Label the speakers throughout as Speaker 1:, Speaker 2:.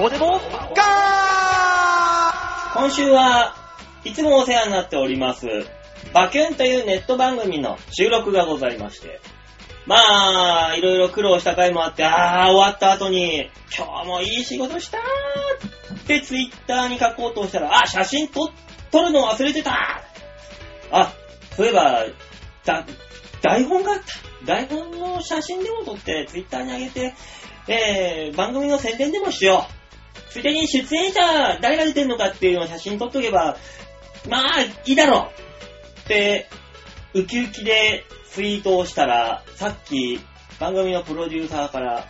Speaker 1: オデモガ
Speaker 2: 今週はいつもお世話になっております、バキュンというネット番組の収録がございまして、まあ、いろいろ苦労した回もあって、ああ、終わった後に、今日もいい仕事したーってツイッターに書こうとしたら、あ、写真撮、撮るの忘れてたあ、そういえば、だ、台本があった。台本の写真でも撮って、ツイッターに上げて、えー、番組の宣伝でもしよう。ついでに出演者、誰が出てるのかっていうのを写真撮っとけば、まあ、いいだろうって、ウキウキでツイートをしたら、さっき番組のプロデューサーから、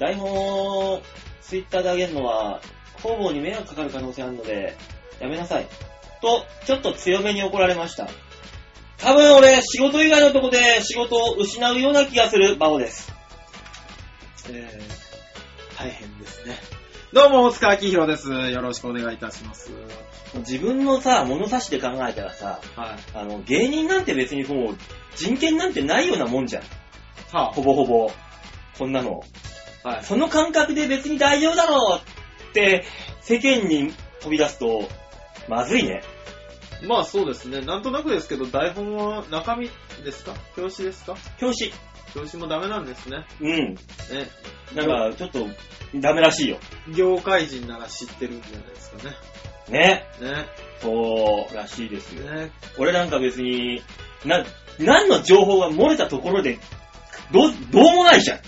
Speaker 2: 台本をツイッターで上げるのは、方々に迷惑かかる可能性あるので、やめなさい。と、ちょっと強めに怒られました。多分俺、仕事以外のとこで仕事を失うような気がする、バオです。
Speaker 1: えー、大変ですね。どうも、大塚明宏です。よろしくお願いいたします。
Speaker 2: 自分のさ、物差しで考えたらさ、
Speaker 1: はい。
Speaker 2: あの、芸人なんて別にもう、人権なんてないようなもんじゃん。
Speaker 1: は
Speaker 2: ほぼほぼ。こんなの。
Speaker 1: あ、はい。
Speaker 2: その感覚で別に大丈夫だろうって、世間に飛び出すと、まずいね。
Speaker 1: まあそうですね。なんとなくですけど、台本は中身ですか表紙ですか
Speaker 2: 教師。
Speaker 1: 表紙もダメなんですね。
Speaker 2: うん。
Speaker 1: ね。
Speaker 2: なんか、ちょっと、ダメらしいよ。
Speaker 1: 業界人なら知ってるんじゃないですかね。
Speaker 2: ね。
Speaker 1: ね。
Speaker 2: そう、らしいですよ。
Speaker 1: ね。
Speaker 2: 俺なんか別に、な、何の情報が漏れたところで、どう、どうもないじゃん。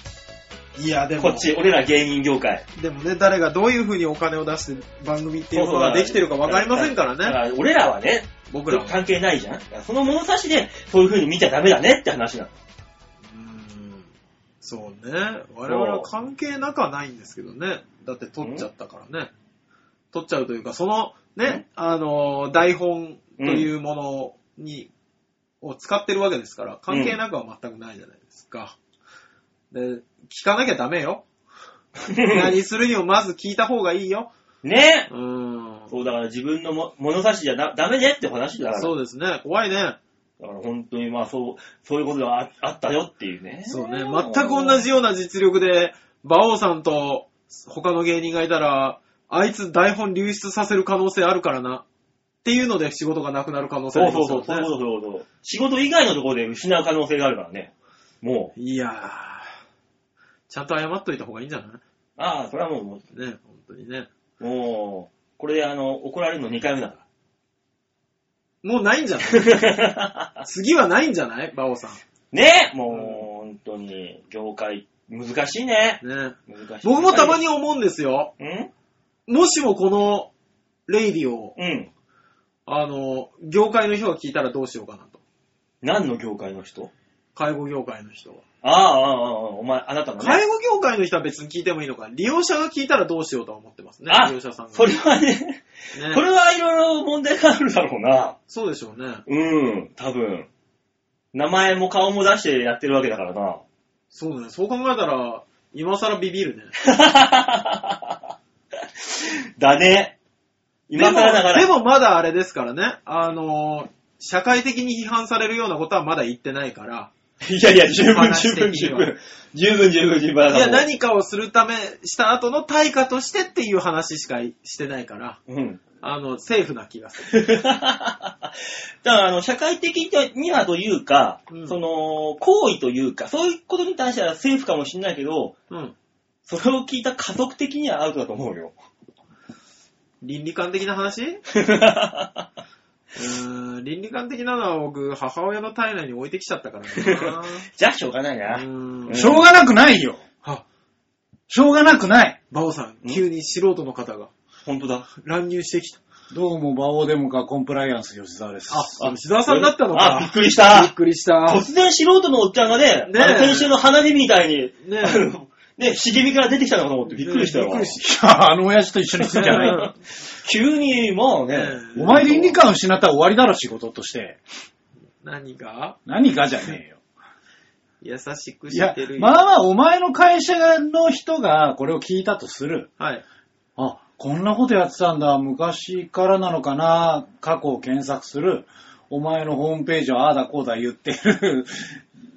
Speaker 1: いや、で
Speaker 2: こっち、俺ら芸人業界。
Speaker 1: でもね、誰がどういう風にお金を出して番組っていうことができてるかわかりませんから
Speaker 2: だ
Speaker 1: ね。
Speaker 2: から俺らはね、
Speaker 1: 僕らは。
Speaker 2: 関係ないじゃん。だからその物差しで、そういう風に見ちゃダメだねって話な の。
Speaker 1: うんそうね。我々は関係なくはないんですけどね。だって取っちゃったからね。取っちゃうというか、そのね、あのー、台本というものに、を使ってるわけですから、関係なくは全くないじゃないですか。で、聞かなきゃダメよ。何するにもまず聞いた方がいいよ。
Speaker 2: ね
Speaker 1: うー ん。
Speaker 2: そう、だから自分のも物差しじゃなダメねって話だから。
Speaker 1: そうですね。怖いね。
Speaker 2: だから本当にまあそう、そういうことがああったよっていうね。
Speaker 1: そうね。全く同じような実力で、馬王さんと他の芸人がいたら、あいつ台本流出させる可能性あるからな。っていうので仕事がなくなる可能性あ
Speaker 2: そう
Speaker 1: りま
Speaker 2: そう
Speaker 1: す
Speaker 2: そう、
Speaker 1: よ
Speaker 2: そういうことそ
Speaker 1: ね。
Speaker 2: ういうこと。仕事以外のところで失う可能性があるからね。もう、
Speaker 1: いやー、ちゃんと謝っといた方がいいんじゃない
Speaker 2: ああ、それはも
Speaker 1: ね、本当にね。
Speaker 2: う、もう、これであの、怒られるの2回目だか
Speaker 1: もうない んじゃない
Speaker 2: ら。
Speaker 1: 次はないんじゃない馬王さ
Speaker 2: ねもう、本当に、業界、難しいね。
Speaker 1: ん。ね。
Speaker 2: 難しい。
Speaker 1: 僕もたま。に思うんですよ。
Speaker 2: うん
Speaker 1: もしもこの、レイディを、
Speaker 2: うん。
Speaker 1: あの、業界の人が聞いたらどうしようかなと。
Speaker 2: 何の業界の人
Speaker 1: 介護業界の人は。
Speaker 2: ああ、ああ、ああ、お前、あなたの
Speaker 1: 介
Speaker 2: ね。
Speaker 1: 護業界の人は別に聞いてもいいのか、利用者が聞いたらどうしようとは思ってますね。
Speaker 2: あ
Speaker 1: 利用者さんが。
Speaker 2: それはね、
Speaker 1: ね
Speaker 2: それはいろいろ問題があるだろうな。
Speaker 1: そうでしょうね。
Speaker 2: うん、多分。名前も顔も出してやってるわけだからな。
Speaker 1: そうね。そう考えたら、今更ビビるね。
Speaker 2: だね。今からだから。
Speaker 1: でも、でもまだあれですからね。あのー社会的に批判されるようなことはまだ言ってないから。
Speaker 2: いやいや、十分
Speaker 1: 話
Speaker 2: 十分
Speaker 1: 的
Speaker 2: 十
Speaker 1: には
Speaker 2: 分。十分十分十分。
Speaker 1: いや、何かをするため、した後の対価としてっていう話しかしてないから、
Speaker 2: うん。
Speaker 1: あの、セーフな気がす る。
Speaker 2: だから、あの、社会的にはというか、
Speaker 1: うん
Speaker 2: その、行為というか、そういうことに対してはセーフかもしれないけど、
Speaker 1: うん。
Speaker 2: それを聞いた家族的にはアウトだと思うよ。
Speaker 1: 倫理観的な話うーん、倫理観的なのは僕、母親の体内に置いてきちゃったからな。
Speaker 2: じゃあ、しょうがない な。
Speaker 1: うーん
Speaker 3: しょうがなくないよ。
Speaker 1: あ、
Speaker 3: しょうがなくない。
Speaker 1: バオさん、急に素人の方が
Speaker 2: 本当だ。
Speaker 1: 乱入してきた。
Speaker 3: どうも、馬王デモかコンプライアンス吉沢です。
Speaker 1: あ、吉沢さんだったの
Speaker 2: あ、びっ
Speaker 1: か。
Speaker 2: くりした。
Speaker 1: びっくりした。
Speaker 2: 突然素人のおっちゃんがね、
Speaker 1: ねえ
Speaker 2: あの先週の花火みたいに、
Speaker 1: ねえ
Speaker 2: あの ね、茂みから出てきたのかと思ってびっくりした
Speaker 1: び
Speaker 2: よ
Speaker 1: っく。りし
Speaker 3: いや、あの親父と一緒にするんじゃ ない。
Speaker 2: 急に、もうね、
Speaker 1: ね
Speaker 3: お前倫理観失ったら終わりだろ、仕事として。
Speaker 1: 何が
Speaker 3: 何かじゃねえ よ。
Speaker 1: 優しく
Speaker 3: い
Speaker 1: し
Speaker 3: や
Speaker 1: てる、よ。
Speaker 3: まあまあ、お前の会社の人がこれを聞いたとする。
Speaker 1: はい。
Speaker 3: あ、こんなことやってたんだ、昔からなのかな、過去を検索する。お前のホームページを ああだこうだ言ってる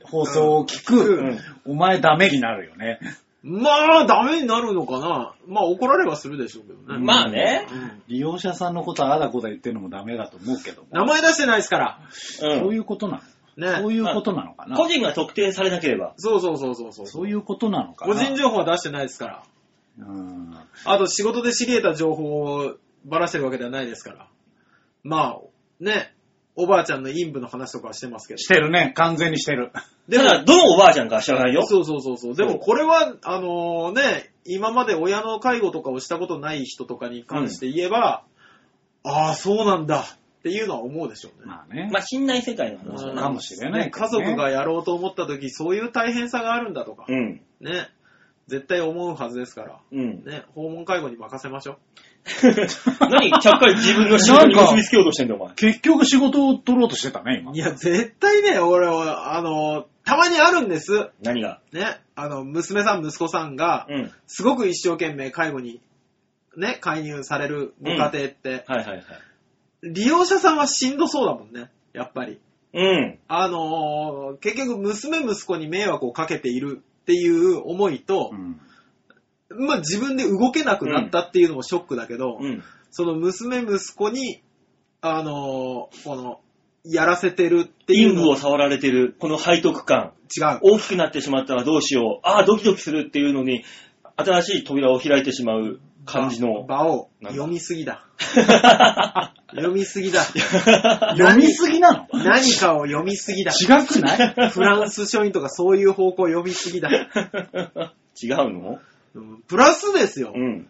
Speaker 3: 放送を聞く。
Speaker 1: うん
Speaker 3: お前ダメになるよね。
Speaker 1: まあ、ダメになるのかな。まあ、怒られはするでしょうけどね。
Speaker 2: まあね。
Speaker 1: うん
Speaker 3: 利用者さんのことああだこうだ言ってるのもダメだと思うけども。
Speaker 1: 名前出してないですから。
Speaker 2: う。
Speaker 3: そうんいうことなの。
Speaker 1: ね
Speaker 3: そう。いうことなのかな。
Speaker 2: 個人が特定されなければ。
Speaker 1: そうそうそうそうそう。
Speaker 3: そういうことなのかな。
Speaker 1: 個人情報は出してないですから。
Speaker 3: うん。
Speaker 1: あと、仕事で知り得た情報をばらしてるわけではないですから。まあ、ね。おばあちゃんの陰部の話とかはしてますけど。
Speaker 3: してるね。完全にしてる。
Speaker 1: で
Speaker 2: ただ、
Speaker 1: も、
Speaker 2: どのおばあちゃんかは知らないよ。
Speaker 1: そうそうそうそう。でも、これは、あのね、今まで親の介護とかをしたことない人とかに関して言えば、ああ、そうなんだっていうのは思うでしょうね。
Speaker 3: まあね。
Speaker 2: まあ、信頼世界の話
Speaker 1: う
Speaker 2: だ
Speaker 1: ん
Speaker 2: な。
Speaker 3: かもしれない
Speaker 1: ね
Speaker 3: けど
Speaker 1: 家
Speaker 3: ね
Speaker 1: 族がやろうと思った時、そういう大変さがあるんだとか
Speaker 2: う、ん。
Speaker 1: ね、絶対思うはずですから、
Speaker 2: うん。
Speaker 1: ね、訪問介護に任せましょ
Speaker 2: 何、ちゃっかり自分の仕事に結びつけようとしてんだ、お前。
Speaker 3: 結局仕事を取ろうとしてたね、今
Speaker 1: う。い。や、絶対ね、俺は、あの、たまにあるんです。
Speaker 2: 何が。
Speaker 1: ね、あの、娘さん、息子さんが、
Speaker 2: うん。
Speaker 1: すごく一生懸命介護に、ね、介入されるご家庭って、
Speaker 2: はいはいはい。
Speaker 1: 利用者さんはしんどそうだもんね、やっぱり。
Speaker 2: うん。
Speaker 1: あのー結局、娘、息子に迷惑をかけているっていう思いと、
Speaker 3: うん。
Speaker 1: まあ、自分で動けなくなったっていうのもショックだけど、
Speaker 2: うん。
Speaker 1: その娘、息子に、あのーこの、やらせてるってい
Speaker 2: 陰
Speaker 1: うの
Speaker 2: 部を触られてる、この背徳感。
Speaker 1: 違う。
Speaker 2: 大きくなってしまったらどうしよう。ああ、ドキドキするっていうのに、新しい扉を開いてしまう感じ の。
Speaker 1: 場を
Speaker 2: なんだ
Speaker 1: 読みす ぎだ。読みすぎだ。
Speaker 3: 読みすぎなの
Speaker 1: 何かを読みすぎだ。
Speaker 3: 違くな い
Speaker 1: フランス書院とかそういう方向読みすぎ だ。
Speaker 2: 違うの
Speaker 1: うんプラスですよ。
Speaker 2: うん。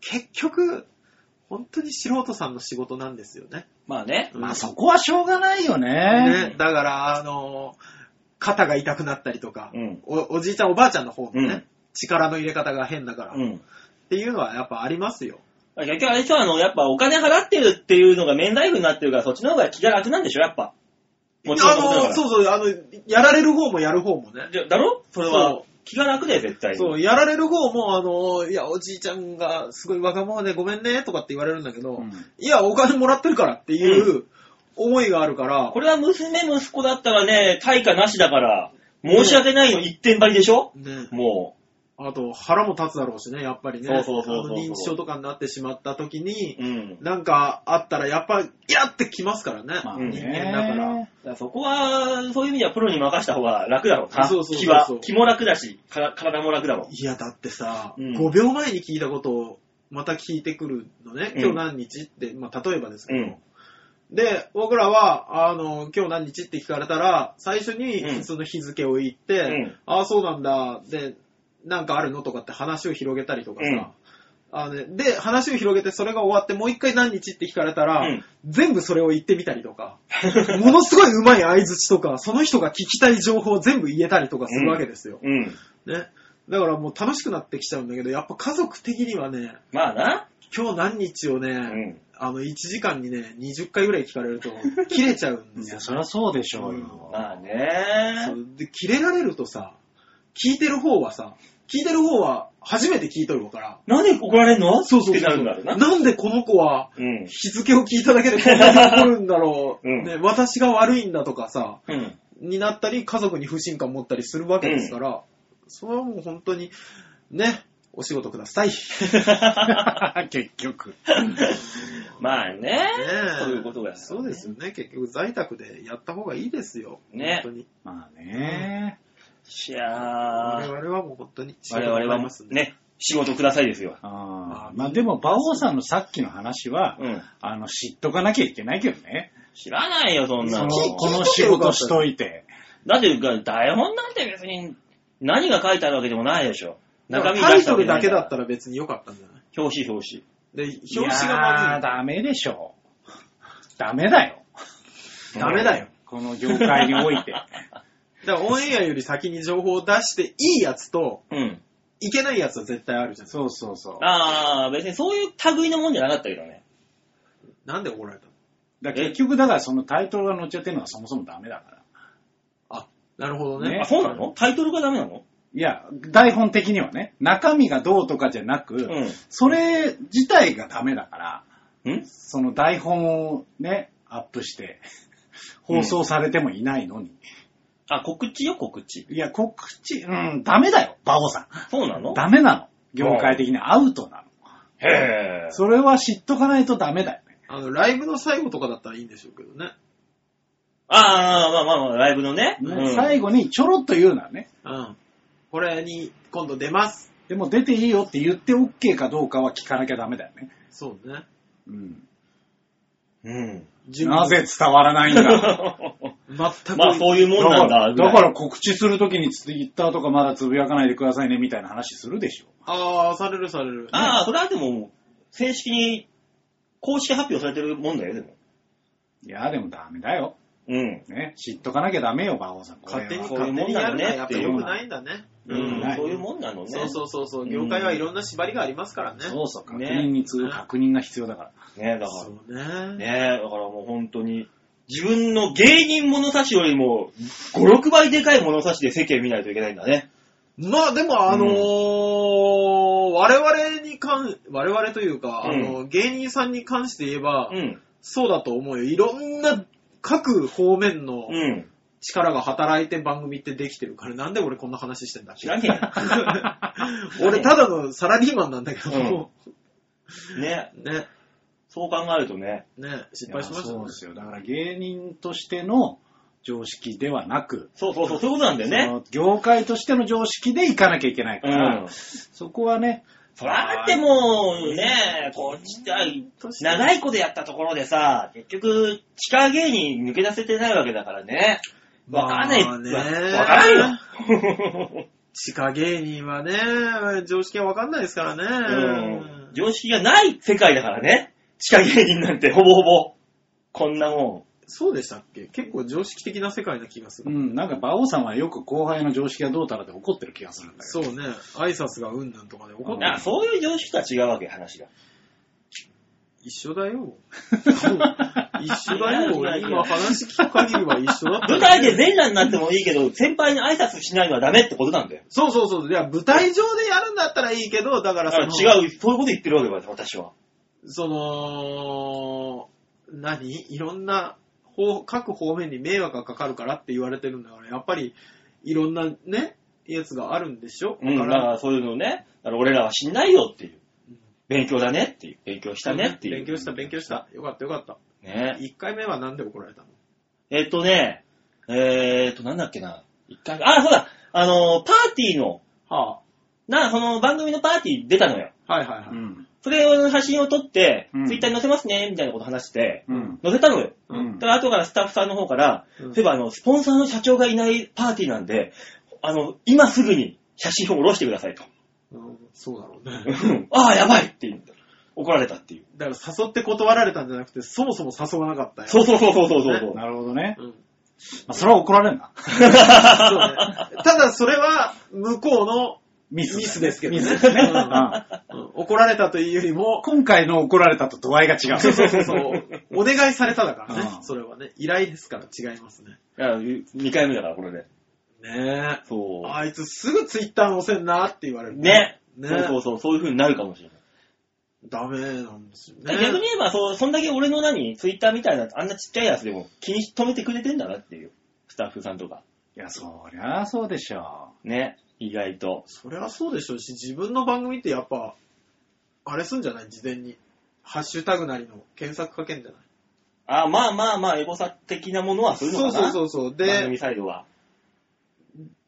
Speaker 1: 結局、本当に素人さんの仕事なんですよね。
Speaker 2: まあね。
Speaker 3: まあそこはしょうがないよね。
Speaker 1: ね、だから、あの肩が痛くなったりとか、
Speaker 2: うん
Speaker 1: おおじいちゃんおばあちゃんの方のね、
Speaker 2: うん
Speaker 1: 力の入れ方が変だから、
Speaker 2: う
Speaker 1: っ
Speaker 2: ん。
Speaker 1: ていうのはやっぱありますよ。
Speaker 2: 結局あれさ、あの、やっぱお金払ってるっていうのが免罪符になってるから、そっちの方が気が楽なんでしょ、やっぱ。
Speaker 1: あ
Speaker 2: もちろんのことだか
Speaker 1: の、
Speaker 2: ら。
Speaker 1: そうそう、あの、やられる方もやる方もね。
Speaker 2: じゃだろそれ
Speaker 1: そ
Speaker 2: は
Speaker 1: う。
Speaker 2: 気が楽だよ、絶対に。
Speaker 1: そう、やられる方も、あの、いや、おじいちゃんがすごいわがままでごめんね、とかって言われるんだけど、
Speaker 3: うん
Speaker 1: いや、お金もらってるからっていう思いがあるから、
Speaker 2: これは娘、息子だったらね、対価なしだから、申し訳ないの一点張りでしょ
Speaker 1: ね、
Speaker 2: も
Speaker 1: あと腹も立つだろうしね、やっぱりね。
Speaker 2: そうそうそうそうそう
Speaker 1: あの認知症とかになってしまった時に
Speaker 2: う。、うん。
Speaker 1: なんかあったらやっぱ、いやってきますからね。
Speaker 3: まあ
Speaker 1: 人間だから
Speaker 3: ね。
Speaker 2: だからそこは、そういう意味ではプロに任した方が楽だろうな。
Speaker 1: そうそうそうそう
Speaker 2: 気は。気も楽だし、から体も楽だろ
Speaker 1: いや、だってさ、
Speaker 2: うん
Speaker 1: 5秒前に聞いたことをまた聞いてくるのね。
Speaker 2: うん
Speaker 1: 今日何日って、まあ例えばですけど。
Speaker 2: うん
Speaker 1: で、僕らは、あの、今日何日って聞かれたら、最初
Speaker 2: うん
Speaker 1: にその日付を言って、
Speaker 2: うん
Speaker 1: ああ、そうなんだ、で、なんかあるのとかって話を広げたりとかさ、
Speaker 2: うん
Speaker 1: あのねで、話を広げてそれが終わってもう一回何日って聞かれたら、
Speaker 2: うん
Speaker 1: 全部それを言ってみたりとか、 ものすごい上手い相槌とか、その人が聞きたい情報を全部言えたりとかするわけですよ。
Speaker 2: う。うん。
Speaker 1: ね。だからもう楽しくなってきちゃうんだけど、やっぱ家族的にはね、
Speaker 2: まあな。
Speaker 1: 今日何日をね、
Speaker 2: うん。
Speaker 1: あの、1時間にね、20回ぐらい聞かれると、 切れちゃうんで
Speaker 3: い
Speaker 1: すよ
Speaker 3: や、。そりゃそうでしょうよ。
Speaker 2: まあね
Speaker 1: そうで、切れられるとさ、聞いてる方はさ、聞いてる方は初めて聞いとるから、
Speaker 2: なんで怒られんの
Speaker 1: そうそうそう
Speaker 2: ってなるんだろうな。
Speaker 1: なんでこの子は
Speaker 2: うん。
Speaker 1: 日付を聞いただけでこんなに怒るんだろう、
Speaker 2: うん
Speaker 1: ね、私が悪いんだとかさ、
Speaker 2: うん。
Speaker 1: になったり、家族に不信感持ったりするわけですから、それはもう本当に、ね、お仕事ください。ね
Speaker 3: 結局。
Speaker 2: まあね
Speaker 1: え
Speaker 2: そういうことだよね
Speaker 1: そうですよね。結局在宅でやった方がいいですよ。
Speaker 2: ね
Speaker 1: 本当に。
Speaker 3: まあね。
Speaker 2: いやー
Speaker 1: 我々はもう本当に仕
Speaker 2: 我
Speaker 1: 事も
Speaker 2: 々
Speaker 1: ら
Speaker 2: はいも
Speaker 1: ますんで。
Speaker 2: ね、仕事くださいですよ。
Speaker 3: あーまあでも、馬王さんのさっきの話は、
Speaker 2: うん。
Speaker 3: あの、知っとかなきゃいけないけどね。
Speaker 2: 知らないよ、そんな
Speaker 3: そ
Speaker 2: の
Speaker 3: の。
Speaker 1: 聞
Speaker 3: この仕事しといて。
Speaker 2: だって、台本なんて別に何が書いてあるわけでもないでしょ。中身出
Speaker 1: タイ
Speaker 2: した
Speaker 1: ト
Speaker 2: わけ
Speaker 1: ル
Speaker 2: じゃな
Speaker 1: だ
Speaker 2: い
Speaker 1: けだったら別に良かったんじゃない
Speaker 2: 表紙、表紙。
Speaker 1: で、
Speaker 3: い
Speaker 1: 表
Speaker 3: や
Speaker 1: 紙
Speaker 3: ー
Speaker 1: がま
Speaker 3: ダメでしょう。ダメだよ。
Speaker 1: ずい。ダメだよ。
Speaker 3: この業界において。
Speaker 1: だからオンエアより先に情報を出していいやつと、
Speaker 2: うん。
Speaker 1: いけないやつは絶対あるじゃん。
Speaker 3: そうそうそう。
Speaker 2: あー、別にそういう類のもんじゃなかったけどね。
Speaker 1: なんで怒られたの
Speaker 3: だから結局、だからそのタイトルが載っちゃってるのがそもそもダメだから。
Speaker 1: あ、なるほどね。
Speaker 3: ね
Speaker 2: あ、そうなのタイトルがダメなの
Speaker 3: いや、台本的にはね、中身がどうとかじゃなく、
Speaker 2: う
Speaker 3: それ自体がダメだから、
Speaker 2: ん。ん
Speaker 3: その台本をね、アップして、放送されてもいないのに。
Speaker 2: あ、告知よ、告知。
Speaker 3: いや、告知、うん、ダメだよ、バオさ
Speaker 2: そうなの
Speaker 3: ん。ダメなの。業界的にアウトな
Speaker 2: へ
Speaker 3: の。それは知っとかないとダメだよね。
Speaker 1: あの、ライブの最後とかだったらいいんでしょうけどね。
Speaker 2: ああ、まあまあまあ、ライブのね。
Speaker 3: ね
Speaker 2: うん
Speaker 3: 最後にちょろっと言うならね。
Speaker 1: うん。これに今度出ます。
Speaker 3: でも出ていいよって言って OK かどうかは聞かなきゃダメだよね。
Speaker 1: そうね。
Speaker 3: うん。
Speaker 2: うん。
Speaker 1: 準備
Speaker 3: なぜ伝わらないん だ。
Speaker 1: 全く。
Speaker 2: まあ、そういうもんなんだ。。
Speaker 3: だからだからら告知するときにツイッターとかまだつぶやかないでくださいねみたいな話するでしょ。
Speaker 1: ああ、されるされる。
Speaker 2: ああ、それはでも、正式に、公式発表されてるもんだよ、でも。
Speaker 3: いや、でもダメだよ。
Speaker 2: うん。
Speaker 3: ね、知っとかなきゃダメよ、馬王さん。これは
Speaker 1: 勝手に、
Speaker 2: これは
Speaker 1: 勝手にやるのはやっぱ
Speaker 2: そうい
Speaker 1: 良
Speaker 2: う
Speaker 3: もん
Speaker 1: く
Speaker 3: なんだ
Speaker 1: ないんだね。
Speaker 2: う
Speaker 1: うん
Speaker 2: ん
Speaker 3: ない
Speaker 2: そういうもんなのね。
Speaker 1: そうそうそうそう、業界はいろんな縛りがありますからね。
Speaker 3: そうそう、確
Speaker 2: ね
Speaker 3: 認に次ぐ確認が必要だから。
Speaker 2: ねだか
Speaker 1: そう
Speaker 2: ら。
Speaker 1: ね。
Speaker 2: ねだからもう本当に、自分の芸人物差しよりも、5、6倍でかい物差しで世間見ないといけないんだね。
Speaker 1: まあでもあのー我々に関、我々というか、あの、芸人さんに関して言えば、
Speaker 2: うん。
Speaker 1: そうだと思うよ。いろんな各方面の
Speaker 2: うん。
Speaker 1: 力が働いて番組ってできてるから、なんで俺こんな話してんだっ
Speaker 2: 知
Speaker 1: け
Speaker 2: らね
Speaker 1: 俺ただのサラリーマンなんだけど、
Speaker 2: えよ。 ね
Speaker 1: ね、
Speaker 2: そう考えるとね。
Speaker 1: ね、失
Speaker 3: いや
Speaker 1: 敗しました
Speaker 3: そ
Speaker 1: ね
Speaker 3: うですよ。だから芸人としての常識ではなく、
Speaker 2: そうそうそう、そういうことなんだよ
Speaker 3: そ
Speaker 2: ね。
Speaker 3: の業界としての常識でいかなきゃいけないか
Speaker 2: う
Speaker 3: ら、
Speaker 2: ん。
Speaker 3: そこはね、
Speaker 2: そらだってもうね、こうちっちゃい、長いことやったところでさ、結局、地下芸人抜け出せてないわけだからね。わかんない。
Speaker 1: まあね
Speaker 2: わわから んよ。
Speaker 1: 地下芸人はね、常識はわかんないですからね。
Speaker 2: うん常識がない世界だからね。地下芸人なんてほぼほぼ。こんなも
Speaker 1: そうでしたっけ結構常識的な世界な気がす
Speaker 3: う
Speaker 1: る。
Speaker 3: ん、なんか馬王さんはよく後輩の常識がどうたらで怒ってる気がするんだけ
Speaker 1: そう
Speaker 3: ど。
Speaker 1: ね、挨拶がうんぬんとかで怒っ
Speaker 2: ん。
Speaker 1: て
Speaker 2: なそういう常識とは違うわけ、話が。
Speaker 1: 一緒 だよ。
Speaker 2: いやい
Speaker 1: 一緒だよ。
Speaker 2: やいや
Speaker 1: 俺今話聞く限りは一緒だった
Speaker 2: 舞台で全裸になってもいいけど、先輩に挨拶しないのはダメってことなんだよ。
Speaker 1: そうそうそう。いや、舞台上でやるんだったらいいけど、だか
Speaker 2: だ
Speaker 1: ら
Speaker 2: か
Speaker 1: そ
Speaker 2: ら
Speaker 1: の、う。
Speaker 2: 違う、そういうこと言ってるわけだ、私は。
Speaker 1: その、何いろんな方、各方面に迷惑がかかるからって言われてるんだから、やっぱり、いろんなね、やつがあるんでしょ
Speaker 2: うん、だか、らそういうのをね、だから俺らは死んないよっていう。勉強だねっていう。勉強したねっていう。
Speaker 1: 勉強した、勉強した。よかった、よかった。
Speaker 2: ね
Speaker 1: 1回目はなんで怒られたの
Speaker 2: えっとね、えーっと、なんだっけな。一回、あ、そうだ、あの、パーティーの、
Speaker 1: は
Speaker 2: な、その番組のパーティー出たのよ。
Speaker 1: あ、はいはいはい。
Speaker 3: うん。
Speaker 2: それの写真を撮って、
Speaker 3: うん
Speaker 2: ツイッターに載せますね、みたいなこと話して、
Speaker 3: うん。
Speaker 2: 載せたのよ。
Speaker 3: う
Speaker 2: だ
Speaker 3: ん
Speaker 2: か。ら後からスタッフさんの方から、
Speaker 1: うん
Speaker 2: 例えばあの、スポンサーの社長がいないパーティーなんで、あの、今すぐに写真を下ろしてくださいと。
Speaker 1: うんそうだろうね。
Speaker 2: うんああ、やばいって言って怒られたっていう。
Speaker 1: だから誘って断られたんじゃなくて、そもそも誘わなかったよ。
Speaker 2: そうそうそうそうそうそう。
Speaker 3: なるほどね。
Speaker 1: うん
Speaker 3: まあ、それは怒られるな。
Speaker 1: そうねただそれは向こうの
Speaker 3: ミス。
Speaker 1: ミスですけどね
Speaker 3: ミスですね。
Speaker 1: うん
Speaker 3: うん
Speaker 1: うん怒られたというより も、
Speaker 3: 今回の怒られたと度合いが違う。
Speaker 1: そうそうそうそう、お願いされただからね
Speaker 3: う、ん
Speaker 1: それはね、依頼ですから違いますね。
Speaker 2: いや2回目だから、これで。
Speaker 1: ねえ。
Speaker 2: そ
Speaker 1: あいつすぐツイッター載せんなって言われ
Speaker 2: う。
Speaker 1: る。
Speaker 2: ね。
Speaker 1: ね
Speaker 2: そうそうそう、そういう風になるかもしれない。
Speaker 1: ダメなんですよね。
Speaker 2: 逆に言えば、そう、そんだけ俺の何、ツイッターみたいな、あんなちっちゃいやつでも気に留めてくれてんだなっていう。スタッフさんとか。
Speaker 3: いや、そりゃそうでしょ
Speaker 2: ね。意外と。
Speaker 1: それはそうでしょうし、自分の番組ってやっぱ、あれすんじゃない事前に。ハッシュタグなりの検索かけんじゃない
Speaker 2: あ、まあまあまあ、エゴサ的なものはするのか
Speaker 1: そ
Speaker 2: な
Speaker 1: うそう
Speaker 2: う
Speaker 1: そうそう。
Speaker 2: 番
Speaker 1: で
Speaker 2: 組、サイドは。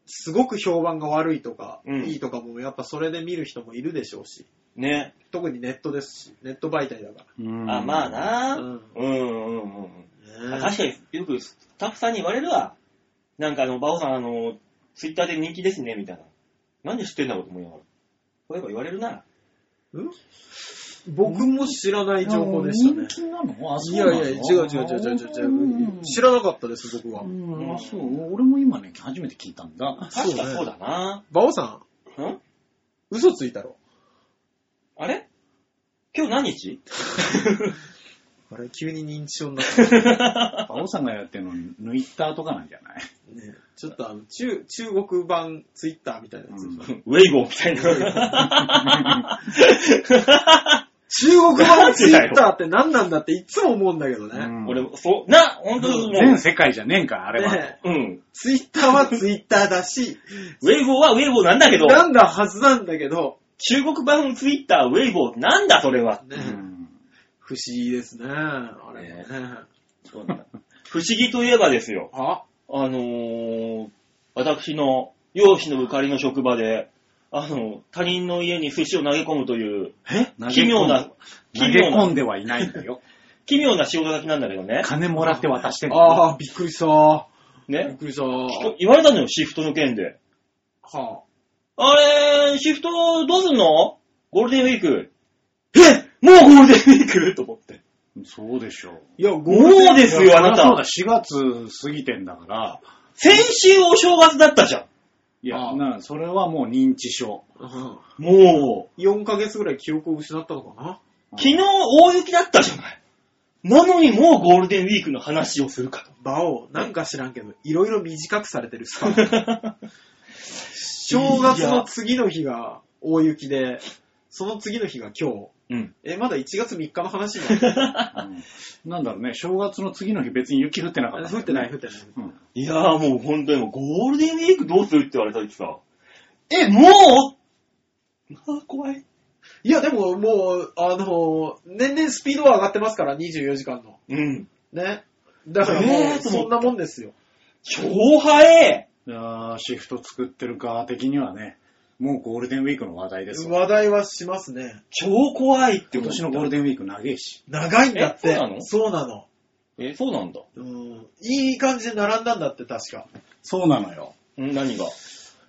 Speaker 1: すごく評判が悪いとか、
Speaker 2: うん
Speaker 1: いいとかも、やっぱそれで見る人もいるでしょうし。
Speaker 2: ね。
Speaker 1: 特にネットですし、ネット媒体だか
Speaker 3: う。うん
Speaker 2: あ、まあ。な。
Speaker 1: う
Speaker 2: うんんうんうんうん。
Speaker 1: ら。
Speaker 2: 確かによくスタッフさんに言われるわ。なんかあの、バオさん、あの、ツイッターで人気ですね、みたいな。なんで知ってんだろうと思いながら。そういえば言われるな。
Speaker 1: 僕も知らない情報でしたね
Speaker 3: 人。気なのあ、
Speaker 1: い
Speaker 3: そう
Speaker 1: や
Speaker 3: ないの
Speaker 1: や、違う違う違う違う違う。知らなかったです、僕は
Speaker 3: う。ん、
Speaker 2: うん
Speaker 3: あ、そう。俺も今ね、初めて聞いたんだ。
Speaker 1: そうね
Speaker 2: 確かそうだな。
Speaker 1: バオさん、
Speaker 2: ん
Speaker 1: 嘘ついたろ。
Speaker 2: あれ今日何日
Speaker 1: あれ、急に認知症にな った。ね、
Speaker 3: 馬王さんがやってるの、抜いたとかなんじゃない
Speaker 1: ちょっとあの、中、中国版ツイッターみたいなやつ。
Speaker 3: うん
Speaker 2: ウェイボーみたいな。
Speaker 1: 中国版ツイッターって何なんだっていつも思うんだけど
Speaker 3: う
Speaker 1: ね。
Speaker 3: ん
Speaker 2: 俺も、そう、な、本当にもう、
Speaker 3: 全世界じゃねえんか、あれは。
Speaker 1: ね
Speaker 2: うん。
Speaker 1: ツイッターはツイッターだし、
Speaker 2: ウェイボーはウェイボーなんだけど、
Speaker 1: なんだはずなんだけど、
Speaker 2: 中国版ツイッター、ウェイボー、なんだそれは。
Speaker 1: ね
Speaker 3: うん
Speaker 1: 不思議ですね。あれね。
Speaker 2: 不思議といえばですよ、
Speaker 1: あ
Speaker 2: あのー、私の、容姿のゆかりの職場で、あの、他人の家に寿司を投げ込むという、
Speaker 1: え
Speaker 2: 奇妙な、
Speaker 3: 投
Speaker 2: 奇
Speaker 3: げ
Speaker 2: 妙
Speaker 3: 込ん
Speaker 2: な、
Speaker 3: ではいないんだよ。
Speaker 2: 奇妙な仕事先なんだけどね。
Speaker 3: 金もらって渡してんだよ
Speaker 1: ああ、びっくりした。びっ
Speaker 2: ね。
Speaker 1: くりした。
Speaker 2: 人言われたのよ、シフトの件で。
Speaker 1: は
Speaker 2: あれ、シフトどうすんのゴールデンウィーク。えもうゴールデンウィークと思って。
Speaker 3: そうでしょう。
Speaker 1: いや、
Speaker 2: もうですよ、あな
Speaker 3: そう
Speaker 2: た。
Speaker 3: だ、4月過ぎてんだから、
Speaker 2: 先週お正月だったじゃ
Speaker 3: い
Speaker 1: あ
Speaker 3: や、
Speaker 1: あ
Speaker 3: なそれはもう認知症。
Speaker 1: うん
Speaker 2: ん。もう、
Speaker 1: 4ヶ月ぐらい記憶を失ったのかな
Speaker 2: 昨日大雪だったじゃない。なのにもうゴールデンウィークの話をするかと。
Speaker 1: バオ、なんか知らんけど、いろいろ短くされてるス パン。正月の次の日が大雪で、その次の日が今日。
Speaker 2: うん。
Speaker 1: え、まだ1月3日の話じゃない
Speaker 3: うんなんだろうね、正月の次の日別に雪降ってなか ったんだよね、
Speaker 1: 降ってない、降ってない。
Speaker 3: うん
Speaker 2: いやーもう本当にもうゴールデンウィークどうするって言われた時さ。え、もうあー怖い。
Speaker 1: いや、でももう、あの、年々スピードは上がってますから、24時間の。
Speaker 2: うん。
Speaker 1: ね。だからもう、
Speaker 2: えーと思って
Speaker 1: そんなもんですよ。
Speaker 2: 超早え
Speaker 3: いやーシフト作ってる側的にはね、もうゴールデンウィークの話題ですよ。
Speaker 1: 話題はしますね。
Speaker 2: 超怖いって思った
Speaker 3: 今年のゴールデンウィーク長いし。
Speaker 1: 長いんだって。
Speaker 2: えそうなの
Speaker 1: そうなの。
Speaker 2: え、そうなんだ。
Speaker 1: うん。いい感じで並んだんだって、確か。
Speaker 3: そうなのよ。
Speaker 2: ん何が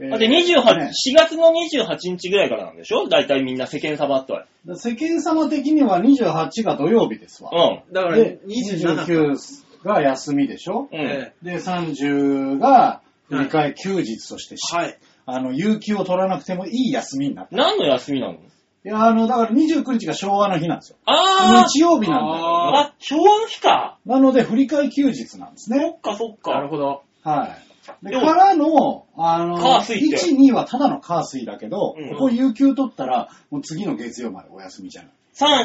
Speaker 3: えー
Speaker 2: あで、28、4
Speaker 3: ね
Speaker 2: 月の28日ぐらいからなんでしょ大体みんな世間様って。
Speaker 3: だ世間様的には28が土曜日ですわ。
Speaker 2: うん。
Speaker 1: だから、
Speaker 3: で、
Speaker 1: 27か。
Speaker 3: 29が休みでしょ、
Speaker 2: うん。
Speaker 1: え
Speaker 3: で、30が振り替え休日としてし、
Speaker 1: えはい。
Speaker 3: あの、有給を取らなくてもいい休みになった。
Speaker 2: 何の休みなの
Speaker 3: いや、あの、だから29日が昭和の日なんですよ。
Speaker 2: あー
Speaker 3: 日曜日なんだよ。
Speaker 1: あ
Speaker 2: あ、昭和の日か。
Speaker 3: なので、振り替え休日なんです
Speaker 2: そ
Speaker 3: ね。
Speaker 2: っかそっ
Speaker 1: なる
Speaker 2: か。
Speaker 1: ほど。
Speaker 3: はい。で、
Speaker 2: でも
Speaker 3: からの、あの、
Speaker 2: 火水って
Speaker 3: 1、2はただのカースイだけど、
Speaker 2: うん
Speaker 3: ここ有給取ったら、もう次の月曜までお休みじゃない。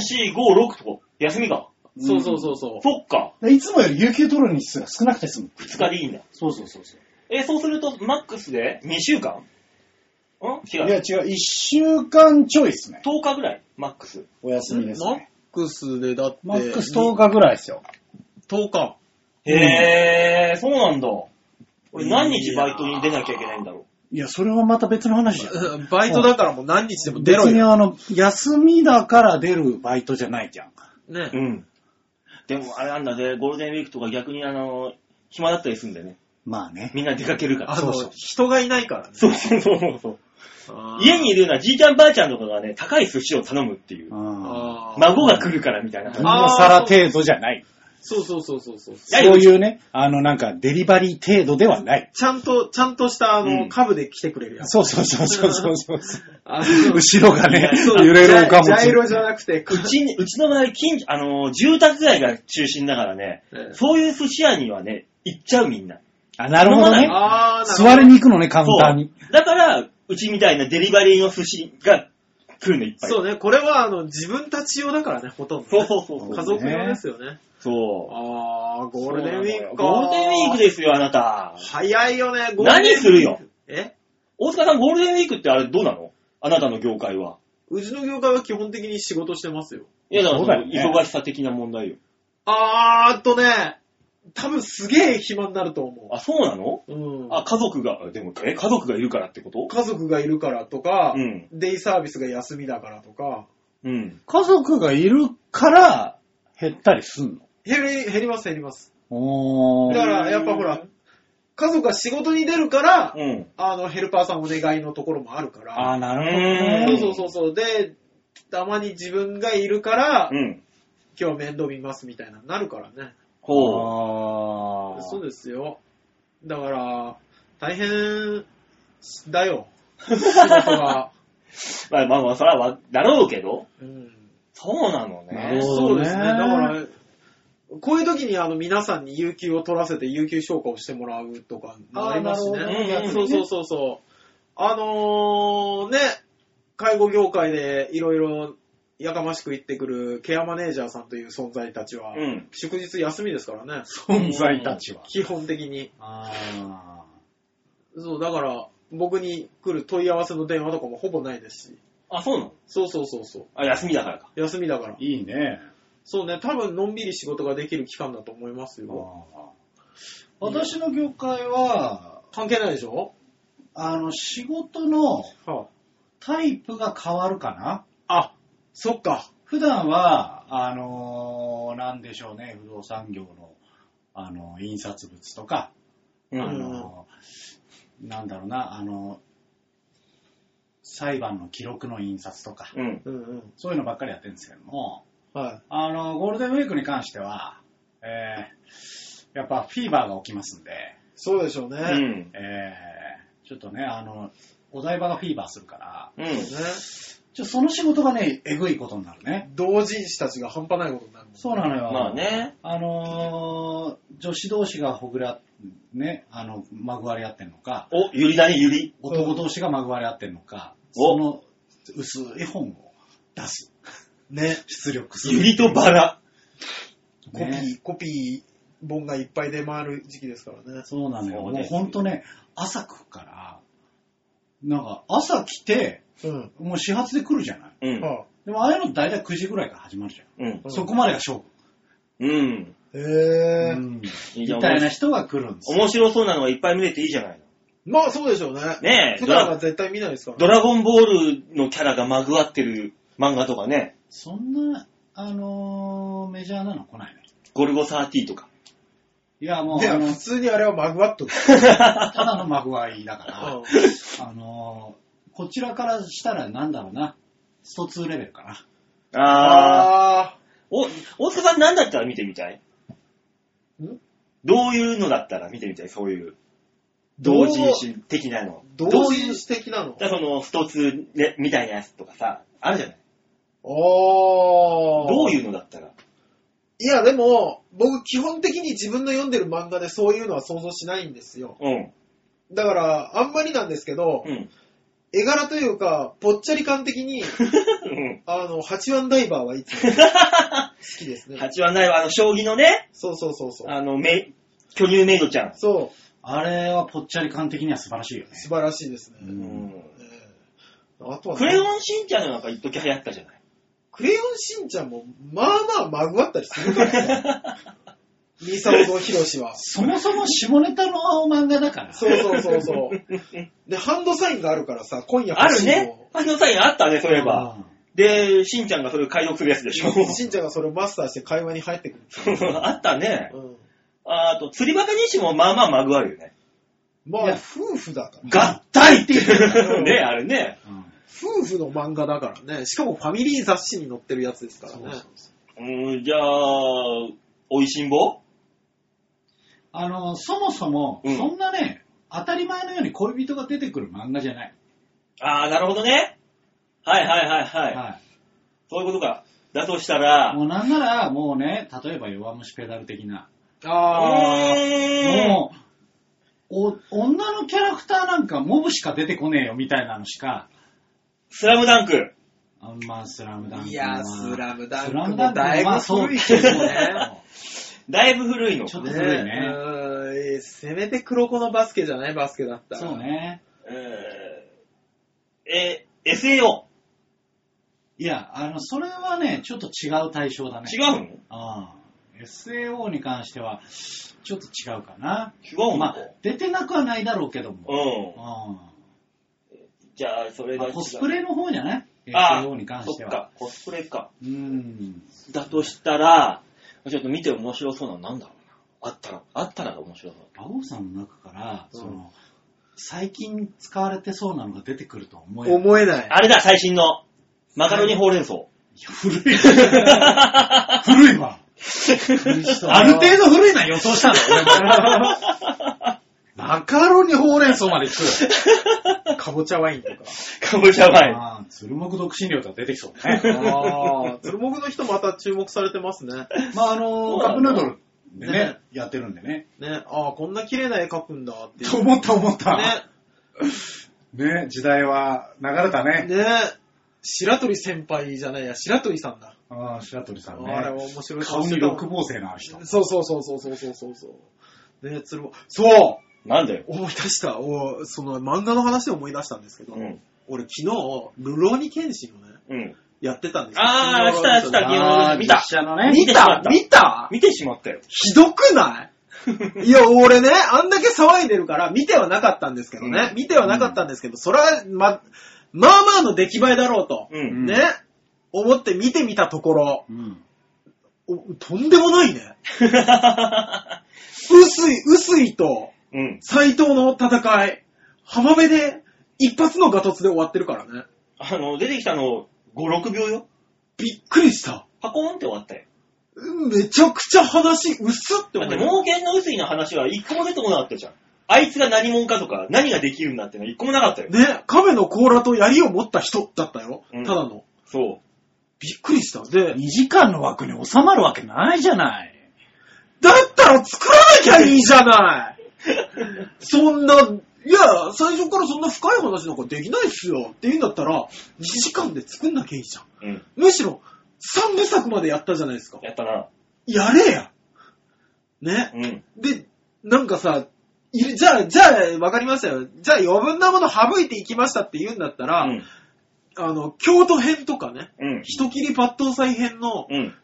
Speaker 2: 3、4、5、6と休みか。
Speaker 1: そうそうそうそう。
Speaker 2: そっか。
Speaker 3: でいつもより有給取る日数が少なくて済む。
Speaker 2: 2日でいいんだ。
Speaker 3: そうそうそうそう。
Speaker 2: え、そうすると、マックスで2週間ん違
Speaker 3: いや
Speaker 2: う。
Speaker 3: 違う、1週間ちょいっすね。
Speaker 2: 10日ぐらい、マックス。
Speaker 3: お休みです
Speaker 1: マッ
Speaker 3: ね。
Speaker 1: クスでだって、
Speaker 3: マックス10日ぐらいですよ。
Speaker 1: 10日。
Speaker 2: へー、そうなんだ。俺何日
Speaker 1: いやー
Speaker 2: バイトに出なきゃいけないんだろ
Speaker 3: いや、それはまた別の話じゃん。
Speaker 1: うんバイトだからもう何日でも出ろ
Speaker 3: 別に
Speaker 1: よ。
Speaker 3: あの、休みだから出るバイトじゃないじゃん。
Speaker 1: ね
Speaker 2: う。。ん。でも、あれなんだね、ゴールデンウィークとか逆にあの、暇だったりするんだよね。
Speaker 3: まあね。
Speaker 2: みんな出かけるから。
Speaker 1: あ
Speaker 2: そ
Speaker 1: の
Speaker 2: うそう、
Speaker 1: 人がいないからね。
Speaker 2: そうそうそうそう。
Speaker 1: あー
Speaker 2: 家にいるようなじいちゃんばあちゃんとかがね、高い寿司を頼むっていうう。
Speaker 3: ん。
Speaker 1: あー
Speaker 2: 孫が来るからみたいな
Speaker 3: 銀
Speaker 2: 話。
Speaker 3: の皿程度じゃない。
Speaker 1: そうそうそうそうそう。
Speaker 2: そ
Speaker 3: そうう
Speaker 2: いや
Speaker 3: いうね、あのなんかデリバリー程度ではない。
Speaker 1: ちゃんと、ちゃんとした、あ
Speaker 2: うん
Speaker 1: の、株で来てくれるやつ。
Speaker 3: そうそうそうそうそうそう。
Speaker 1: あ
Speaker 3: 後ろがね、
Speaker 1: そ
Speaker 3: 揺
Speaker 1: う
Speaker 3: れるおか
Speaker 1: ジャイジャイロ
Speaker 3: も
Speaker 1: じゃなくて、
Speaker 2: うちに、うちの場合、近所、あのー、住宅街が中心だからね、
Speaker 1: ええ
Speaker 2: そういう寿司屋にはね、行っちゃうみんな。
Speaker 3: あ、なるほどね。
Speaker 1: あーなるほど
Speaker 3: 座りに行くのね、カウンターに。
Speaker 2: そう。だから、うちみたいなデリバリーの寿司が来るのいっぱい。
Speaker 1: そうね、これは、あの、自分たち用だからね、ほとんどね。
Speaker 2: そうそうそうそう。
Speaker 1: 家族用ですよね。
Speaker 2: そう
Speaker 1: ああ、ゴールデンウィークか。
Speaker 2: ゴールデンウィークですよ、あなた。
Speaker 1: 早いよね、ゴールデン
Speaker 2: 何するよ。
Speaker 1: え
Speaker 2: 大塚さん、ゴールデンウィークってあれどうなのあなたの業界は。
Speaker 1: うちの業界は基本的に仕事してますよ。
Speaker 2: いや、だから
Speaker 3: そうだよね
Speaker 2: その忙しさ的な問題よ。
Speaker 1: あーっとね、多分すげえ暇になると思
Speaker 2: あ、そうなの
Speaker 1: う。うん。
Speaker 2: あ、家族が、でも、え、家族がいるからってこと
Speaker 1: 家族がいるからとか、
Speaker 2: うん
Speaker 1: デイサービスが休みだからとか、
Speaker 2: うん。
Speaker 3: 家族がいるから減ったりすんの。
Speaker 1: 減り、減ります減ります。
Speaker 3: お
Speaker 1: だ
Speaker 3: ー。
Speaker 1: から、やっぱほら、家族が仕事に出るから、
Speaker 2: うん。
Speaker 1: あの、ヘルパーさんお願いのところもあるから、
Speaker 3: あー、なる
Speaker 2: ー
Speaker 3: ほど
Speaker 1: そう。そ
Speaker 3: ね
Speaker 1: うそうそう。で、たまに自分がいるから、
Speaker 2: うん。
Speaker 1: 今日面倒見ますみたいなのになるからね。
Speaker 2: ほう。
Speaker 3: あー
Speaker 1: そうですよ。だから、大変だ よ。仕事が。
Speaker 2: まあまあまあ、それはわ、だろうけど。
Speaker 1: うん、
Speaker 2: そうなの
Speaker 3: な
Speaker 2: ね
Speaker 3: る。ほど
Speaker 1: そうですね。
Speaker 3: ね
Speaker 1: だから、こういう時にあの皆さんに有給を取らせて有給消化をしてもらうとかもありますしね
Speaker 3: あーな
Speaker 2: るほどね
Speaker 1: うんうんそうそうそうそう。あのー、ね、介護業界でいろいろやかましく言ってくるケアマネージャーさんという存在たちは、
Speaker 2: うん。
Speaker 1: 祝日休みですからね。
Speaker 3: 存在たちは。
Speaker 1: 基本的に。
Speaker 3: あ
Speaker 1: そう、だから、僕に来る問い合わせの電話とかもほぼないですし。
Speaker 2: あ、そうなの
Speaker 1: そうそうそうそう。
Speaker 2: あ、休みだからか。
Speaker 1: 休みだから
Speaker 3: あ、。いいね。
Speaker 1: そうね、多分のんびり仕事ができる期間だと思います
Speaker 3: あ
Speaker 1: よ。
Speaker 3: あ私の業界は、
Speaker 1: 関係ないでしょ
Speaker 3: あの、仕事の
Speaker 1: は
Speaker 3: タイプが変わるかな
Speaker 1: あ、あ、そっか。
Speaker 3: 普段は、あのーなんでしょうね、不動産業の、あの、印刷物とか、
Speaker 2: う
Speaker 3: あ
Speaker 2: ん。
Speaker 3: の、なんだろうな、あの、裁判の記録の印刷とか、
Speaker 2: うん。
Speaker 1: うんうん。
Speaker 3: そういうのばっかりやってるんですけども、
Speaker 1: は
Speaker 3: あの、ゴールデンウィークに関しては、えー、やっぱフィーバーが起きますんで、
Speaker 1: い。そうでしょうね。
Speaker 2: う
Speaker 1: ね
Speaker 2: ん。
Speaker 3: えー、ちょっとね、あの、お台場がフィーバーするから、
Speaker 2: うん。
Speaker 3: ちょその仕事がね、えぐいことになるね。
Speaker 1: 同人誌たちが半端ないことになるもんね
Speaker 3: そうなのよ。
Speaker 2: まあね。
Speaker 3: あのー女子同士がほぐら、ね、あの、まぐわり合ってんのか、
Speaker 2: お、ゆりだね、ゆり。
Speaker 3: 男同士がまぐわり合ってんのか、
Speaker 2: お
Speaker 3: その薄い本を出す。
Speaker 1: ね。
Speaker 3: 出力する。
Speaker 2: ゆりとバラ。
Speaker 1: コピー、
Speaker 3: ね
Speaker 1: コピー本がいっぱい出回る時期ですからね。
Speaker 3: そうなのよ。
Speaker 2: そう
Speaker 3: もう
Speaker 2: です
Speaker 3: ほんとね、朝来るから、なんか朝来て、
Speaker 1: うん。
Speaker 3: もう始発で来るじゃない。
Speaker 2: うん。
Speaker 1: は
Speaker 3: でもああいうの大体9時ぐらいから始まるじゃん。
Speaker 2: うん。
Speaker 1: うん
Speaker 3: そこまでが勝負。
Speaker 2: うん。
Speaker 1: あ、へ
Speaker 3: う
Speaker 1: え、
Speaker 3: ん。
Speaker 2: いい
Speaker 3: み
Speaker 2: じゃん
Speaker 3: たいな人が来るんですよ。
Speaker 2: 面白そうなのがいっぱい見れていいじゃないの。
Speaker 1: まあそうでしょうね。
Speaker 2: ねえ
Speaker 1: 普段は絶対見ないですから、
Speaker 2: ドラゴンボールのキャラがまぐわってる漫画とかね、
Speaker 3: そんな、あのーメジャーなの来ないね。
Speaker 2: ゴルゴ13とか。
Speaker 3: いや、もう、
Speaker 1: い
Speaker 3: あ
Speaker 1: や、
Speaker 3: の
Speaker 1: 普、通にあれはマグワットです。
Speaker 3: ただのマグワイだ から、
Speaker 1: う
Speaker 3: あのーこちらからしたらなんだろうな、スト2レベルかな。
Speaker 1: ん
Speaker 2: あー。
Speaker 1: あ
Speaker 2: お、大塚さん何だったら見てみたい
Speaker 1: ー。ん
Speaker 2: どういうのだったら見てみたいそういう。同人誌的なの。
Speaker 1: 同人誌的なの
Speaker 2: だからその、ストツーみたいなやつとかさ、あるじゃない
Speaker 1: おー。
Speaker 2: どう
Speaker 1: う
Speaker 2: いうのだったら。
Speaker 1: いや、でも、僕基本的に自分の読んでる漫画でそういうのは想像しないんですよ。
Speaker 2: うん。
Speaker 1: だから、あんまりなんですけど、
Speaker 2: うん。
Speaker 1: 絵柄というか、ぽっちゃり感 的に、
Speaker 2: うん
Speaker 1: あの、八番ダイバーはいつも好きですね。
Speaker 2: 八はないわ、あの、将棋のね、
Speaker 1: そうそうそうそう。
Speaker 2: あの、め、巨乳メイドちゃん。
Speaker 1: そ
Speaker 3: あれはぽっちゃり感的には素晴らしいよね
Speaker 1: う、。素晴らしいですね。
Speaker 3: うん
Speaker 1: ええあとは、
Speaker 2: クレヨンしんちゃんのなんか一時流行ったじゃない
Speaker 1: クレヨンしんちゃんも、まあまあまぐわったりす るからね。ミサオとヒロシは。
Speaker 3: そもそも下ネタの漫画だから。
Speaker 1: そうそうそうそう。で、ハンドサインがあるからさ、今夜
Speaker 2: あ
Speaker 1: 欲
Speaker 2: る
Speaker 1: しいの
Speaker 2: ね。あのサインあったね、そういえば。
Speaker 3: うん
Speaker 2: で、しんちゃんがそれを解読するやつでしょ。
Speaker 1: しんちゃんがそれをマスターして会話に入ってくる。
Speaker 2: あったね。
Speaker 1: うん、
Speaker 2: あと、釣りバカ日誌もまあまあまぐわるよね。
Speaker 1: ま
Speaker 3: い
Speaker 1: あ
Speaker 3: や、
Speaker 1: 夫婦だから。
Speaker 2: 合体っていう。ね、あれね。
Speaker 3: うん
Speaker 1: 夫婦の漫画だからね。しかもファミリー雑誌に載ってるやつですからね。
Speaker 3: そうそう
Speaker 2: うん、じゃあ、おいしんぼ
Speaker 3: あの、そもそも、
Speaker 2: うん
Speaker 3: そんなね、当たり前のように恋人が出てくる漫画じゃない。
Speaker 2: ああ、なるほどね。はいはいはいはい。
Speaker 3: は
Speaker 2: そういうことか。だとした
Speaker 3: い。
Speaker 2: ら、
Speaker 3: もうなんなら、もうね、例えば弱虫ペダル的な、
Speaker 1: あ
Speaker 2: えー
Speaker 3: もう、お女のキャラクターなんかモブしか出てこねえよみたいなのしか、
Speaker 2: スラムダンク。
Speaker 3: あんまスラムダン
Speaker 1: あ。
Speaker 3: ク
Speaker 1: いや、スラムダンクも
Speaker 3: スラムダン
Speaker 1: だ
Speaker 3: ク
Speaker 1: い
Speaker 3: もま
Speaker 1: ぶ
Speaker 3: あそう
Speaker 1: 古いけどね。
Speaker 2: だいぶ古いの。
Speaker 3: ちょっと古い
Speaker 1: ね
Speaker 3: ね。
Speaker 1: うんせめて黒子のバスケじゃないバスケだったら。
Speaker 3: そう。ね。
Speaker 2: えー、えー SAO。
Speaker 3: いや、あの、それはね、ちょっと違う対象だね。
Speaker 2: 違うの違
Speaker 3: ああ SAO に関しては、ちょっと違うかな。
Speaker 2: うの、
Speaker 3: まあ、出てなくはないだろうけども。
Speaker 2: う
Speaker 3: あ
Speaker 2: ん。じゃあ、それが違う。
Speaker 3: コスプレの方じゃない
Speaker 2: あ
Speaker 3: ?SAO に関し
Speaker 2: そ
Speaker 3: て
Speaker 2: っ
Speaker 3: は。
Speaker 2: か、コスプレか。
Speaker 3: うん。
Speaker 2: だとしたら、ちょっと見て面白そうなのなんだろうな。あったら、あったら面白そう。
Speaker 3: 馬王さんの中から、
Speaker 1: うん
Speaker 3: その、最近使われてそうなのが出てくるとは思えない。
Speaker 1: 思えない。
Speaker 2: あれだ、最新の。マカロニほうれん草。
Speaker 3: いや古い。古いわ。ある程度古いな予想したの。マカロニほうれん草まで行く。
Speaker 1: 度。かぼちゃワインとか。
Speaker 2: かぼちゃワイン。
Speaker 3: ああ、鶴木独身寮とか出てきそうね。
Speaker 1: ああ、鶴木の人また注目されてますね。
Speaker 3: まあ、あの
Speaker 2: そう
Speaker 3: ー、
Speaker 2: だ
Speaker 3: カ
Speaker 2: な
Speaker 3: ップヌードルで
Speaker 1: ね
Speaker 3: ね、やってるんでね。
Speaker 1: ね、ああ、こんな綺麗な絵描くんだってい
Speaker 3: と
Speaker 1: う。
Speaker 3: 思った思った。
Speaker 1: ね、
Speaker 3: ね、時代は流れたね。
Speaker 1: ね、白鳥先輩じゃないや、白鳥さんだ。
Speaker 3: ああ、白鳥さん
Speaker 1: あれは
Speaker 3: ね。
Speaker 1: 面白い顔
Speaker 3: 顔
Speaker 1: して
Speaker 3: に
Speaker 1: た
Speaker 3: 六芒星な人。
Speaker 1: そうそうそうそうそうそうそうそう。ね、鶴岡。そう
Speaker 2: なんで
Speaker 1: 思い出した。おその漫画の話で思い出したんですけど、
Speaker 2: うん。
Speaker 1: 俺昨日、ルローニケンシンをね、
Speaker 2: うん。
Speaker 1: やってたんです
Speaker 2: あー
Speaker 1: 昨日
Speaker 2: 来た来
Speaker 3: あー
Speaker 2: 見た
Speaker 3: 実写のね。
Speaker 1: 見た見
Speaker 2: 見
Speaker 1: た
Speaker 2: 見てしまった よ。
Speaker 1: ひどくないいや、俺ね、あんだけ騒いでるから、見てはなかったんですけどね。
Speaker 2: うん
Speaker 1: 見てはなかったんですけど、それは、ま、まあまあの出来栄えだろうと、
Speaker 2: うん。
Speaker 1: ね、思って見てみたところ、
Speaker 3: うん。
Speaker 1: おとんでもない ね。薄い、薄いと、
Speaker 2: うん。
Speaker 1: 斎藤の戦い、浜辺で、一発のガトツで終わってるからね。
Speaker 2: あの、出てきたの、5、6秒よ。
Speaker 1: びっくりした。
Speaker 2: パコーンって終わったよ。
Speaker 1: めちゃくちゃ話、薄って
Speaker 2: だ
Speaker 1: 思
Speaker 2: っ、
Speaker 1: ってて。
Speaker 2: 冒険の薄いの話は一個も出てこなかったじゃん。あいつが何者かとか、何ができるんだってのは一個もなかったよ。
Speaker 1: ね、亀の甲羅と槍を持った人だったよ。
Speaker 2: うん
Speaker 1: ただの。
Speaker 2: そ
Speaker 1: びっくりした。で、
Speaker 3: 2時間の枠に収まるわけないじゃない。
Speaker 1: だったら作らなきゃいいじゃ ないそんな、いや、最初からそんな深い話なんかできないっすよって言うんだったら、2時間で作んなきゃいいじゃん。
Speaker 2: う。うん。
Speaker 1: むしろ、3部作までやったじゃないですか。
Speaker 2: やったな。
Speaker 1: やれや。ね。
Speaker 2: うん。
Speaker 1: で、なんかさ、いるじゃあ、じゃあ、わかりましたよ。じゃあ、余分なもの省いていきましたって言うんだったら、
Speaker 2: うん。
Speaker 1: あの、京都編とかね、
Speaker 2: うん。
Speaker 1: 人切り抜刀祭編の、
Speaker 2: うん。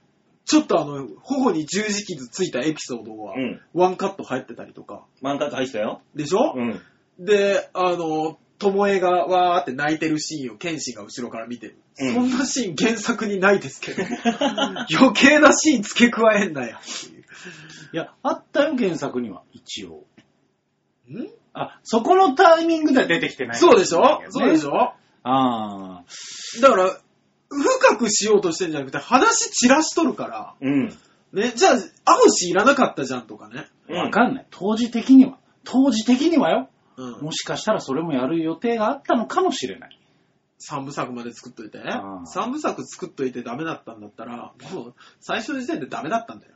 Speaker 1: ちょっとあの、頬に十字傷ついたエピソードは、
Speaker 2: うん。
Speaker 1: ワンカット入ってたりとか、
Speaker 2: 漫画入ってたよ。
Speaker 1: でしょ、
Speaker 2: うん。
Speaker 1: で、あの、ともえがわーって泣いてるシーンを剣心が後ろから見てる。
Speaker 2: うん
Speaker 1: そんなシーン原作にないですけど、余計なシーン付け加えん なよっていう。
Speaker 3: いや、あったよ、原作には。一応。
Speaker 1: ん
Speaker 3: あ、そこのタイミングでは出てきてない、
Speaker 1: そうでしょそうでし
Speaker 3: ょ
Speaker 1: ょ
Speaker 3: ああ。
Speaker 1: だから、深くしようとしてんじゃなくて、話散らしとるから、
Speaker 2: うん。
Speaker 1: ね、じゃあ、アホシいらなかったじゃんとかね。
Speaker 2: うん
Speaker 3: わかんない。当時的には。当時的にはよ。
Speaker 1: うん
Speaker 3: も。しかしたらそれもやる予定があったのかもしれない。
Speaker 1: 三部作まで作っといて、
Speaker 3: ん
Speaker 1: 三部作作っといてダメだったんだったら、もう、最初の時点でダメだったんだよ。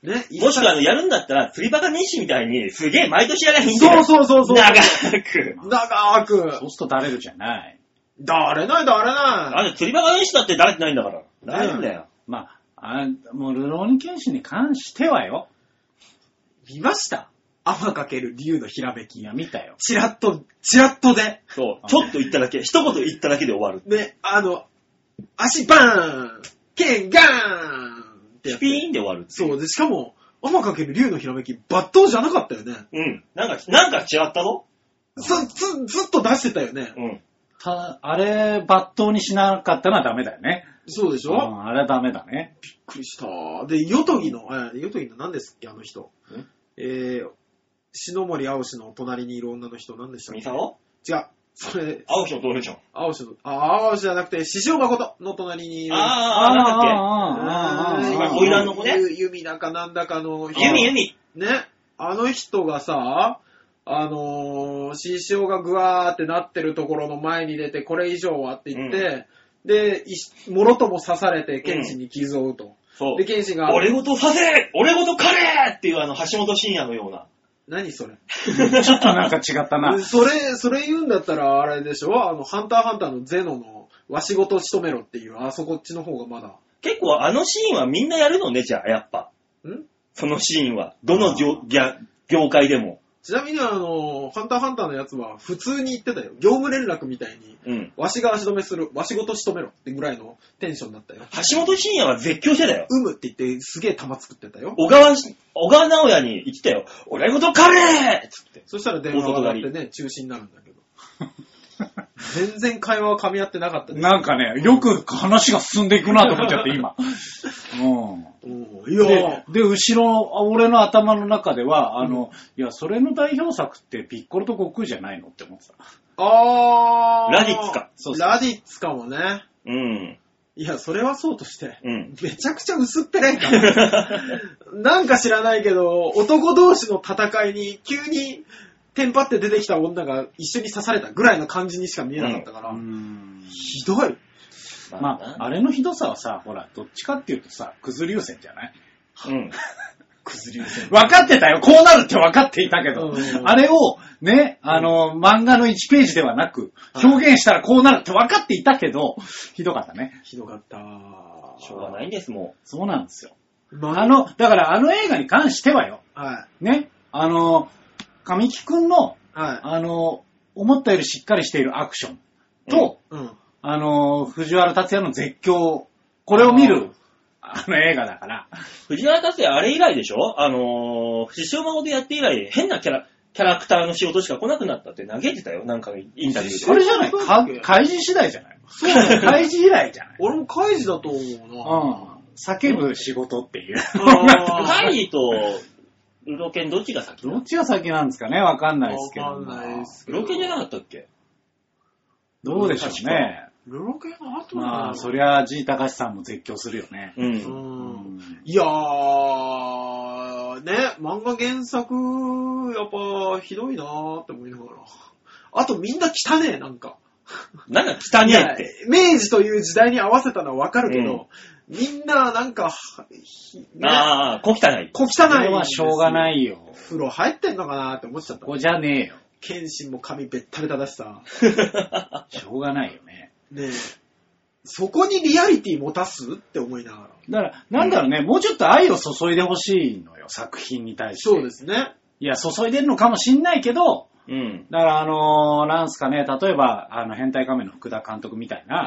Speaker 1: ね、
Speaker 2: もしくはあ
Speaker 1: 一
Speaker 2: の、やるんだったら、釣りバカ年始みたいに、すげえ毎年やらへん
Speaker 1: 切
Speaker 2: じゃん。
Speaker 1: そうそうそうそう。
Speaker 2: 長く。
Speaker 1: 長く。
Speaker 3: そうするとだれるじゃない。
Speaker 1: だれないだれ
Speaker 2: あ
Speaker 1: ない。
Speaker 2: れ、釣りバカ年始だって誰ってないんだから。大丈夫だよ。
Speaker 3: まあ、あもう、ルローニケンシンに関してはよ。
Speaker 1: 見ました天かける竜のひらめ
Speaker 3: い
Speaker 1: き。
Speaker 3: や、見たよ。
Speaker 1: チラッと、チラッとで。
Speaker 2: そう。ちょっと言っただけ、一言言っただけで終わる。
Speaker 1: ね、あの、足バーン剣ガーンってやっ
Speaker 2: ピ
Speaker 1: て。
Speaker 2: ーンで終わる。
Speaker 1: そう、で、しかも、天かける竜のひらめき、抜刀じゃなかったよね。
Speaker 2: うん。なんか、なんか違ったぞ。
Speaker 1: ず、ず、ずっと出してたよね。
Speaker 2: うん。
Speaker 3: た、あれ、抜刀にしなかったのはダメだよね。
Speaker 1: そうでし
Speaker 3: う
Speaker 1: ょ、
Speaker 3: ん、あれはダメだね。
Speaker 1: びっくりした。で、ヨトギの、あヨトギの何ですっけ、あの人
Speaker 2: ん。
Speaker 1: えー、篠森青志の隣にいる女の人何でしたっ
Speaker 2: ミ
Speaker 1: け
Speaker 2: サオ
Speaker 1: 違う。それ、
Speaker 2: 青木のどれじゃん。
Speaker 1: 青志の、あ、青志じゃなくて、獅子王誠の隣にいる。
Speaker 2: あー、なんだっ
Speaker 3: あーあーあーあーあー
Speaker 2: 花魁の子ね
Speaker 1: ゆ弓だかなんだかの
Speaker 2: け。ユミユミ。
Speaker 1: ね、あの人がさ、あのー、獅子王がグワーってなってるところの前に出て、これ以上はって言って、で、いしもろとも刺されて、剣士に傷を負うと。
Speaker 2: そう
Speaker 1: で、。剣士が、
Speaker 2: 俺ごとさせ俺ごとカレーっていうあの、橋本真也のような。
Speaker 1: 何それ
Speaker 3: ちょっとなんか違っ たな。
Speaker 1: それ、それ言うんだったら、あれでしょあの、ハンターハンターのゼノの、わしごと仕留めろっていう、あそこっちの方がまだ。
Speaker 2: 結構あのシーンはみんなやるのね、じゃあ、やっぱ。
Speaker 1: ん
Speaker 2: そのシーンは。どの業ギャ業界でも。
Speaker 1: ちなみにあの、ハンターハンターのやつは、普通に言ってたよ。業務連絡みたいに、
Speaker 2: うん。
Speaker 1: わしが足止めする、わしごと仕留めろってぐらいのテンションだったよ。
Speaker 2: 橋本真也は絶叫してたよ。
Speaker 1: うむって言って、すげえ玉作ってたよ。
Speaker 2: 小川し、小川直也に言ってたよ。俺ごとカレーっつって。
Speaker 1: そしたら電話が鳴ってね、中止になるんだけど。全然会話は噛み合ってなかったです
Speaker 3: なんかね、よく話が進んでいくなと思っちゃって、 今。うん。
Speaker 1: うんいや
Speaker 3: で、で、後ろ、あ俺の頭の中では、あの、いや、それの代表作ってピッコロと悟空じゃないのって思ってた。
Speaker 1: あー。
Speaker 2: ラディッツか
Speaker 3: そうそう
Speaker 1: ラディッツかもね。
Speaker 2: うん。
Speaker 1: いや、それはそうとして。
Speaker 2: うん。
Speaker 1: めちゃくちゃ薄っぺら いから。なんか知らないけど、男同士の戦いに急にテンパって出てきた女が一緒に刺されたぐらいの感じにしか見えなかったから、ひどい。
Speaker 3: まあ、あれのひどさはさ、ほら、どっちかっていうとさ、クズ流線じゃない
Speaker 2: うん。
Speaker 1: くずり
Speaker 3: 分かってたよこうなるって分かっていたけど、
Speaker 1: うん
Speaker 3: あれをね、あの、漫画の1ページではなく、表現したらこうなるって分かっていたけど、ひどかったね。
Speaker 1: ひどかった。。
Speaker 2: しょうがないいんです、も
Speaker 3: そうなんですよ。
Speaker 1: ま
Speaker 3: あの、だからあの映画に関してはよ、
Speaker 1: あ、はい。
Speaker 3: ね、あの、神木くんの、
Speaker 1: は
Speaker 3: あの、思ったよりしっかりしているアクションと、
Speaker 1: い。うん。
Speaker 3: あの、藤原達也の絶叫、これを見る、あの映画だから、
Speaker 2: う。藤原達也、あれ以来でしょあのー、獅子孫でやって以来、変なキャラ、キャラクターの仕事しか来なくなったって嘆いてたよ、なんかインタビュー
Speaker 3: あ
Speaker 2: で。
Speaker 3: れじゃないか開示次第じゃないそう開示以来じゃない
Speaker 1: 俺もカイジだと思うな。
Speaker 3: うん。叫ぶ仕事っていう。
Speaker 1: あー
Speaker 2: 会議と、ウロケンどっちが先
Speaker 3: ど
Speaker 2: な
Speaker 3: っちが先なんですかねわかんないですけど。
Speaker 1: わかんないです
Speaker 2: ウ
Speaker 1: けど。
Speaker 2: ロケンじゃなかったっけ
Speaker 3: どうでしょうね。
Speaker 1: ルロケンの後なんだ
Speaker 3: まあ、そりゃ、G 高橋さんも絶叫するよね。
Speaker 2: う。
Speaker 1: うんん。
Speaker 3: ん
Speaker 1: いやー、ね、漫画原作、やっぱ、ひどいなーって思いながら。あとみんな汚ねえ、なんか。
Speaker 2: なんか汚ねえって。
Speaker 1: 明治という時代に合わせたのはわかるけど、みんななんか、ひね、
Speaker 2: ああ、小汚い。
Speaker 1: 小汚
Speaker 3: そ
Speaker 1: い。。
Speaker 3: れはしょうがないいよ。
Speaker 1: 風呂入ってんのかなーって思っちゃった
Speaker 3: こ。こじゃねえよ。
Speaker 1: 剣心も髪べったべただしさ。
Speaker 3: しょうがないよね。
Speaker 1: ねえ。そこにリアリティ持たすって思いながら。
Speaker 3: だから、なんだろうね、もうちょっと愛を注いでほしいのよ、作品に対して。。
Speaker 1: そうですすね。
Speaker 3: いや、注いでるのかもしんないけど、
Speaker 2: うん。
Speaker 3: だから、あのーなんすかね、例えば、あの、変態仮面の福田監督みたいな、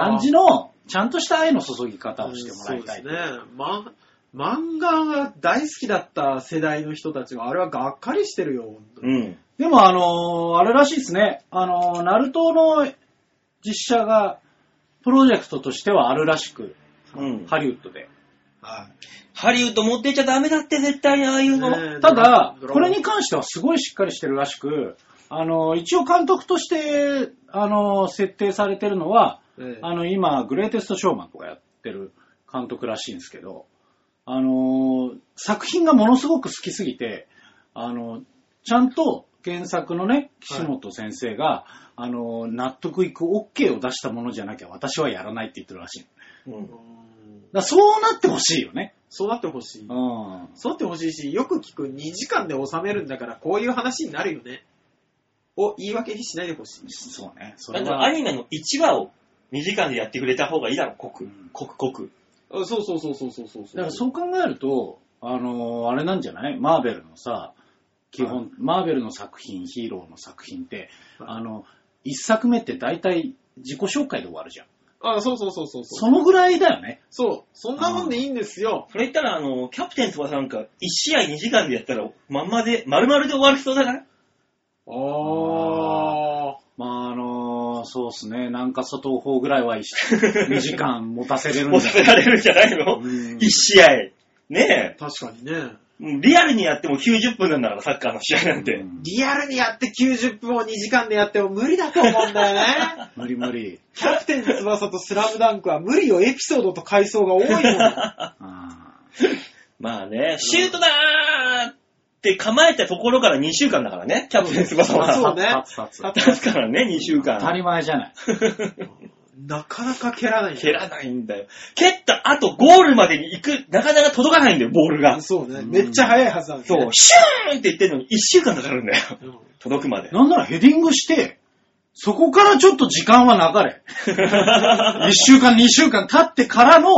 Speaker 1: ー
Speaker 3: 感じの、ちゃんとした愛の注ぎ方をしてもらいたい。
Speaker 1: そうですね。ま、漫画が大好きだった世代の人たちは、あれはがっかりしてるよ、本当に
Speaker 2: うん。
Speaker 3: でも、あのーあれらしいですね。あのーナルトの実写が、プロジェクトとしてはあるらしく、
Speaker 2: うん。
Speaker 3: ハリウッドで。
Speaker 1: は
Speaker 2: ハリウッド持ってっちゃダメだって、絶対にああいうの。
Speaker 1: ねえ
Speaker 3: ただ、
Speaker 1: ドラマ
Speaker 3: これに関してはすごいしっかりしてるらしく、あのー一応監督として、あのー設定されてるのは、
Speaker 1: い。ええ
Speaker 3: あの、今、グレイテストショーマンとかやってる監督らしいんですけど、あのー作品がものすごく好きすぎて、あのーちゃんと原作のね、岸本先生が、あのー納得いく OK を出したものじゃなきゃ私はやらないって言ってるらしい。だか
Speaker 2: うん
Speaker 1: うん
Speaker 3: らそうなってほしいよね。
Speaker 1: そうなってほしい。
Speaker 3: うん。
Speaker 1: そうなってほしいし、よく聞く2時間で収めるんだから、こういう話になるよね。を言い訳にしないでほしい。
Speaker 3: そうね。そ
Speaker 2: だ
Speaker 3: れ
Speaker 2: ってア
Speaker 3: は、
Speaker 2: ニメの1話を2時間でやってくれた方がいいだろ、濃
Speaker 3: う
Speaker 2: く
Speaker 3: ん。
Speaker 2: 濃く濃く。
Speaker 1: あそうそうそうそうそうそう。
Speaker 3: だからそう考えると、あのーあれなんじゃないマーベルのさ、基本、マーベルの作品、ヒーローの作品って、
Speaker 1: はい
Speaker 3: あの、一作目って大体自己紹介で終わるじゃん。
Speaker 1: あそうそうそうそうそ。
Speaker 3: そうのぐらいだよね。
Speaker 1: そう。そんなもんでいいんですよ。
Speaker 2: それ言ったら、あの、キャプテン翼なんか1試合2時間でやったら、まんまで、丸々で終わりそうだな。
Speaker 1: ああ
Speaker 3: まあ、あのーそうっすね。なんか外方ぐらいは 2時間持たせれるん
Speaker 2: 持
Speaker 3: じ
Speaker 2: た
Speaker 3: ゃ
Speaker 2: せ
Speaker 3: ない
Speaker 2: られるんじゃないの
Speaker 3: うん
Speaker 2: ?1 試合。ねえ。
Speaker 1: 確かにね。
Speaker 2: うんリアルにやっても90分なんだから、サッカーの試合なんて。
Speaker 3: うん
Speaker 1: リアルにやって90分を2時間でやっても無理だと思うんだよね。
Speaker 3: 無理無 理。
Speaker 1: キャプテン翼とスラムダンクは無理よ、エピソードと回想が多いもん。
Speaker 3: あ
Speaker 2: まあね、シュートだーって構えたところから2週間だからね、キャプテン翼
Speaker 3: ー
Speaker 1: あそ
Speaker 2: は。
Speaker 1: うね
Speaker 3: 立つ立つ立つ
Speaker 2: 立つからね、2週間。
Speaker 3: 当たり前じゃない。
Speaker 1: なかなか蹴らない。
Speaker 2: 蹴らないんだよ。蹴った後、ゴールまでに行く、なかなか届かないんだよ、ボールが。
Speaker 1: そうね。
Speaker 3: うん
Speaker 1: めっちゃ速いはずなんだ
Speaker 2: そ
Speaker 1: よ
Speaker 2: う
Speaker 1: ね、
Speaker 2: シューンって言ってんのに1週間かかるんだよ。
Speaker 1: うん
Speaker 2: 届くまで。
Speaker 3: なんならヘディングして、そこからちょっと時間は流れ。1週 間、2週間経ってからの、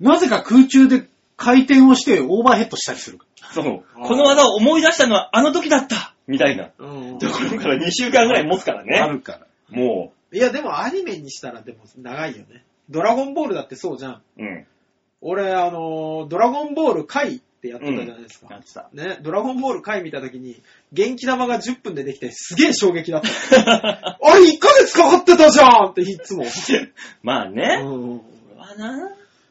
Speaker 3: なぜか空中で回転をしてオーバーヘッドしたりする。
Speaker 2: そう
Speaker 1: あ。ー
Speaker 2: この技を思い出したのはあの時だったみたいな。
Speaker 1: うん
Speaker 2: ところから2週間ぐらい持つから
Speaker 3: あ
Speaker 2: ね。
Speaker 3: るから。
Speaker 2: も
Speaker 1: いや、でもアニメにしたらでも長いよね。ドラゴンボールだってそうじゃん。
Speaker 2: う。うん。
Speaker 1: 俺、あのードラゴンボール回ってやってたじゃないです
Speaker 3: な
Speaker 1: か
Speaker 3: っ。てた。
Speaker 1: ね、ドラゴンボール回見た時に、元気玉が10分でできて、すげえ衝撃だった。あれ、1ヶ月かかってたじゃんっていつも。
Speaker 2: まあね。
Speaker 1: うん
Speaker 2: これはな。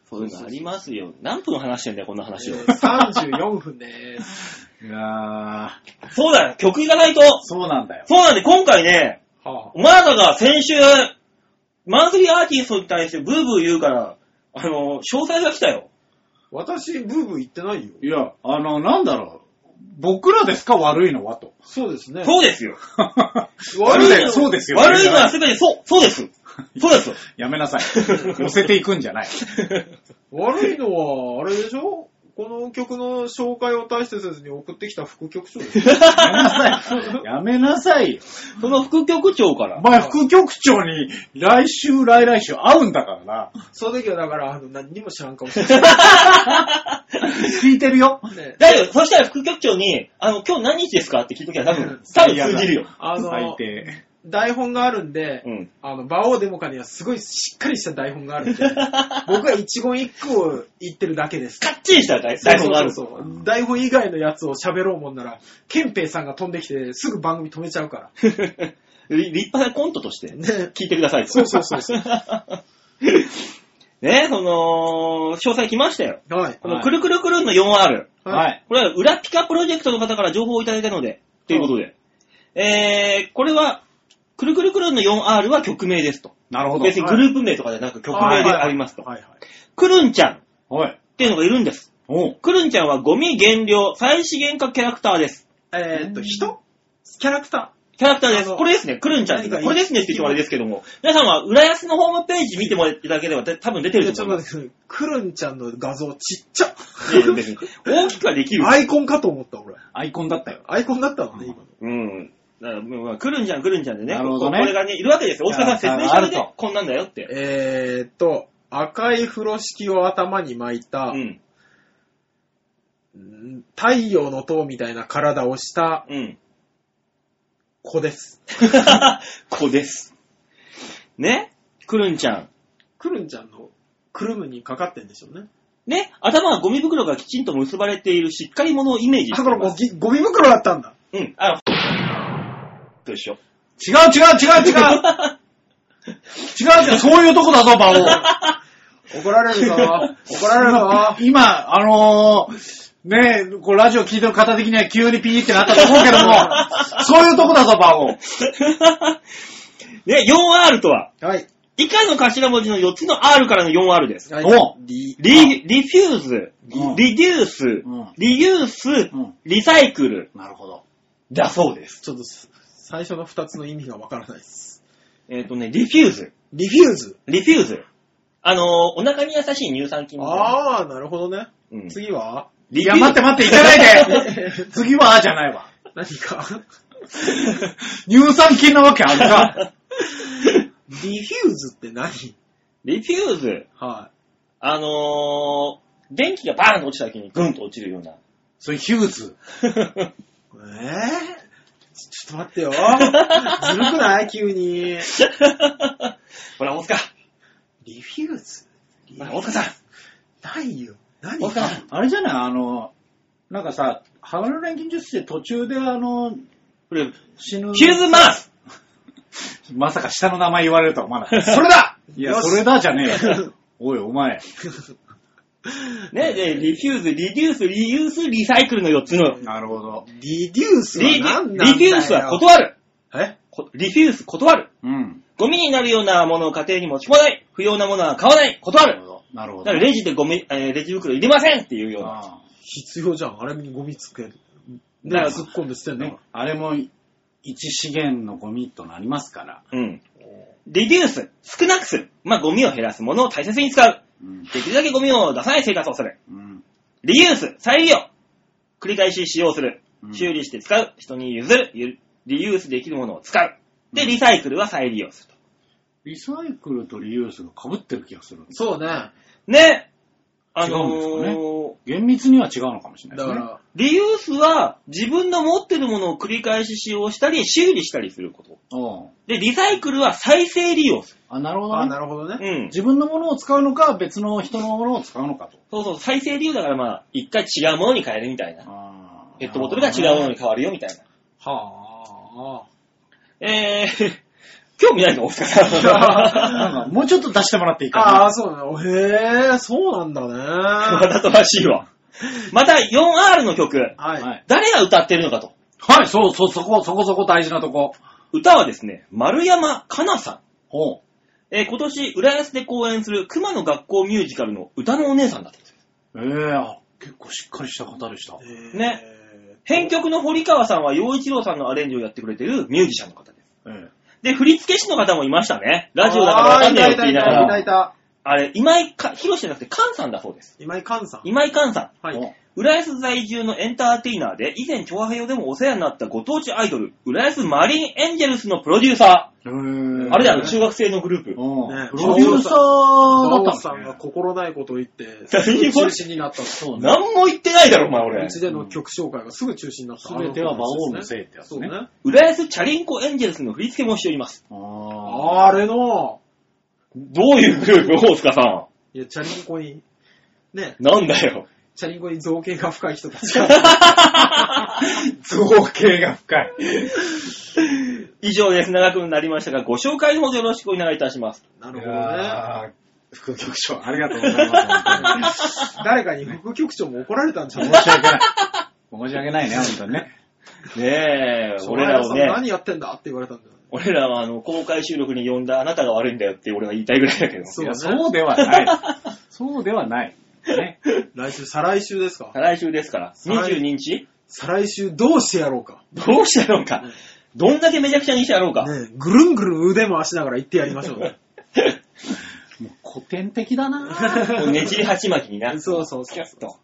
Speaker 1: そ
Speaker 2: そういうのありますよ。何分話してんだよ、こんな話を。
Speaker 1: 34分です。
Speaker 3: いやー、
Speaker 2: そうだよ、曲がないと。
Speaker 3: そうなんだよ。
Speaker 2: そうなんで、今回ね、
Speaker 1: は
Speaker 2: お前らが先週、マンスリーアーティストに対してブーブー言うから、あの、詳細が来たよ。
Speaker 1: 私、ブーブー言ってないよ。
Speaker 3: いや、あの、なんだろう。僕らですか悪いのはと。
Speaker 1: そうですね。
Speaker 2: そうですよ。
Speaker 1: 悪
Speaker 3: 悪
Speaker 1: い
Speaker 3: い
Speaker 1: の
Speaker 3: のそうですよ。
Speaker 2: 悪いのはすべて、そう、そうです。そうです。
Speaker 3: やめなさい。寄せていくんじゃない。
Speaker 1: 悪いのは、あれでしょこの曲の紹介を大切に送ってきた副局長です。
Speaker 3: やめなさ い。やめなさいよ。
Speaker 2: その副局長から
Speaker 3: お。前副局長に来週、来々週会うんだからな。
Speaker 1: その時はだから、あの、何にも知らんかもしれない。
Speaker 3: 聞いてるよ。
Speaker 1: ね、
Speaker 2: だよ、そしたら副局長に、あの、今日何日ですかって聞いときは多分、多分通じるよ。
Speaker 1: あ
Speaker 3: 最
Speaker 1: の、
Speaker 3: 低。
Speaker 1: 台本があるんで、
Speaker 2: うん。
Speaker 1: あの、馬王デモカにはすごいしっかりした台本があるん で、僕は一言一句を言ってるだけです。
Speaker 2: かっちりした台台本がある。
Speaker 1: そうそうそうそう台本以外のやつを喋ろうもんなら、ケンペイさんが飛んできてすぐ番組止めちゃうから。
Speaker 2: り 立派なコントとして、
Speaker 1: ね
Speaker 2: 聞いてくださいと。
Speaker 1: そうそうそうそ
Speaker 2: ね、その、詳細来ましたよ。
Speaker 1: はい。
Speaker 2: このくるくるくるんの 4R。
Speaker 3: は
Speaker 1: はい。
Speaker 3: い。
Speaker 2: これは裏ピカプロジェクトの方から情報をいただいたので、ということで。えー、これは、くるくるくるんの 4R は曲名ですと。
Speaker 3: なるほど。
Speaker 2: 別にグループ名とかじゃなく曲名でありますと。
Speaker 1: はいはい。
Speaker 2: くるんちゃんっ
Speaker 3: はい。
Speaker 2: ていうのがいるんです。
Speaker 3: おう。
Speaker 2: くるんちゃんはゴミ減量、再資源化キャラクターです。
Speaker 1: えーっと、人キャラクタ
Speaker 2: キャラクターで
Speaker 1: あ
Speaker 2: す。
Speaker 1: の
Speaker 2: これですね。くるんちゃんっていうのは
Speaker 1: 何か
Speaker 2: これですねって言ってもあれですけども。皆さんは、浦安のホームページ見てもらっていただければ、た多分出て
Speaker 1: ー
Speaker 2: る
Speaker 1: ち
Speaker 2: と
Speaker 1: ょっ
Speaker 2: 思
Speaker 1: と
Speaker 2: います。
Speaker 1: 待って、くるんちゃんの画像ちっちゃ。
Speaker 2: いやいや別に大きくはできる。
Speaker 1: アイコンかと思った、俺。
Speaker 3: アイコンだったよ。
Speaker 1: アイコンだったのね、今の。
Speaker 2: うん。だから、まあ、来るんじゃん、来るんじゃんでね。
Speaker 3: なるほどね
Speaker 2: ここれがね、いるわけですよ。大塚さん説
Speaker 3: いや
Speaker 2: 明した上
Speaker 3: ある
Speaker 2: で
Speaker 3: と、
Speaker 2: こんなんだよって。
Speaker 1: えーっと、赤い風呂敷を頭に巻いた
Speaker 2: う、ん。
Speaker 1: うん太陽の塔みたいな体をした
Speaker 2: うん。
Speaker 1: 子です。
Speaker 2: 子です。ねくるんちゃん。
Speaker 1: くるんちゃんのくるむにかかってんでしょうね。
Speaker 2: ね頭はゴミ袋がきちんと結ばれているしっかり者をイメージして
Speaker 1: あ、これ
Speaker 2: ま
Speaker 1: ゴ
Speaker 2: す。
Speaker 1: ミゴミ袋だったんだ。
Speaker 2: うん。あの、 と一緒。
Speaker 3: 違う違う違う違う違う違う、そういうとこだぞ、バ オ。
Speaker 1: 怒られる ぞ。怒られるぞ。
Speaker 3: 今、あのー、ねえ、こうラジオ聞いてる方的には急にピーってなったと思うけど も、そういうとこだぞ、バオ。
Speaker 2: ね 4R とは、
Speaker 1: はい。
Speaker 2: 以下の頭文字の4つの R からの 4R です。
Speaker 1: はい
Speaker 3: お
Speaker 1: リ
Speaker 2: リ、リフューズ、
Speaker 3: うん
Speaker 2: リデュース、
Speaker 3: ん
Speaker 2: リユース、
Speaker 3: ん
Speaker 2: リサイクル
Speaker 3: なるほど。
Speaker 2: だそうです。
Speaker 1: ちょっとす、最初の二つの意味がわからないです。
Speaker 2: えっ、とね、リフューズ、
Speaker 1: リフューズ。
Speaker 2: リフューズ。あのーお腹に優しい乳酸菌みたいな。
Speaker 1: あー、なるほどね。
Speaker 2: うん
Speaker 1: 次は
Speaker 3: いや、待って待って、行かないで次は、あじゃないわ。
Speaker 1: 何 か
Speaker 3: 乳酸菌なわけあるか。
Speaker 1: リフューズって何
Speaker 2: リフューズ、
Speaker 1: は
Speaker 2: あのー電気がバーンと落ちた時にグンと落ちるような。
Speaker 3: それ、ヒューズ。
Speaker 1: い。えぇ、ちょっと待ってよ。ずるくない急に。
Speaker 2: ほら、大塚、
Speaker 1: リフューズリ
Speaker 2: ほら、大塚さん、
Speaker 1: ないよ。何
Speaker 2: 大塚さん、
Speaker 3: あれじゃないあの、なんかさ、ハガの錬金術師で途中であの、
Speaker 2: これ、
Speaker 3: 死ぬ。
Speaker 2: ヒューズマウス
Speaker 3: まさか下の名前言われるとは思わない。それだい
Speaker 1: よ
Speaker 3: や、
Speaker 1: し
Speaker 3: それだじゃねえ よ。おい、お前。
Speaker 2: ね、で、リフューズ、リデュース、リユース、リサイクルの4つの。
Speaker 3: なるほど。
Speaker 1: リデュースは
Speaker 2: リリ
Speaker 1: 何なんだよ。
Speaker 2: フュースは断る
Speaker 1: え
Speaker 2: こリフュース断る
Speaker 3: うん。
Speaker 2: ゴミになるようなものを家庭に持ち込まない不要なものは買わない断
Speaker 3: なる
Speaker 2: る
Speaker 3: ほど。なるほ
Speaker 2: だか
Speaker 3: ど
Speaker 2: ら。レジでゴミ、えーレジ袋入れませんっていうような。
Speaker 3: あ
Speaker 1: 必要じゃん。あれにゴミつける。ね
Speaker 2: だから
Speaker 1: 突っ込んで捨て
Speaker 3: あ
Speaker 1: んだ
Speaker 3: ね
Speaker 1: か
Speaker 3: あれも、一資源のゴミとなりますから。
Speaker 2: うん。リデュース、少なくする。まあ、ゴミを減らすものを大切に使う。
Speaker 3: うん。
Speaker 2: できるだけゴミを出さない生活をする。
Speaker 3: うん。
Speaker 2: リユース、再利用。繰り返し使用する
Speaker 3: う。ん
Speaker 2: 修理して使う。人に譲る。ゆリユースできるものを使う。で、
Speaker 3: うん
Speaker 2: リサイクルは再利用すると。
Speaker 3: リサイクルとリユースが被ってる気がする
Speaker 1: ら。。そうね。
Speaker 2: ね。あの
Speaker 3: 違うんですか
Speaker 2: ー
Speaker 3: 厳密には違うのかもしれ
Speaker 1: だ
Speaker 3: ない
Speaker 1: か
Speaker 3: ですね。
Speaker 1: ら、
Speaker 2: リユースは自分の持ってるものを繰り返し使用したり、修理したりすること。
Speaker 3: おう
Speaker 2: で、リサイクルは再生利用す
Speaker 3: あ、なるほど
Speaker 1: あ、
Speaker 3: ね。
Speaker 1: なるほどね。
Speaker 2: る。うん。
Speaker 3: 自分のものを使うのか、別の人のものを使うのかと。
Speaker 2: そうそう、再生利用だからまあ、一回違うものに変えるみたいな。
Speaker 3: あー
Speaker 2: ペットボトルが違うものに。変わるよみたいな。
Speaker 1: は
Speaker 2: えー、 興味ないの大塚さん。
Speaker 3: なんか、もうちょっと出してもらっていい
Speaker 1: あ。
Speaker 3: か
Speaker 1: あ
Speaker 3: な。
Speaker 1: あ、そうね。へえ、そうなんだ
Speaker 2: わ
Speaker 1: ね。
Speaker 2: ざとらしいわ。また 4R の曲、
Speaker 1: はい。
Speaker 3: はい
Speaker 2: 誰が歌ってるのかと。
Speaker 3: はい、そうそう、そこ、そこそこ大事なとこ。
Speaker 2: 歌はですね、丸山かなさん。
Speaker 3: ほう。
Speaker 2: えー今年、浦安で公演する熊野学校ミュージカルの歌のお姉さんだったんですよ。
Speaker 3: ええあ結構しっかりした方でした。
Speaker 2: ね編曲の堀川さんは陽一郎さんのアレンジをやってくれてるミュージシャンの方です。
Speaker 3: ええ
Speaker 2: で、振付師の方もいましたね。ラジオだからわ
Speaker 1: あ
Speaker 2: か
Speaker 1: ー
Speaker 2: ん
Speaker 1: い
Speaker 2: ない
Speaker 1: た
Speaker 2: よって言い
Speaker 1: いたい
Speaker 2: な
Speaker 1: た
Speaker 2: が
Speaker 1: いた
Speaker 2: ら。
Speaker 1: いた。
Speaker 2: あれ、今井か、広志じゃなくて菅さんだそうです。
Speaker 1: 今井寛さん。
Speaker 2: 今井菅さ
Speaker 1: はい。
Speaker 3: お
Speaker 2: ん。浦安在住のエンターテイナーで、以前、調和平でもお世話になったご当地アイドル、浦安マリンエンジェルスのプロデューサ
Speaker 3: へ
Speaker 2: ー。
Speaker 3: ー
Speaker 2: あれだよ、中学生のグループ。
Speaker 3: うん
Speaker 1: ね
Speaker 3: プロデューサーだ
Speaker 1: 馬
Speaker 3: った
Speaker 1: 王
Speaker 3: ん
Speaker 1: さん
Speaker 3: で
Speaker 1: が心ないことを言って、中
Speaker 2: 何も
Speaker 1: 止になった。
Speaker 3: そうね。
Speaker 2: 何も言ってないだろ、お前、俺
Speaker 1: う。ちでの曲紹介がすぐ中止になった。
Speaker 3: すべては馬王のせ
Speaker 1: い
Speaker 3: いってやつね。
Speaker 1: そうね。
Speaker 2: 浦安チャリンコエンジェルスの振り付けもしております。
Speaker 3: あ
Speaker 1: あれの、
Speaker 2: どういうグループ、大塚さ
Speaker 1: いや、チャリンコに、ね、
Speaker 2: ん。なんだよ。
Speaker 1: チャリンコに造形が深い人たちが。
Speaker 3: 造形が深い。
Speaker 2: 以上です。長くなりましたが、ご紹介のほどよろしくお願いいたします。
Speaker 1: な
Speaker 3: な
Speaker 1: るほど
Speaker 3: ね。副局長、ありがとうございます。
Speaker 1: ね。誰かに副局長も怒られたんじゃ
Speaker 3: 申
Speaker 1: ない
Speaker 3: し訳ない。申し訳ないね、本当にね。
Speaker 2: ねえ、俺らをね。
Speaker 1: 何やってんだって言われたんだよね。
Speaker 2: 俺らはあの、公開収録に呼んだあなたが悪いんだよって俺は言いたいぐらいだけど。
Speaker 1: そ
Speaker 3: いうや、
Speaker 1: ね
Speaker 3: そうではない。そうではない。ね。
Speaker 1: 来週、再来週ですか
Speaker 2: 再来週ですから。
Speaker 1: 再来
Speaker 2: 22日
Speaker 1: 再来週どうしてやろうか。
Speaker 2: どうしてやろうか
Speaker 1: うん。
Speaker 2: どんだけめちゃくちゃにしてやろうか。
Speaker 1: ねぐるんぐるん腕回しながら行ってやりましょうね。
Speaker 3: もう古典的だな
Speaker 2: もうねじり鉢巻きにな。
Speaker 1: そうそうそう
Speaker 2: キュッと。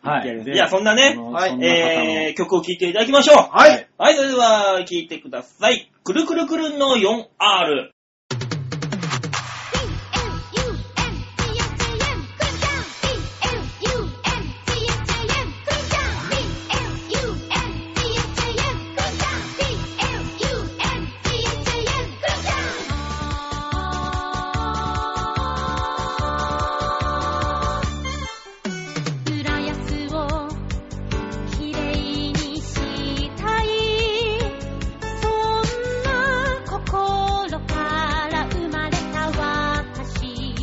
Speaker 3: はい。
Speaker 2: いや、そんなね
Speaker 3: あ、の
Speaker 1: はい
Speaker 3: そんな方
Speaker 2: えー、曲を聴いていただきましょう。は
Speaker 1: はい。
Speaker 2: い。それでは、聴いてください。くるくるくるんの 4R。
Speaker 4: B-L-U-M-T-H-A-M, Queenstown. B-L-U-M-T-H-A-M, Queenstown. B-L-U-M-T-H-A-M, Queenstown. B-L-U-M-T-H-A-M, Queenstown. 浦安をきれいにしたいそんな心から生まれた私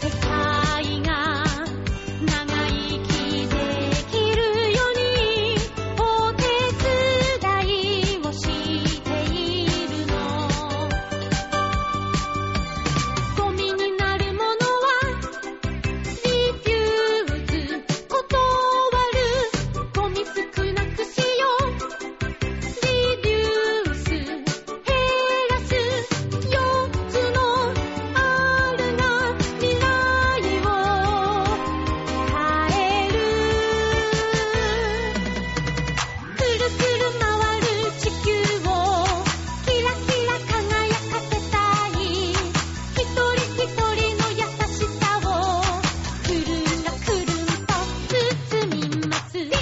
Speaker 4: 世界が長生きできるようにお手伝いをしているのゴミになるものはリピューズ断るゴミ少なくしようリデュース減らす4つのあるが未来を変えるくるくる回る地球をキラキラ輝かせたい一人一人の優しさをくるんだくるんと包みます B-L-U-M-T-H-A-M クルカ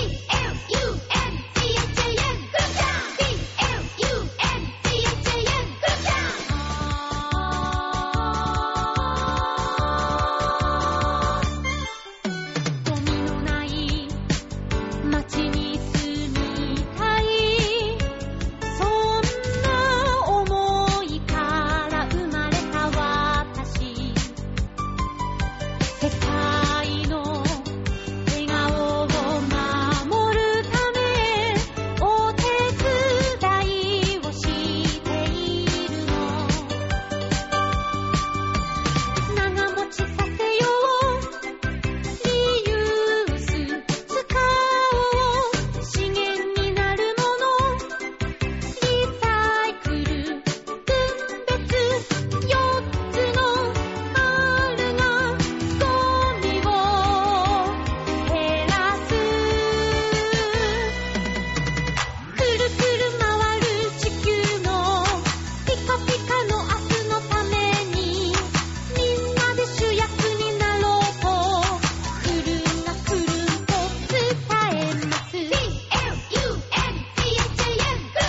Speaker 4: B-L-U-M-T-H-A-M クルカゴミのない街に住みたいそんな思いから生まれた私世界の笑顔を守るためお手伝いをしているの長持ちさせようリユース使おう資源になるものリサイクル分別4つのあるがゴミを減らすくるくる回る地球のピカピカの明日のためにみんなで主役になろうとくるんがくるんと伝えます B-L-U-M-T-H-A-M くる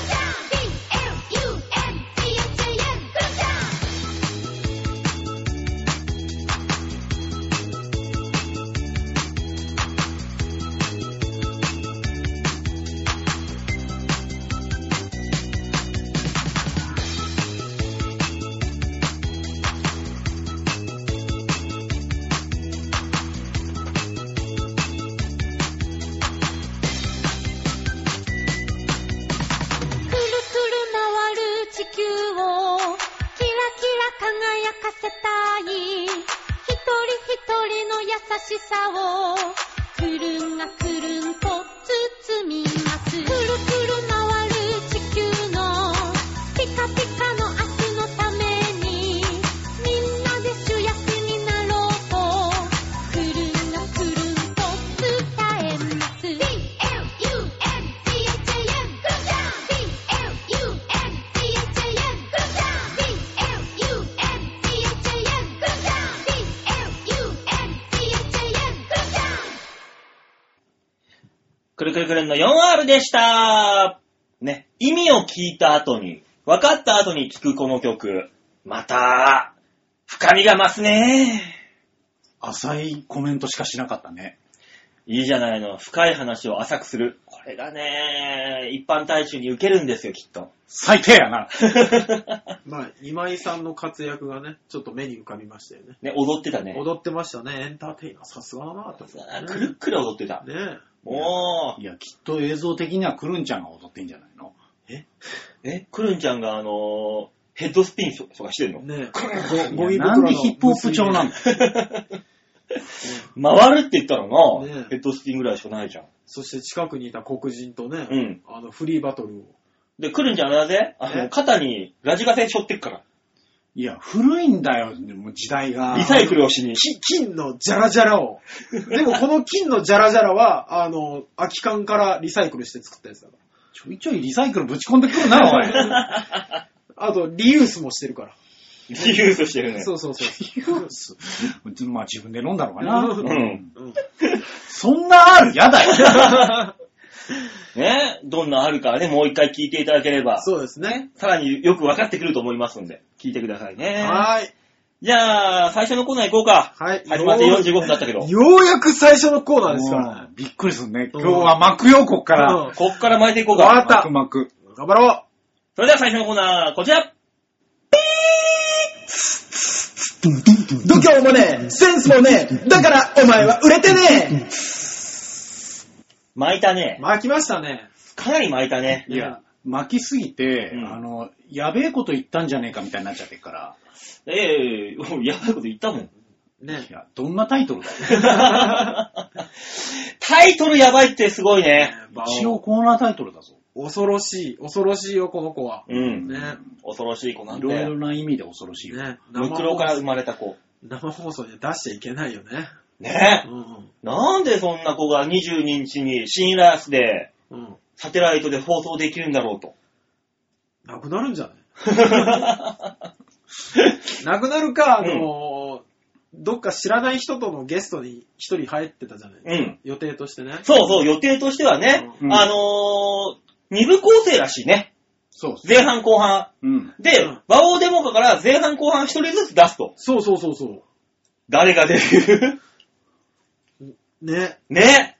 Speaker 4: か B-L-U-M-T-H-A-M くるかくるくる回る地球をキラキラ輝かせたい一人一人の優しさをくるんがくるんと包みますくるくる回る地球のピカピカの明日のためにみんな
Speaker 2: るくるくるんの 4R でしたね、意味を聞いた後に、分かった後に聞くこの曲。また、深みが増すね。
Speaker 3: 浅いコメントしかしなかったね。
Speaker 2: いいじゃないの。深い話を浅くする。これがね、一般大衆に受けるんですよ、きっと。
Speaker 3: 最低やな。
Speaker 1: まあ、今井さんの活躍がね、ちょっと目に浮かびましたよね。
Speaker 2: ね、踊ってたね。
Speaker 1: 踊ってましたね。エンターテイナー、さすがだなって思
Speaker 2: あ
Speaker 1: っ
Speaker 2: く
Speaker 1: た
Speaker 2: る
Speaker 1: ね
Speaker 2: っ。くる踊ってた。
Speaker 1: ね
Speaker 2: おー
Speaker 3: い。や、きっと映像的にはくるんちゃんが踊ってんじゃないの
Speaker 2: え、くるんちゃんがあのーヘッドスピンとかしてん
Speaker 1: え。
Speaker 2: の
Speaker 1: ねえ。
Speaker 3: いやなんでヒップホップ調
Speaker 1: の
Speaker 3: なん
Speaker 1: ね
Speaker 3: だ
Speaker 2: 回るって言ったらな、
Speaker 1: ね
Speaker 2: ヘッドスピンぐらいしかないじゃん。
Speaker 1: そして近くにいた黒人とね、
Speaker 2: うん
Speaker 1: あの、フリーバトルを。
Speaker 2: で、くるんちゃんあれだぜ。あの、
Speaker 1: え
Speaker 2: 肩にラジカセ背負ってっか
Speaker 3: いや、古いんだよ、もう時代が。
Speaker 2: ら。リサイクルをしに。
Speaker 1: き金のジャラジャラを。でもこの金のジャラジャラは、あの、空き缶からリサイクルして作ったやつだか
Speaker 3: ちょいちょいリサイクルぶち込んでくるな、おい。
Speaker 1: ら。あと、リユースもしてるから。
Speaker 2: リユースしてるね。
Speaker 1: そうそうそう。リユース
Speaker 3: まあ自分で飲んだのかな。
Speaker 2: うん。
Speaker 1: うん。
Speaker 3: そんなあるやだよ。
Speaker 2: ね、どんなあるからね、もう一回聞いていただければ、
Speaker 1: そうですね。
Speaker 2: さらによく分かってくると思いますんで、聞いてくださいね。
Speaker 1: はーい。
Speaker 2: じゃあ、最初のコーナー行こうか。
Speaker 1: はい
Speaker 2: 始まって45分だったけど。
Speaker 1: ようやく最初のコーナーですからね。
Speaker 3: うんびっくりするね。今日は幕よ、こっか
Speaker 1: うん
Speaker 3: ら。
Speaker 2: こっから巻いていこう
Speaker 1: わか
Speaker 2: か
Speaker 1: っ。た
Speaker 3: 幕幕。
Speaker 1: 頑張ろ
Speaker 2: それでは最初のコーナー、こちら
Speaker 1: う度胸もねえセンスもねえだからお前は売れてね
Speaker 2: 巻いた
Speaker 1: え
Speaker 2: ね。
Speaker 1: 巻きましたね。
Speaker 2: かなり巻いたね。
Speaker 3: いや、巻きすぎて、
Speaker 2: うん
Speaker 3: あの、やべえこと言ったんじゃねえかみたいになっちゃってるから。
Speaker 2: ええやばいこと言った もん。
Speaker 1: ね
Speaker 3: いや、どんなタイトルだよ。
Speaker 2: タイトルやばいってすごい
Speaker 1: え
Speaker 2: ね。。
Speaker 3: 一応コーナータイトルだぞ。
Speaker 1: 恐ろしい、恐ろしいよ、この子は。
Speaker 2: うん。
Speaker 1: ね
Speaker 2: 恐ろしい子なん
Speaker 3: い
Speaker 2: て。
Speaker 3: ろいろな意味で恐ろしいよ。
Speaker 1: ね
Speaker 2: ムクロから生まれた子。
Speaker 1: 生放送で出しちゃいけないよね。
Speaker 2: ね
Speaker 1: うん
Speaker 2: なんでそんな子が22日にシンラースで、
Speaker 1: うん。うん。
Speaker 2: サテライトで放送できるんだろうと。
Speaker 1: なくなるんじゃないなくなるか、あのーどっか知らない人とのゲストに一人入ってたじゃない、
Speaker 2: うん。
Speaker 1: 予定としてね。
Speaker 2: そうそう、予定としてはね、
Speaker 3: うん
Speaker 2: あのー、二部構成らしいね。
Speaker 3: そうですね。
Speaker 2: 前半後半。
Speaker 3: うん。
Speaker 2: で、
Speaker 1: うん
Speaker 2: 馬王デモカから前半後半一人ずつ出すと。
Speaker 1: そうそうそうそう。
Speaker 2: 誰が出る
Speaker 1: ね。
Speaker 2: ね。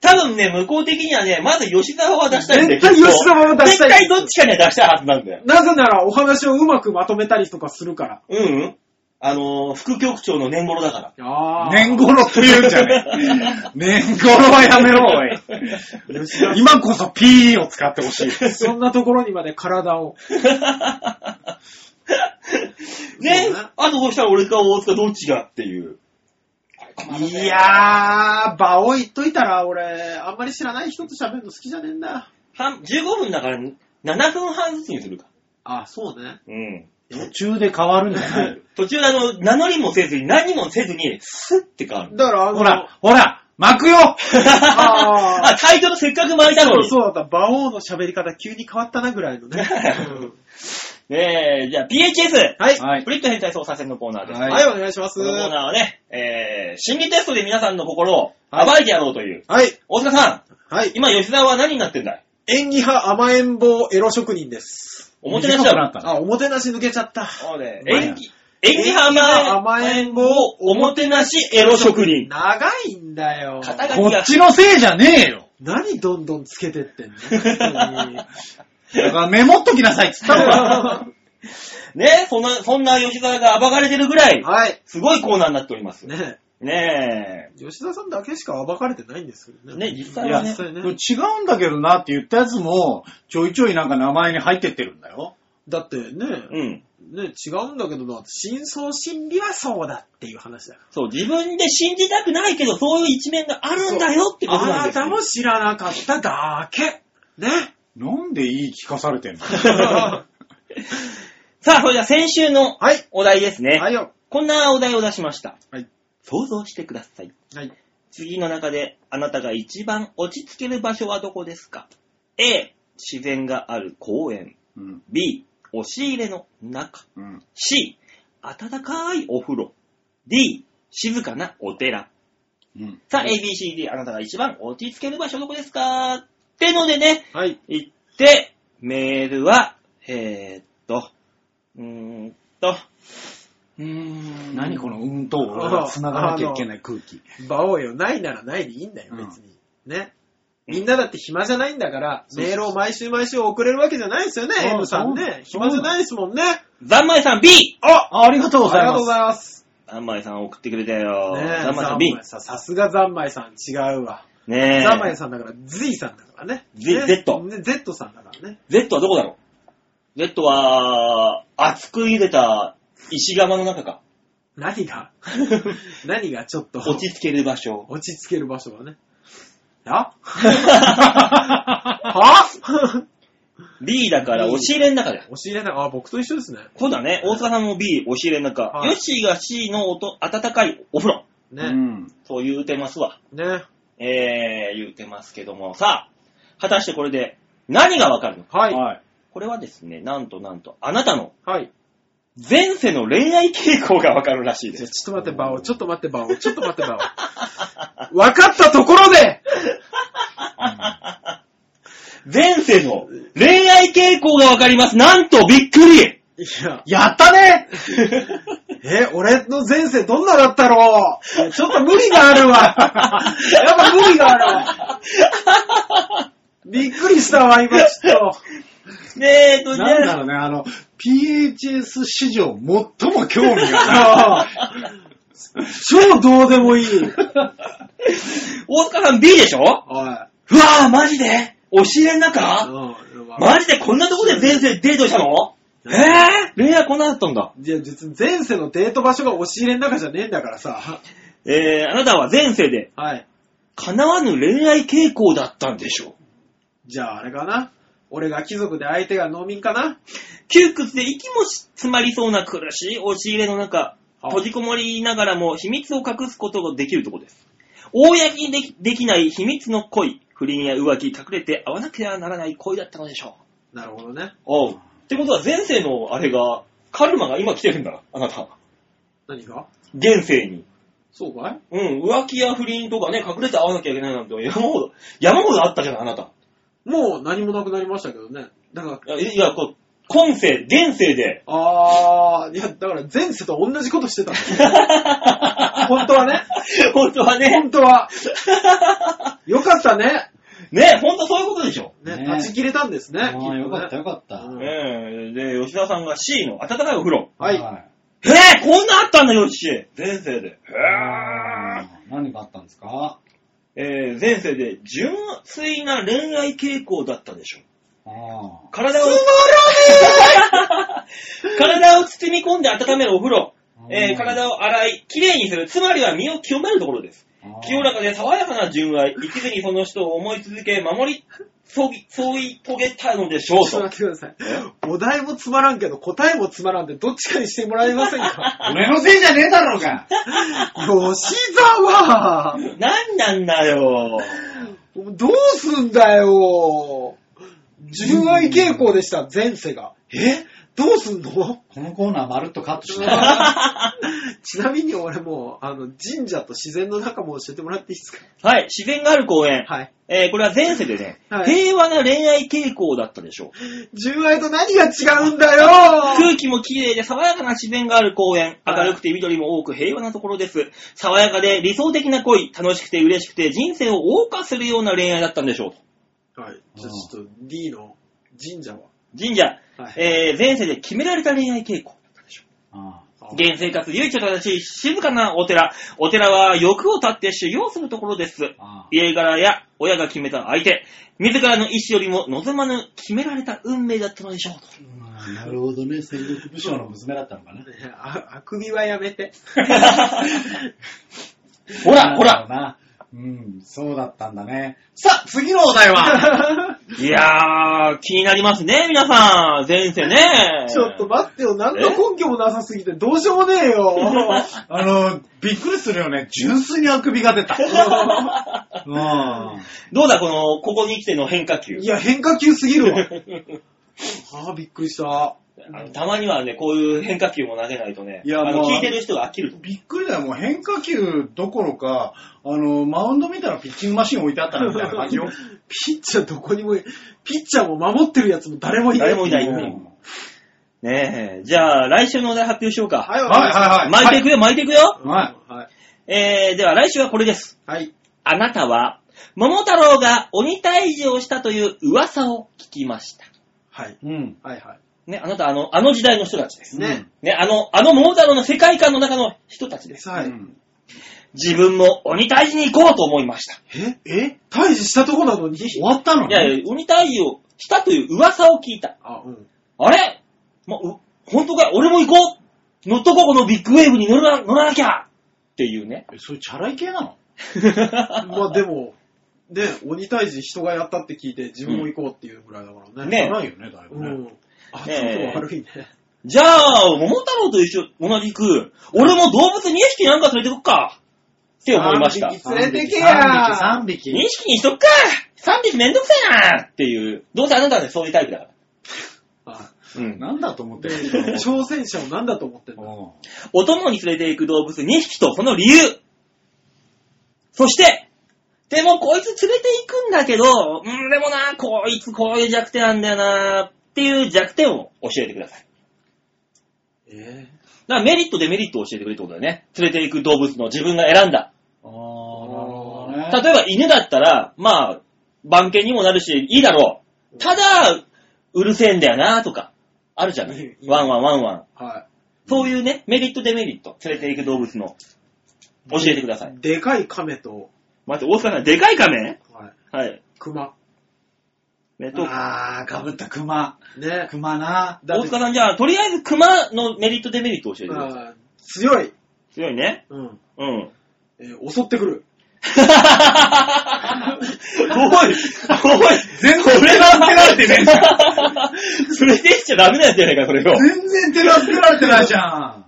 Speaker 2: 多分ね、向こう的にはね、まず吉沢は出したいんだよ。
Speaker 1: 絶対
Speaker 2: きっと
Speaker 1: 吉沢は出したい
Speaker 2: 絶対どっちかには出したいはずなんだよ。
Speaker 1: なぜならお話をうまくまとめたりとかするか
Speaker 2: うんうん。あのー、副局長の年頃だ から。
Speaker 1: ら。ああ。
Speaker 3: 年頃って言うんじゃ ねえ。年頃はやめろ、おい。
Speaker 1: 吉田
Speaker 3: 今こそ P を使ってほしい。
Speaker 1: そんなところにまで体を。
Speaker 2: ね
Speaker 1: そうだな
Speaker 2: あとそしたら俺か大塚どっちがっていう。
Speaker 1: いやー、場を言っといたら俺、あんまり知らない人と喋るの好きじゃねえんだ。
Speaker 2: 半15分だから7分半ずつにするか。
Speaker 1: あ、そうね。
Speaker 2: うん。
Speaker 3: 途中で変わるんじゃない
Speaker 2: 途中であの、名乗りもせずに何もせずに、スッって変わる。
Speaker 1: だからあの、
Speaker 3: ほら、ほら、巻くよ
Speaker 1: あー
Speaker 2: あ、タイトルせっかく巻いたの
Speaker 1: そう
Speaker 2: に。
Speaker 1: そうだった。馬王の喋り方急に変わったなぐらいのね。うん
Speaker 2: ねえ、じゃあ PHS!
Speaker 1: はい。
Speaker 3: はい
Speaker 2: プリット変態操作戦のコーナーです。
Speaker 3: はい
Speaker 1: はい、お願いします。
Speaker 2: このコーナーはね、えー、心理テストで皆さんの心を
Speaker 1: はい
Speaker 2: 暴いてやろうという。
Speaker 1: はい。
Speaker 2: 大塚さん、
Speaker 1: はい。
Speaker 2: 今吉沢は何になってんだい
Speaker 1: 演技派甘えん坊エロ職人です。
Speaker 2: おもてなし
Speaker 3: 短くな
Speaker 2: だ
Speaker 3: っ。たね
Speaker 1: あ、おもてなし抜けちゃった。
Speaker 2: そうね
Speaker 3: うまいな
Speaker 2: 演技、演技派
Speaker 1: 甘えん坊
Speaker 2: おもてなしエロ職人。
Speaker 1: 長いんだよ。
Speaker 2: 肩書
Speaker 3: こ
Speaker 2: きが
Speaker 3: っ。ちのせいじゃねえよ
Speaker 1: 何どんどんつけてってんの本
Speaker 3: だからメモっときなさいっつったの が。
Speaker 1: 当に
Speaker 2: ね、そんな、そんな吉沢が暴かれてるぐらい、
Speaker 1: はい。
Speaker 2: すごいコーナーになっております。ね
Speaker 1: ね
Speaker 2: え。
Speaker 1: 吉田さんだけしか暴かれてないんですけどね。
Speaker 2: ね実
Speaker 3: 際はね
Speaker 1: 実際ね
Speaker 3: これ違うんだけどなって言ったやつも、ちょいちょいなんか名前に入ってってるんだよ。
Speaker 1: だってね、
Speaker 2: うん。
Speaker 1: ね、違うんだけどな、真相心理はそうだっていう話だよ。
Speaker 2: そう、自分で信じたくないけど、そういう一面があるんだよってことな
Speaker 1: あ
Speaker 2: ん
Speaker 1: な
Speaker 2: ですよ
Speaker 1: たも知らなかっただけ。ね。
Speaker 3: なんでいい聞かされてんの
Speaker 2: さあ、それでは先週の
Speaker 1: はい。
Speaker 2: お題ですね。
Speaker 1: はいよ。
Speaker 2: こんなお題を出しました。
Speaker 1: はい
Speaker 2: 想像してください。
Speaker 1: はい。
Speaker 2: 次の中であなたが一番落ち着ける場所はどこですか ?A、自然がある公園。
Speaker 3: うん、
Speaker 2: B、押し入れの中。
Speaker 3: うん。
Speaker 2: C、暖かいお風呂。D、静かなお寺。
Speaker 3: うん。
Speaker 2: さあ、ABCD、あなたが一番落ち着ける場所どこですかってのでね、
Speaker 1: はい。
Speaker 2: 行って、メールは、えー、っと、うーんと、うーん。
Speaker 3: 何このうんと俺が繋がなきゃいけない空気。
Speaker 1: 馬王よ、ないならないでいいんだよ、
Speaker 3: うん
Speaker 1: 別に。ね。みんなだって暇じゃないんだから、メールを毎週毎週送れるわけじゃないですよね、
Speaker 3: そう
Speaker 1: M さんね。
Speaker 3: そう
Speaker 1: 暇じゃないですもんね。
Speaker 2: ざんまいさん B!
Speaker 1: あ
Speaker 3: あありがとうご
Speaker 1: あ
Speaker 3: ざ
Speaker 1: り
Speaker 3: い
Speaker 1: がとう
Speaker 3: ま
Speaker 1: ご
Speaker 3: す。
Speaker 1: ざいます。
Speaker 2: ざんまいさん送ってくれたよ。
Speaker 1: ねえ
Speaker 2: ざんまいさん B。
Speaker 1: さんさすがざんまいさん、違うわ。
Speaker 2: ねえ。
Speaker 1: ざんまいさんだから、Z さんだからね。
Speaker 2: Z
Speaker 1: ね
Speaker 2: Z
Speaker 1: ね Z さんだからね。
Speaker 2: Z はどこだろう ?Z は、熱く茹でた石窯の中か。
Speaker 1: 何が、何がちょっと
Speaker 2: 落ち着ける場所。
Speaker 1: 落ち着ける場所はね。あ は
Speaker 2: B だから、押し入れの中だよ。
Speaker 1: 押し入れなあ、僕と一緒ですね。
Speaker 2: そうだね。大塚さんも B、押し入れの中。
Speaker 1: はい
Speaker 2: ヨッシーが C の音、温かいお風呂。
Speaker 3: う
Speaker 1: ね。
Speaker 3: ん。
Speaker 2: そう言うてますわ。
Speaker 1: ね。
Speaker 2: えー、言うてますけども。さあ、果たしてこれで何がわかるのか。
Speaker 1: はい。
Speaker 3: はい。
Speaker 2: これはですね、なんとなんと、あなたの
Speaker 1: はい。
Speaker 2: 前世の恋愛傾向がわかるらしいで
Speaker 1: じゃあ
Speaker 2: す。
Speaker 1: ちょっと待って、バオ、ちょっと待って、バオ、ちょっと待って、バオ。分かったところで、
Speaker 2: 前世の恋愛傾向がわかります。なんとびっくり
Speaker 1: いや、
Speaker 3: やったね
Speaker 1: え、俺の前世どんなだったろういやちょっと無理があるわ。 やっぱ無理があるわ。びっくりしたわ、今、ちょっと。
Speaker 2: えーと、じ
Speaker 3: なんだ
Speaker 2: ゃ
Speaker 3: ろ
Speaker 2: あ、
Speaker 3: うね、あの、PHS 史上最も興味がない。
Speaker 1: ああ 超どうでもいい。
Speaker 2: 大塚さん B でしょうわ
Speaker 1: おい。
Speaker 2: ぁ、マジで押し入れの中
Speaker 1: うん
Speaker 2: マジでこんなとこで前世デートしたのえぇ、恋愛こんなだったんだ。
Speaker 1: いや、実に前世のデート場所が押し入れの中じゃねえんだからさ。
Speaker 2: えー、あなたは前世で
Speaker 1: はい。
Speaker 2: 叶わぬ恋愛傾向だったんでしょう。
Speaker 1: じゃあ、あれかな俺が貴族で相手が農民かな
Speaker 2: 窮屈で息も詰まりそうな苦しい押し入れの中、
Speaker 1: あ
Speaker 2: 閉じこもりながらも秘密を隠すことができるとこです。公にできできない秘密の恋、不倫や浮気、隠れて会わなければならない恋だったのでしょ
Speaker 1: なるほどね。
Speaker 2: う。おう。ってことは前世のあれが、カルマが今来てるんだな、あなた。
Speaker 1: 何が
Speaker 2: 現世に。
Speaker 1: そうかい
Speaker 2: うん、浮気や不倫とかね、隠れて会わなきゃいけないなんて山ほど、山ほどあったじゃない、あなた。
Speaker 1: もう何もなくなりましたけどね。だから、
Speaker 2: いやいや、こう、今世、現世 で、
Speaker 1: あー、いや、だから前世と同じことしてたんですよ 本当はね。
Speaker 2: 本当はね
Speaker 1: 本、当 は。よかったね。
Speaker 2: ね、本当そういうことでしょ。
Speaker 1: ね、
Speaker 3: ね
Speaker 1: 断ち切れたんですね。きっと
Speaker 3: ああ、
Speaker 1: ね
Speaker 3: よかったよかった。
Speaker 1: うん
Speaker 2: ええで、吉田さんが C の温かいお風呂。
Speaker 1: はい。
Speaker 2: えぇ、こんなあったんだ、よし前世で。
Speaker 3: あー何があったんですか
Speaker 2: えー、前世で純粋な恋愛傾向だったでしょ。
Speaker 3: あー
Speaker 2: 体を、体を包み込んで温めるお風呂。えー、体を洗い、きれいにする。つまりは身を清めるところです。清らかで爽やかな純愛。生きずにその人を思い続け、守り、そぎ、添い遂げたのでしょう
Speaker 1: ちょっと
Speaker 2: と。
Speaker 1: 待ってください。お題もつまらんけど、答えもつまらんで、どっちかにしてもらえませんか
Speaker 3: 俺のせいじゃねえだろうが
Speaker 1: 吉
Speaker 2: な
Speaker 1: 沢
Speaker 2: んなんだよ。
Speaker 1: どうすんだよ純愛傾向でした、前世が。えどうすんの
Speaker 3: このコーナーまるっとカットし
Speaker 1: ち
Speaker 3: て。
Speaker 1: なみに俺もう、あの、神社と自然の中も教えてもらっていいですか
Speaker 2: はい、自然がある公園。
Speaker 1: はい。
Speaker 2: えーこれは前世でね、
Speaker 1: はい
Speaker 2: 平和な恋愛傾向だったでしょう。
Speaker 1: 純愛と何が違うんだよ
Speaker 2: 空気も綺麗で爽やかな自然がある公園。
Speaker 1: はい
Speaker 2: 明るくて緑も多く平和なところです。爽やかで理想的な恋。楽しくて嬉しくて人生を謳歌するような恋愛だったんでしょう。
Speaker 1: はい。じゃあちょっと D の神社は。
Speaker 2: 神社、
Speaker 1: はい。
Speaker 2: えー前世で決められた恋愛傾向。
Speaker 3: あ
Speaker 1: あ
Speaker 2: 現生活唯一正しい静かなお寺。お寺は欲を立って修行するところです。
Speaker 3: ーあ
Speaker 2: 家柄や親が決めた相手。自らの意志よりも望まぬ決められた運命だったの でしょう。
Speaker 3: ーまあなるほどね、戦力武将の娘だったのかな。
Speaker 1: ねああくびはやめて。
Speaker 2: ほら、ほら。
Speaker 3: らうん、そうだったんだね。さあ、次のお題は
Speaker 2: いやー、気になりますね、皆さん。前世ね。
Speaker 1: ちょっと待ってよ。何の根拠もなさすぎて、どうしようもねえよ。
Speaker 3: あの、びっくりするよね。純粋にあくびが出 た。うん。
Speaker 2: どうだ、この、ここに来ての変化球
Speaker 1: い。や、変化球すぎるわ。ああ、びっくりした。
Speaker 2: あのたまにはね、こういう変化球も投げないとね、
Speaker 3: いや
Speaker 2: あの
Speaker 3: まあ
Speaker 2: 聞いてる人が飽きると思
Speaker 3: びっくりだよ、もう変化球どころか、あの、マウンド見たらピッチングマシン置いてあったなみたいな感じよ。
Speaker 1: ピッチャーどこにもい、ピッチャーも守ってるやつも誰も
Speaker 2: う。
Speaker 1: いない。
Speaker 2: 誰 もいない。うんねえ、じゃあ来週のお題発表しようか。
Speaker 1: はい、
Speaker 3: はい
Speaker 1: わかりました。
Speaker 3: はいはい。
Speaker 2: 巻いていくよ、巻いていくよ。
Speaker 3: は
Speaker 1: はい。
Speaker 2: えー、では来週はこれです。
Speaker 1: はい。
Speaker 2: あなたは、桃太郎が鬼退治をしたという噂を聞きました。
Speaker 1: はい。
Speaker 3: い。うん。
Speaker 1: はい。は
Speaker 2: ね、あなたあの、あの時代の人たちです。
Speaker 1: い。ね。
Speaker 2: ね、あの、あの桃太郎の世界観の中の人たちです。
Speaker 1: は
Speaker 3: う
Speaker 1: い。
Speaker 3: ん
Speaker 2: 自分も鬼退治に行こうと思いました。
Speaker 1: ええ退治したとこなのに
Speaker 3: 終わったの
Speaker 2: いやいや、鬼退治をしたという噂を聞いた。
Speaker 1: あ、うん。
Speaker 2: あれ、ま、う本当か俺も行こう乗っとこうこのビッグウェーブに乗ら乗らなきゃっていう ね。
Speaker 3: えそういうチャラい系なの
Speaker 1: まあでも、ね、鬼退治人がやったって聞いて自分も行こうっていうぐらいだからね。
Speaker 2: ね
Speaker 3: チャラいよね、だいうぶね。
Speaker 1: ん。あ、ち
Speaker 2: ね
Speaker 1: ょっと悪い ね。
Speaker 2: じゃあ、桃太郎と一緒、同じく、俺も動物2匹なんか連れてこっかって思いました。2
Speaker 1: 三匹連れてけや
Speaker 3: 3匹、3匹。
Speaker 2: 匹にしとっか !3 匹めんどくさいなっていう。どうせあなたはね、そういうタイプだから。
Speaker 1: あ
Speaker 2: うん。
Speaker 3: なんだと思ってる
Speaker 1: 挑戦者を何だと思ってんの
Speaker 3: うん
Speaker 2: お供に連れて行く動物2匹とその理由。そして、でもこいつ連れて行くんだけど、うん、でもな、こいつこういう弱点なんだよなっていう弱点を教えてください。
Speaker 1: え
Speaker 2: だからメリットデメリットを教えてくれってことだよね。連れて行く動物の自分が選んだ
Speaker 3: あー、なるほどね。
Speaker 2: 例えば犬だったら、まあ、番犬にもなるし、いいだろう。ただ、うるせえんだよなとか、あるじゃない
Speaker 1: いい
Speaker 2: ワンワンワンワン。
Speaker 1: ーは
Speaker 2: そういうね、メリットデメリット、連れて行く動物の、教えてください。
Speaker 1: い。でかい亀と、
Speaker 2: 待って、大塚さん、でかいカメ
Speaker 1: はい。
Speaker 2: はい。
Speaker 1: 熊。
Speaker 2: えっと、
Speaker 3: あー、かぶった熊。
Speaker 1: ね。
Speaker 3: 熊な。
Speaker 1: だっ
Speaker 2: 大
Speaker 1: て
Speaker 2: 塚さん、じゃあ、とりあえず熊のメリットデメリット教えてください。
Speaker 1: あー強い。
Speaker 2: 強いね。
Speaker 1: うん。
Speaker 2: うん。
Speaker 1: えー襲ってくる。
Speaker 2: おい、おい、
Speaker 3: 全然
Speaker 2: それは
Speaker 3: 手られてねえじ
Speaker 2: 連れて行っちゃダメなんじゃないか、それを。
Speaker 3: 全然手助けられてないじゃん。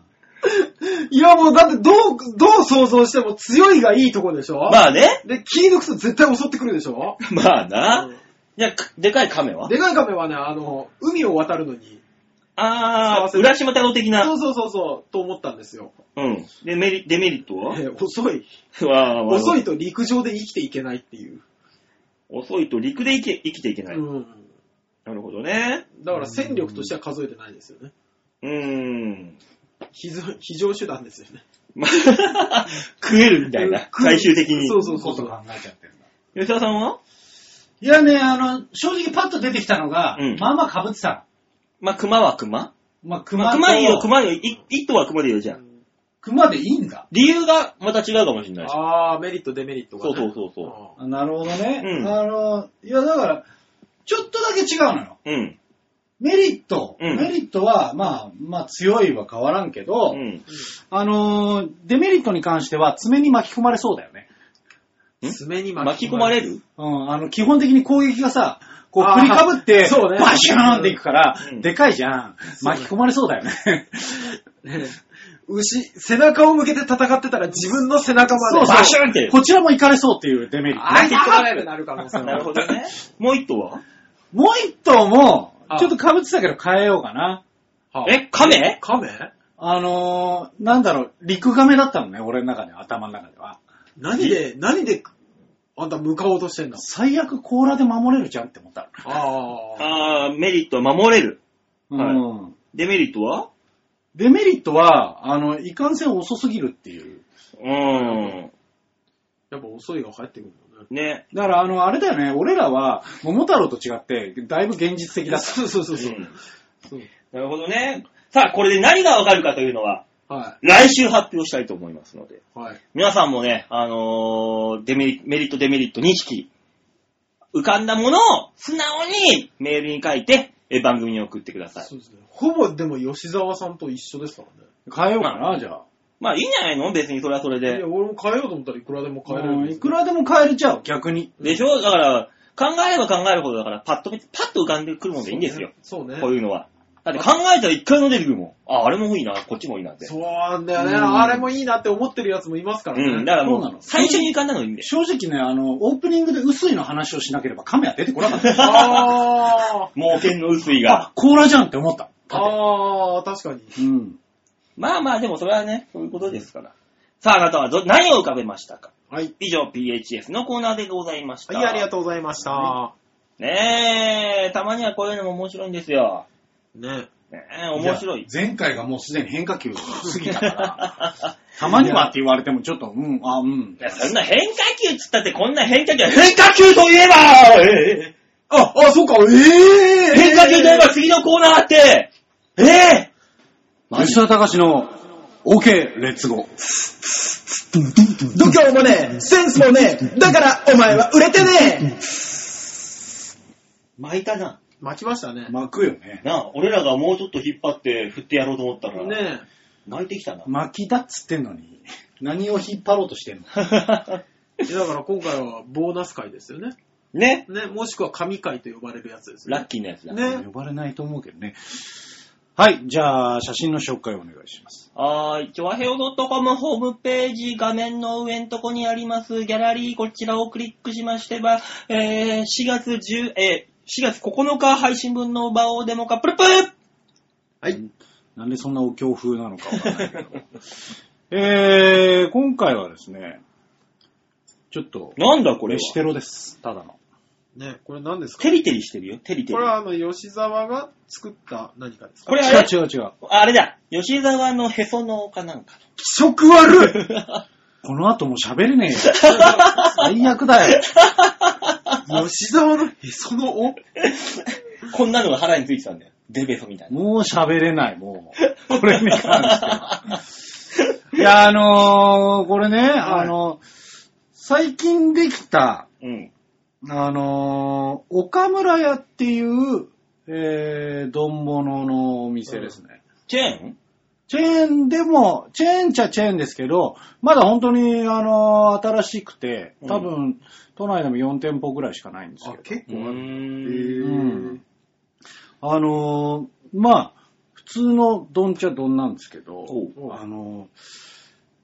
Speaker 1: いやもうだってどう、どう想像しても強いがいいとこでしょ
Speaker 2: まあね。
Speaker 1: で、気抜くと絶対襲ってくるでしょ
Speaker 2: まあな。
Speaker 1: うん
Speaker 2: じゃあ、くでかい亀は
Speaker 1: でかい亀はね、あの、海を渡るのに、
Speaker 2: あ
Speaker 1: 幸
Speaker 2: ー、
Speaker 1: せ
Speaker 2: 浦島太郎的
Speaker 1: そ
Speaker 2: な。
Speaker 1: うそうそうそう、と思ったんですよ。
Speaker 2: うん。で、メリデメリット
Speaker 1: え
Speaker 2: は
Speaker 1: ー遅い。
Speaker 2: わー
Speaker 1: 遅い。と陸上で生きていけないっていう。
Speaker 2: 遅いと陸で生き生きていけない。
Speaker 1: うん。
Speaker 2: なるほどね。
Speaker 1: だから戦力としては数えてないですよね。
Speaker 2: うーん。
Speaker 1: 非常非常手段ですよね。
Speaker 2: ま 食えるみたいな。
Speaker 1: 食える
Speaker 2: 最終的に。
Speaker 1: そうそう
Speaker 3: こ
Speaker 1: そうそう。
Speaker 3: と考えちゃってるんだ。
Speaker 2: 吉田さんはい
Speaker 3: やね、あの、正直パッと出てきたのが、
Speaker 2: うん
Speaker 3: まあまあかぶってた
Speaker 2: まあ、熊は熊
Speaker 3: の。まあ、
Speaker 2: ま
Speaker 3: 熊
Speaker 2: あ
Speaker 3: と
Speaker 2: 熊いいよ、熊いいよ。い一頭は熊でいいよ、じゃあ。
Speaker 3: 熊でいいんだ。
Speaker 2: 理由がまた違うかもしれないし。
Speaker 1: あー、メリット、デメリットが、
Speaker 2: そう
Speaker 1: ね。
Speaker 2: そうそうそ
Speaker 3: あなるほどね。
Speaker 2: うん
Speaker 3: あの、いやだから、ちょっとだけ違うのよ。
Speaker 2: う。うん。
Speaker 3: メリット、
Speaker 2: うん
Speaker 3: メリットは、まあ、まあ強いは変わらんけど、
Speaker 2: うん。
Speaker 3: あのー、デメリットに関しては爪に巻き込まれそうだよね。
Speaker 1: うん爪に
Speaker 2: 巻き込まれ
Speaker 1: る。
Speaker 2: る
Speaker 3: うん、あの、基本的に攻撃がさ、こう
Speaker 1: あー
Speaker 3: 振りかぶって、
Speaker 1: そうね
Speaker 3: バシューンっていくから、
Speaker 2: うん
Speaker 3: でかいじゃん。
Speaker 1: うね
Speaker 3: 巻き込まれそうだよね。
Speaker 1: ね 牛、背中を向けて戦ってたら自分の背中まで。
Speaker 3: そうそう
Speaker 2: バシュンって。
Speaker 3: こちらも行かれそうっていうデメリット
Speaker 1: あ
Speaker 3: ね、
Speaker 1: いやーってなる可能性もあ
Speaker 2: なるほどね。 もう一頭は
Speaker 3: もう一頭も
Speaker 1: あ、
Speaker 3: ちょっと被ってたけど変えようかな。
Speaker 1: はあ
Speaker 2: え、亀
Speaker 1: 亀
Speaker 3: あのー、なんだろう、陸亀だったのね、俺の中では、頭の中では。
Speaker 1: 何で、何で、あんた向かおうとしてんだ
Speaker 3: 最悪甲羅で守れるじゃんって思った
Speaker 1: ああ。
Speaker 2: あー、メリットは守れる。
Speaker 3: の。
Speaker 2: はい
Speaker 3: うん。
Speaker 2: デメリットは
Speaker 3: デメリットは、あの、いかんせん遅すぎるっていう。
Speaker 2: うーん。
Speaker 1: やっぱ遅いが入ってくるんだね。
Speaker 2: ね。
Speaker 3: だから、あの、あれだよね、俺らは、桃太郎と違って、だいぶ現実的だった。
Speaker 1: そうそうそうそうう。
Speaker 2: んなるほどね。さあ、これで何がわかるかというのは、
Speaker 1: は
Speaker 2: 来週発表したいと思いますので。
Speaker 1: い。はい。
Speaker 2: 皆さんもね、あのーデメリ、メリット、デメリット2匹、浮かんだものを素直にメールに書いて、え番組に送ってください。
Speaker 1: そうですね。ほぼでも吉沢さんと一緒ですからね。
Speaker 3: 変えようかな、じゃあ。
Speaker 2: まあ、いいんじゃないの別にそれはそれ
Speaker 1: い
Speaker 2: で
Speaker 1: や、。俺も変えようと思ったらいくらでも変えれるんで
Speaker 3: うん
Speaker 1: す
Speaker 3: い
Speaker 1: よ
Speaker 3: くらでも変えれちゃう、逆に。
Speaker 2: でしょだから、考えれば考えるほどだから、パッと見て、パッと浮かんでくるもんでいいんですよ。。
Speaker 1: そうね。
Speaker 2: こういうのは。だって考えたら一回も出てくるもん。あ、あれもいいな、こっちもいいなって。
Speaker 1: そうなんだよね。
Speaker 3: うん
Speaker 1: あれもいいなって思ってるやつもいますからね。
Speaker 2: うん、だからも
Speaker 3: そうな
Speaker 2: う
Speaker 3: の、
Speaker 2: 最初に浮かんだのいいんだよ。
Speaker 3: 正直ね、あの、オープニングで薄いの話をしなければ亀は出てこなかった。
Speaker 1: あ
Speaker 2: 冒険の薄いが。
Speaker 3: あ、甲羅じゃんって思った。縦。
Speaker 1: ああ、確かに。
Speaker 3: うん。
Speaker 2: まあまあ、でもそれはね、そういうことですから。さあ、あなたはど何を浮かべましたか
Speaker 1: はい。
Speaker 2: 以上、PHS のコーナーでございました。
Speaker 1: はい、ありがとうございました。
Speaker 2: う。ねえ、たまにはこういうのも面白いんですよ。
Speaker 1: ね。
Speaker 2: ねえ、面白い。
Speaker 5: 前回がもうすでに変化球過ぎた から、
Speaker 3: たまにはって言われても、ちょっと、うん、あ、うん
Speaker 2: い。や、そんな変化球っつったって、こんな変化球は、変化球といえばええ
Speaker 5: あ、あ、そうか、ええ
Speaker 2: 変化球といえば次のコーナーって、ええ
Speaker 3: 松田隆の OK、レッツゴー。
Speaker 6: 度胸もねえ、センスもねえ、だからお前は売れてね
Speaker 2: 巻いたな。
Speaker 1: 巻きましたね。
Speaker 5: 巻くよね。
Speaker 2: なあ、俺らがもうちょっと引っ張って振ってやろうと思ったら、
Speaker 1: ね
Speaker 2: 巻いてきたな。
Speaker 5: 巻きだっつってんのに、何を引っ張ろうとしてんの
Speaker 1: え。だから今回はボーナス回ですよね。
Speaker 2: ね。
Speaker 1: ね、もしくは神回と呼ばれるやつです
Speaker 2: ラッ
Speaker 1: ね。
Speaker 2: キーなやつだ。
Speaker 1: ね。
Speaker 3: 呼ばれないと思うけどね。はい、じゃあ、写真の紹介をお願いします。
Speaker 2: はーい。ちょわへお .com ホームページ画面の上のとこにありますギャラリー、こちらをクリックしましてば、えー、4月10、えー、4月9日配信分の場をデモか、プルプル
Speaker 1: はい。
Speaker 3: なんでそんなお経風なのかわからないけど。えー、今回はですね、ちょっと、
Speaker 2: なんだこれは
Speaker 3: 飯テロです。ただの。
Speaker 1: ね、これ何ですか
Speaker 2: テリテリしてるよ、テリテリ。
Speaker 1: これはあの、吉沢が作った何かですか
Speaker 2: これあ
Speaker 3: 違
Speaker 2: れ
Speaker 3: う違う違う。
Speaker 2: あれだ、吉沢のへその緒かなんか。
Speaker 3: 気色悪い この後もう喋れねえよ。最悪だよ。
Speaker 1: 吉沢のへその緒
Speaker 2: こんなのが腹についてたんだよ。デベソみたいな。
Speaker 3: もう喋れない、もう。これに関しては。いや、あのー、これね、あの最近できた、
Speaker 2: うん。
Speaker 3: あのー、岡村屋っていう、えー、丼物のお店ですね。
Speaker 2: チェーン
Speaker 3: チェーンでも、チェーンちゃチェーンですけど、まだ本当に、あのー新しくて、多分、都内でも4店舗ぐらいしかないんですけ
Speaker 1: あ
Speaker 3: ど、。
Speaker 1: 結
Speaker 2: うー
Speaker 1: 構ある。
Speaker 2: ん。
Speaker 3: うんあのーまあ、普通の丼茶丼なんですけど、
Speaker 2: おう
Speaker 3: あのー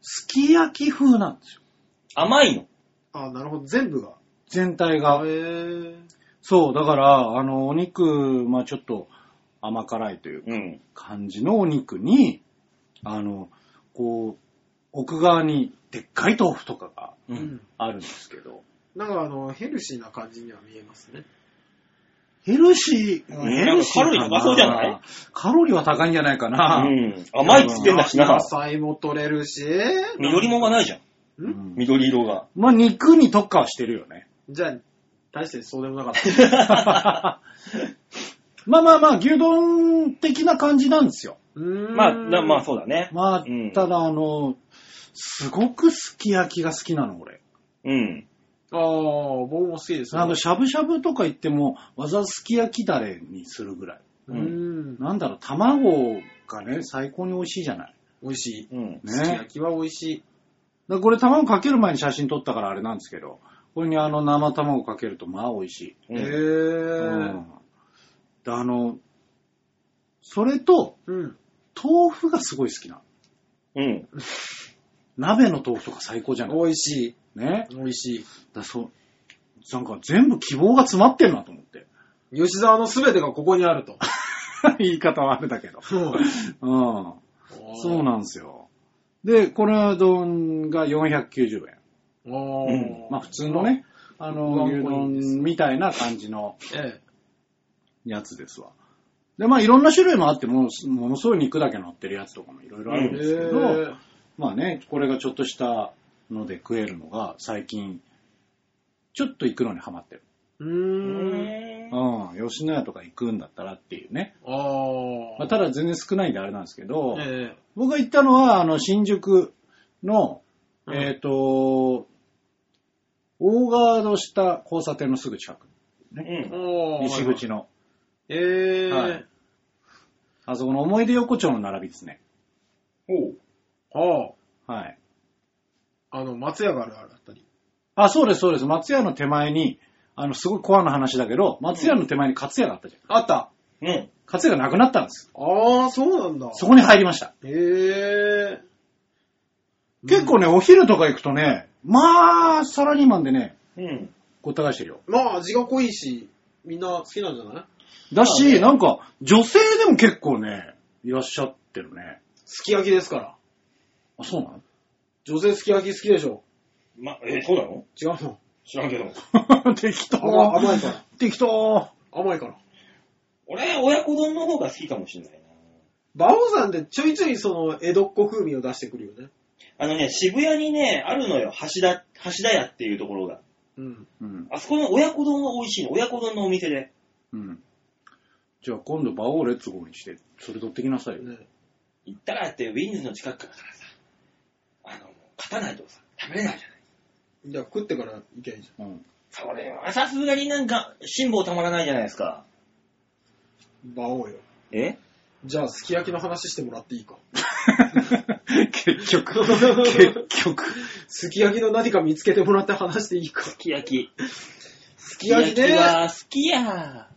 Speaker 3: すき焼き風なんですよ。
Speaker 2: 甘いの。
Speaker 1: あ、なるほど。全部が。
Speaker 3: 全体が。
Speaker 1: へー
Speaker 3: そう、だから、あの、お肉、まあちょっと甘辛いという
Speaker 2: うん。
Speaker 3: 感じのお肉に、あの、こう、奥側にでっかい豆腐とかが
Speaker 2: う。
Speaker 1: うんん。
Speaker 3: あるんですけど、
Speaker 1: なんかあの、ヘルシーな感じには見えますね。
Speaker 3: ヘルシー、
Speaker 2: うん
Speaker 3: ヘルシーか
Speaker 2: なんかカロリー高そうじゃない
Speaker 3: カロリーは高いんじゃないか
Speaker 2: う
Speaker 3: な。
Speaker 2: ん。甘いっつってんだしな
Speaker 1: 野。菜も取れるし。
Speaker 2: 緑もんがないじゃん。
Speaker 1: うん
Speaker 3: うん
Speaker 2: 緑色が。
Speaker 3: まあ肉に特化はしてるよね。
Speaker 1: じゃあ、大してそうでもなか った。
Speaker 3: まあまあまあ、牛丼的な感じなんですよ。
Speaker 1: うーん
Speaker 2: まあ、なまあそうだね。
Speaker 3: まあ
Speaker 2: うん、
Speaker 3: ただあの、すごくすき焼きが好きなの、俺。
Speaker 2: うん。
Speaker 1: ああ、僕も好きですよ
Speaker 3: なんかしゃぶしゃぶとか言っても、わざわざすき焼きだれにするぐらい。
Speaker 1: うーん。
Speaker 3: なんだろう、卵がね、最高に美味しいじゃない。
Speaker 1: 美味しい。
Speaker 2: うん。
Speaker 3: ね。
Speaker 1: すき
Speaker 3: だか
Speaker 1: 焼きは美味しい。
Speaker 3: らこれ卵かける前に写真撮ったからあれなんですけど、これにあの生卵かけるとまあ美味しい。
Speaker 2: う
Speaker 1: へ
Speaker 2: ん
Speaker 3: うん
Speaker 1: ー。
Speaker 3: であの、それと、
Speaker 1: うん。
Speaker 3: 豆腐がすごい好きなの。
Speaker 2: うん。
Speaker 3: 鍋の豆腐とか最高じゃない。
Speaker 1: 美味しい。
Speaker 3: ね。
Speaker 1: 美味し
Speaker 3: だそう、なんか全部希望が詰まってるなと思って。
Speaker 1: い。吉沢の全てがここにあると。
Speaker 3: 言い方はあれだけど。
Speaker 1: そう。
Speaker 3: うん。そうなんですよ。で、これ丼が490 円。
Speaker 1: おー
Speaker 2: うん
Speaker 3: まあ普通の。ね、あの、
Speaker 1: ワンコイ
Speaker 3: 牛
Speaker 1: ンです
Speaker 3: 丼みたいな感じの
Speaker 1: ええ。
Speaker 3: やつですわ。で、まあいろんな種類もあっても、ものすごい肉だけ乗ってるやつとかもいろいろあるん
Speaker 1: へ
Speaker 3: ですけど、
Speaker 1: ー
Speaker 3: まあね、これがちょっとしたので食えるのが最近、ちょっと行くのにハマってる。
Speaker 1: う
Speaker 2: う
Speaker 1: ーん。
Speaker 2: ん。
Speaker 3: うん、吉野家とか行くんだったらっていうね。
Speaker 1: ああ。
Speaker 3: まあ、ただ全然少ないんであれなんですけど、
Speaker 1: ええ。
Speaker 3: 僕が行ったのは、あの、新宿の、
Speaker 1: うん
Speaker 3: えっ、と、大ガードした交差点のすぐ近く。
Speaker 2: うん。
Speaker 1: おー
Speaker 3: 西。口の。
Speaker 1: ええ。
Speaker 3: はいあそこの思い出横丁の並びですね。
Speaker 2: おう。
Speaker 1: あ
Speaker 3: はい。
Speaker 1: あ。あの、松屋があるあるあたり。
Speaker 3: あ、そうです、そうです。松屋の手前に、あの、すごいコアな話だけど、松屋の手前にカツ屋があったじゃん。
Speaker 1: あった。
Speaker 2: うん。
Speaker 3: カツ屋がなくなったんですよ。
Speaker 1: ああ、そうなんだ。
Speaker 3: そこに入りました。
Speaker 1: へえ。
Speaker 3: 結構ね、お昼とか行くとね、まあ、サラリーマンでね、
Speaker 2: うん。
Speaker 3: ごった返してるよ。
Speaker 1: まあ、味が濃いし、みんな好きなんじゃない
Speaker 3: だし、なんか、女性でも結構ね、いらっしゃってるね。
Speaker 1: すき焼きですから。
Speaker 3: あ、そうなの
Speaker 1: 女性すき焼き好きでしょ
Speaker 2: ま、え、そうなの
Speaker 1: 違うの
Speaker 2: 知らんけど。
Speaker 3: 適
Speaker 1: 甘
Speaker 3: 当。
Speaker 1: 甘いから。
Speaker 3: 適当。
Speaker 1: 甘いから。
Speaker 2: 俺、親子丼の方が好きかもしんないな。
Speaker 1: 馬王さんでちょいちょいその江戸っ子風味を出してくるよね。
Speaker 2: あのね、渋谷にね、あるのよ。橋田、橋田屋っていうところが。
Speaker 1: うん。
Speaker 3: うん。
Speaker 2: あそこの親子丼が美味しいの。親子丼のお店で。
Speaker 3: うん。じゃあ今度、バオーレッツゴーにして、それ取ってきなさいよ。
Speaker 1: ね
Speaker 2: 行ったらって、ウィンズの近くだからさ。あの、勝たないとさ、食べれないじゃない。
Speaker 1: じゃあ食ってから行けばいいじ
Speaker 3: うん。
Speaker 2: それはさすがになんか、辛抱たまらないじゃないですか。
Speaker 1: ゃん。馬王よ。
Speaker 2: え
Speaker 1: じゃあすき焼きの話してもらっていいか。
Speaker 3: 結局、結局。
Speaker 1: すき焼きの何か見つけてもらって話していいか。
Speaker 2: すき焼き。す
Speaker 1: き焼きね
Speaker 2: は好きや。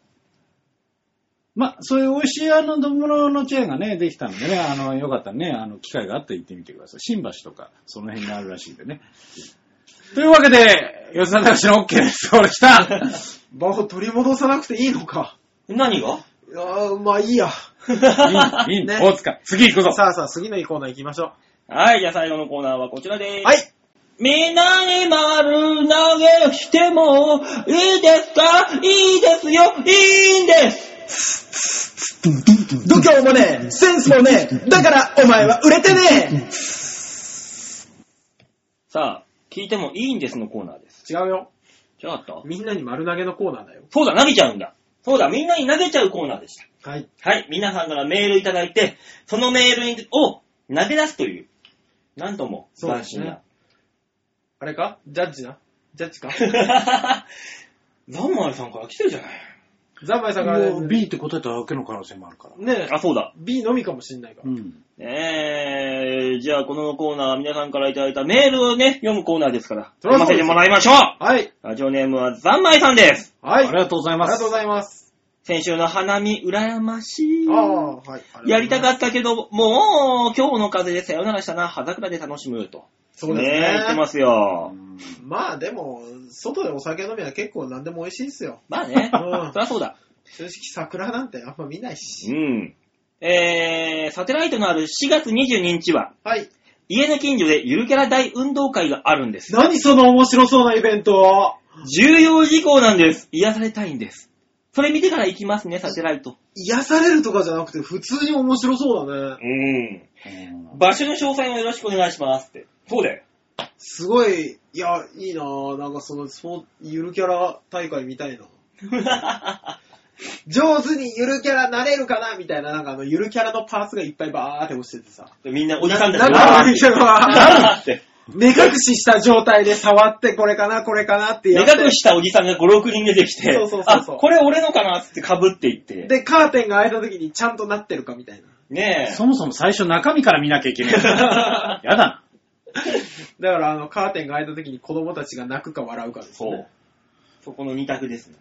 Speaker 3: まあ、そういう美味しいあの、丼物のチェーンがね、できたんでね、あの、よかったらね、あの、機会があったら行ってみてください。新橋とか、その辺にあるらしいんでね。というわけで、吉田隆の OK です。俺来 た
Speaker 1: 馬王取り戻さなくていいのか。
Speaker 2: 何が
Speaker 1: いやーまあいいや。
Speaker 3: いい、いい、
Speaker 1: ね
Speaker 3: 大塚、次行くぞ
Speaker 1: さあさあ、次のコーナー行きましょ
Speaker 2: はい、じゃあ最後のコーナーはこちらで
Speaker 1: う。
Speaker 2: す。
Speaker 1: はい。
Speaker 2: みんなに丸投げしてもいいですかいいですよいいんです
Speaker 6: 度胸もねえ、センスもねえ、だからお前は売れてね
Speaker 2: さあ、聞いてもいいんですのコーナーです。
Speaker 1: 違うよ。
Speaker 2: 違かった
Speaker 1: みんなに丸投げのコーナーだよ。
Speaker 2: そうだ、投げちゃうんだ。そうだ、みんなに投げちゃうコーナーでした。
Speaker 1: はい。
Speaker 2: はい、皆さんからメールいただいて、そのメールにを投げ出すという、なんとも
Speaker 1: そう
Speaker 2: 斬
Speaker 1: です
Speaker 2: 新
Speaker 1: ね
Speaker 2: な。
Speaker 1: あれかジャッジな。ジャッジか。
Speaker 2: ザンマルさんから来てるじゃない。
Speaker 1: ザンマイさんから
Speaker 3: もう
Speaker 1: ね
Speaker 3: B って答えただけの可能性もあるから。
Speaker 1: ね
Speaker 2: あ、そうだ。
Speaker 1: B のみかもしんないから
Speaker 3: う。ん。
Speaker 2: ねえ、じゃあこのコーナーは皆さんからいただいたメールをね、読むコーナーですから、
Speaker 1: そり
Speaker 2: 読ま
Speaker 1: ゃそうで
Speaker 2: せ
Speaker 1: す
Speaker 2: てもらいましょう
Speaker 1: はい。
Speaker 2: ラジオネームはざんまいさんです
Speaker 1: はい。
Speaker 3: ありがとうござい
Speaker 1: あ
Speaker 3: ま
Speaker 1: り
Speaker 3: す。
Speaker 1: がとうございます。
Speaker 2: 先週の花見、羨ましい
Speaker 1: あ。あ、はい。
Speaker 2: やりたか
Speaker 1: った。
Speaker 2: ったけど、もう、今日の風でさよならしたな、葉桜で楽しむと。
Speaker 1: そうです
Speaker 2: ねえ言って
Speaker 1: ね。
Speaker 2: ますよ。
Speaker 3: うん
Speaker 1: まあでも、外でお酒飲みは結構何でも美味しいですよ。
Speaker 2: まあね、
Speaker 1: うん
Speaker 2: そりゃそうだ。
Speaker 1: 正直桜なんてあんま見ないうし。
Speaker 2: ん。えー、サテライトのある4月22日は、
Speaker 1: はい。
Speaker 2: 家の近所でゆるキャラ大運動会があるんです。
Speaker 1: 何その面白そうなイベント
Speaker 2: 重要事項なんです。癒されたいんです。それ見てから行きますね、サテライト。
Speaker 1: 癒されるとかじゃなくて、普通に面白そうだね。
Speaker 2: うん。場所の詳細もよろしくお願いしますって。そう だよ。
Speaker 1: すごい、いや、いいなぁ。なんかその、そう、ゆるキャラ大会みたいな。上手にゆるキャラなれるかなみたいな、なんかあの、ゆるキャラのパーツがいっぱいバーって落ちててさ。
Speaker 2: みんなおじさんたちが
Speaker 1: なんか
Speaker 2: わー
Speaker 1: ゆる
Speaker 2: っ
Speaker 1: キ
Speaker 2: て
Speaker 1: ャラは
Speaker 2: わーって。
Speaker 1: 目隠しした状態で触って、これかな、これかなって
Speaker 2: 目
Speaker 1: やって。
Speaker 2: 隠したおじさんが5、6人出てきて、
Speaker 1: そうそうそうそう
Speaker 2: あ、これ俺のかなっつって被っていって。
Speaker 1: で、カーテンが開いた時にちゃんとなってるかみたいな。
Speaker 2: ねえ。
Speaker 3: そもそも最初中身から見なきゃいけない。 やだな。
Speaker 1: だから、あの、カーテンが開いた時に子供たちが泣くか笑うかです、
Speaker 2: そ
Speaker 1: ね。
Speaker 2: う。そこの2択ですね。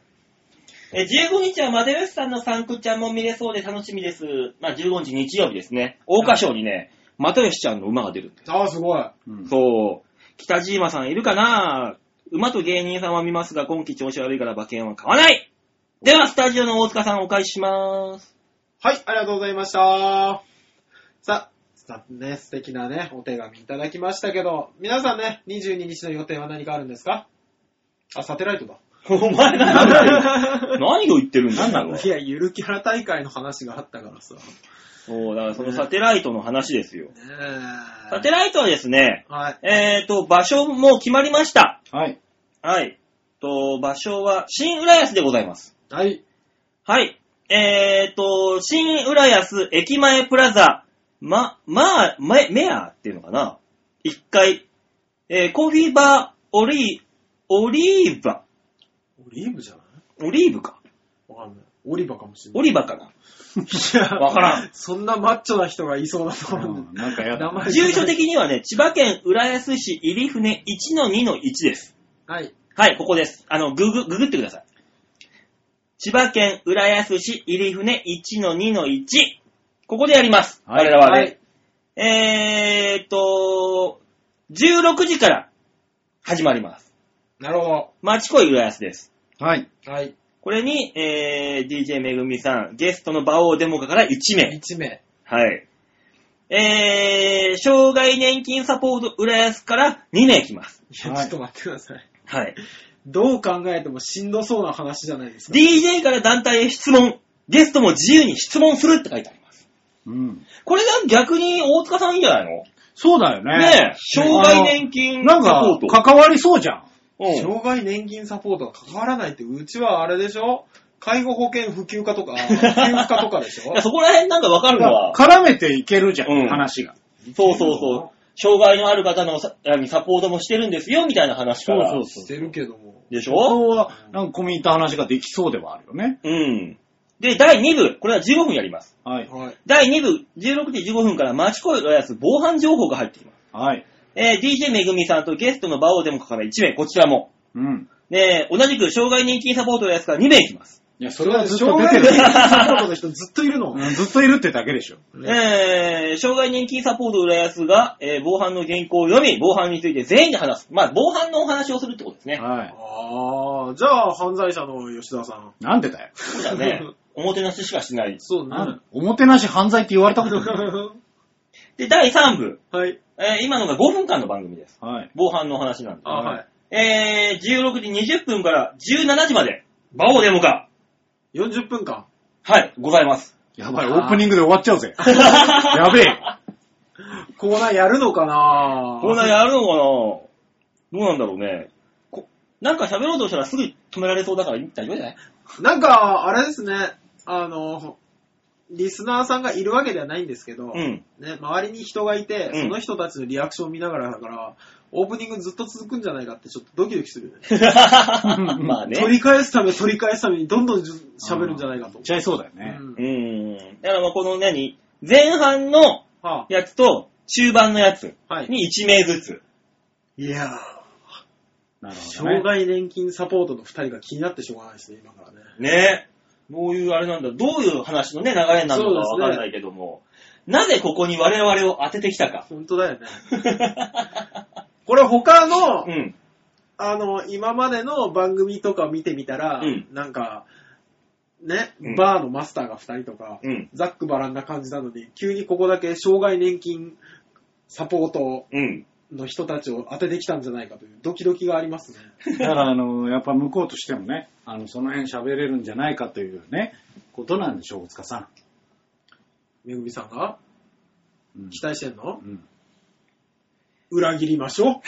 Speaker 2: え、15日はマデルスさんのサンクちゃんも見れそうで楽しみです。まあ15日日曜日ですね。大花賞にね、マトヨシちゃんの馬が出るんで
Speaker 1: ああ、すごい。
Speaker 3: うん
Speaker 2: す。そう。北島さんいるかな馬と芸人さんは見ますが、今季調子悪いから馬券は買わないでは、スタジオの大塚さんお返しします。
Speaker 1: はい、ありがとうございました。さあ、さね、素敵なね、お手紙いただきましたけど、皆さんね、22日の予定は何かあるんですかあ、サテライトだ。
Speaker 2: お前何を何を言ってるんだ
Speaker 3: 何な
Speaker 2: ろ
Speaker 3: の
Speaker 1: いや、ゆるキャラ大会の話があったからさ。ね
Speaker 2: そう、だからそのサテライトの話ですよ。
Speaker 1: え
Speaker 2: サテライトはですね、
Speaker 1: はい。
Speaker 2: えーと、場所も決まりました。
Speaker 3: はい。
Speaker 2: はい。と、場所は、新浦安でございます。
Speaker 1: はい。
Speaker 2: はい。えーと、新浦安駅前プラザ、ま、まあ、め、メアっていうのかな ?1 階、えーコーヒーバー、オリー、オリーバ、
Speaker 1: オリーブじゃない
Speaker 2: オリーブか。
Speaker 1: わかんない。オリバかもしれな
Speaker 2: オ
Speaker 1: い。
Speaker 2: リバかな。
Speaker 1: いや
Speaker 2: わからん。
Speaker 1: そんなマッチョな人がいそうなところに。
Speaker 3: うんなんかやだ
Speaker 1: 名
Speaker 3: な。
Speaker 1: 前
Speaker 2: 住所的にはね、千葉県浦安市入船1-2-1です。
Speaker 1: はい。
Speaker 2: はい、ここです。あの、ググ、ググってください。千葉県浦安市入船1-2-1。ここでやります。
Speaker 3: はい
Speaker 2: 我々はね。
Speaker 1: はい
Speaker 2: えーっと、16時から始まります。
Speaker 1: なるほ
Speaker 2: 町恋浦安です。
Speaker 3: はい。
Speaker 1: ど。はい。
Speaker 2: これに、えー、DJ めぐみさん、ゲストの馬王デモカから1名。
Speaker 1: 1名。
Speaker 2: はい。えー、障害年金サポート浦安から2名来ます。
Speaker 1: いや、ちょっと待ってください。
Speaker 2: はい。
Speaker 1: どう考えてもしんどそうな話じゃないですか。
Speaker 2: DJ から団体へ質問。ゲストも自由に質問するって書いてあります。
Speaker 3: うん。
Speaker 2: これが逆に大塚さんいいんじゃないの
Speaker 3: そうだよね。
Speaker 2: ねえ、障害年金
Speaker 3: な
Speaker 2: サ
Speaker 3: ん
Speaker 2: ポ
Speaker 3: か
Speaker 2: ート。、
Speaker 3: 関わりそうじゃん。
Speaker 2: うん
Speaker 1: 障害年金サポートが関わらないって、うちはあれでしょ介護保険普及化とか、給付化とか でしょ
Speaker 2: いや そこら辺なんかわかるのは、
Speaker 3: 絡めていけるじゃん、
Speaker 2: うん
Speaker 3: 話が。
Speaker 2: そうそうそう。障害のある方のさあのサポートもしてるんですよ、みたいな話から。
Speaker 1: してるけども。
Speaker 2: でし
Speaker 3: そ
Speaker 2: ょ
Speaker 3: こは、なんか込み入った話ができそうではあるよね。
Speaker 2: うん。で、第2部、これは15分やります。
Speaker 3: はい。
Speaker 1: はい。
Speaker 2: 第2部、16時15分から町恋浦安防犯情報が入っています。
Speaker 3: はい。
Speaker 2: えー、DJ めぐみさんとゲストの馬王でもかから1名、こちらも。
Speaker 3: うん。
Speaker 2: ね同じく障害年金サポート浦安から2名来ます。
Speaker 3: いや、そ
Speaker 1: それ
Speaker 3: れは
Speaker 1: は
Speaker 3: ずっ
Speaker 1: 障
Speaker 3: と
Speaker 1: 害
Speaker 3: 出て
Speaker 1: 年金
Speaker 3: る。
Speaker 1: サポートの人ずっといるの。
Speaker 3: うんずっといるってだけでしょ。
Speaker 2: え
Speaker 1: ね
Speaker 2: ー、障害年金サポート浦安が、えー、防犯の原稿を読み、防犯について全員で話す。まあ、防犯のお話をするってことですね。
Speaker 3: はい。
Speaker 1: ああ、じゃあ犯罪者の吉田さん。
Speaker 3: なんでだよ。
Speaker 2: そうだね。おもてなししかしない。
Speaker 1: そうね。
Speaker 3: おもてなし犯罪って言われたことない。
Speaker 2: で、第3部。
Speaker 1: はい。
Speaker 2: えー今のが5分間の番組です。
Speaker 3: はい。
Speaker 2: 防犯のお話なんで。
Speaker 1: あはい。
Speaker 2: えー、16時20分から17時まで、バオデモか。
Speaker 1: 40分間。
Speaker 2: はい、ございます。
Speaker 3: やばい、オープニングで終わっち ゃうぜ。やべえ。
Speaker 1: コーナーやるのかな
Speaker 2: こんなやるのかなどうなんだろうね。こなんか喋ろうとしたらすぐ止められそうだから大丈夫じゃない
Speaker 1: なんか、あれですね。あの、リスナーさんがいるわけではないんですけど、
Speaker 2: うん。
Speaker 1: ね、周りに人がいて、
Speaker 2: うん
Speaker 1: その人たちのリアクションを見ながらだから、オープニングずっと続くんじゃないかってちょっとドキドキするよね。
Speaker 2: まあ
Speaker 1: 取
Speaker 2: ね。
Speaker 1: り返すため取り返すためにどんどんじゅ喋るんじゃないかと
Speaker 3: 言っ。ちゃいそうだよね
Speaker 1: う。ん
Speaker 2: うーん。だからまあこの何前半の
Speaker 1: は
Speaker 2: やつと中盤のやつ
Speaker 1: あ、はい。
Speaker 2: に1名ずつ。
Speaker 1: いやー、
Speaker 3: なるほど、ね
Speaker 1: 障。害年金サポートの2人が気になってしょうがないですね、今からね。
Speaker 2: ね。どういうあれなんだ、どういう話のね、流れになるのかわからないけども、なぜここに我々を当ててきた か。
Speaker 1: 本当だよね。これ他の、
Speaker 2: うん。
Speaker 1: あの、今までの番組とか見てみたら、
Speaker 2: うん
Speaker 1: なんか、ね
Speaker 2: うん、
Speaker 1: バーのマスターが2人とか、
Speaker 2: うん。
Speaker 1: ざっくばらんな感じなのに、急にここだけ障害年金サポート
Speaker 2: うん。
Speaker 1: の人たちを当ててきたんじゃないかというドキドキがあります ね。
Speaker 3: だから、あの、やっぱ向こうとしてもね、あの、その辺喋れるんじゃないかというね、ことなんでしょう、大塚さ
Speaker 1: めぐみさんが
Speaker 3: ん。うん
Speaker 1: 期待してんの
Speaker 3: うん
Speaker 1: 裏切りましょ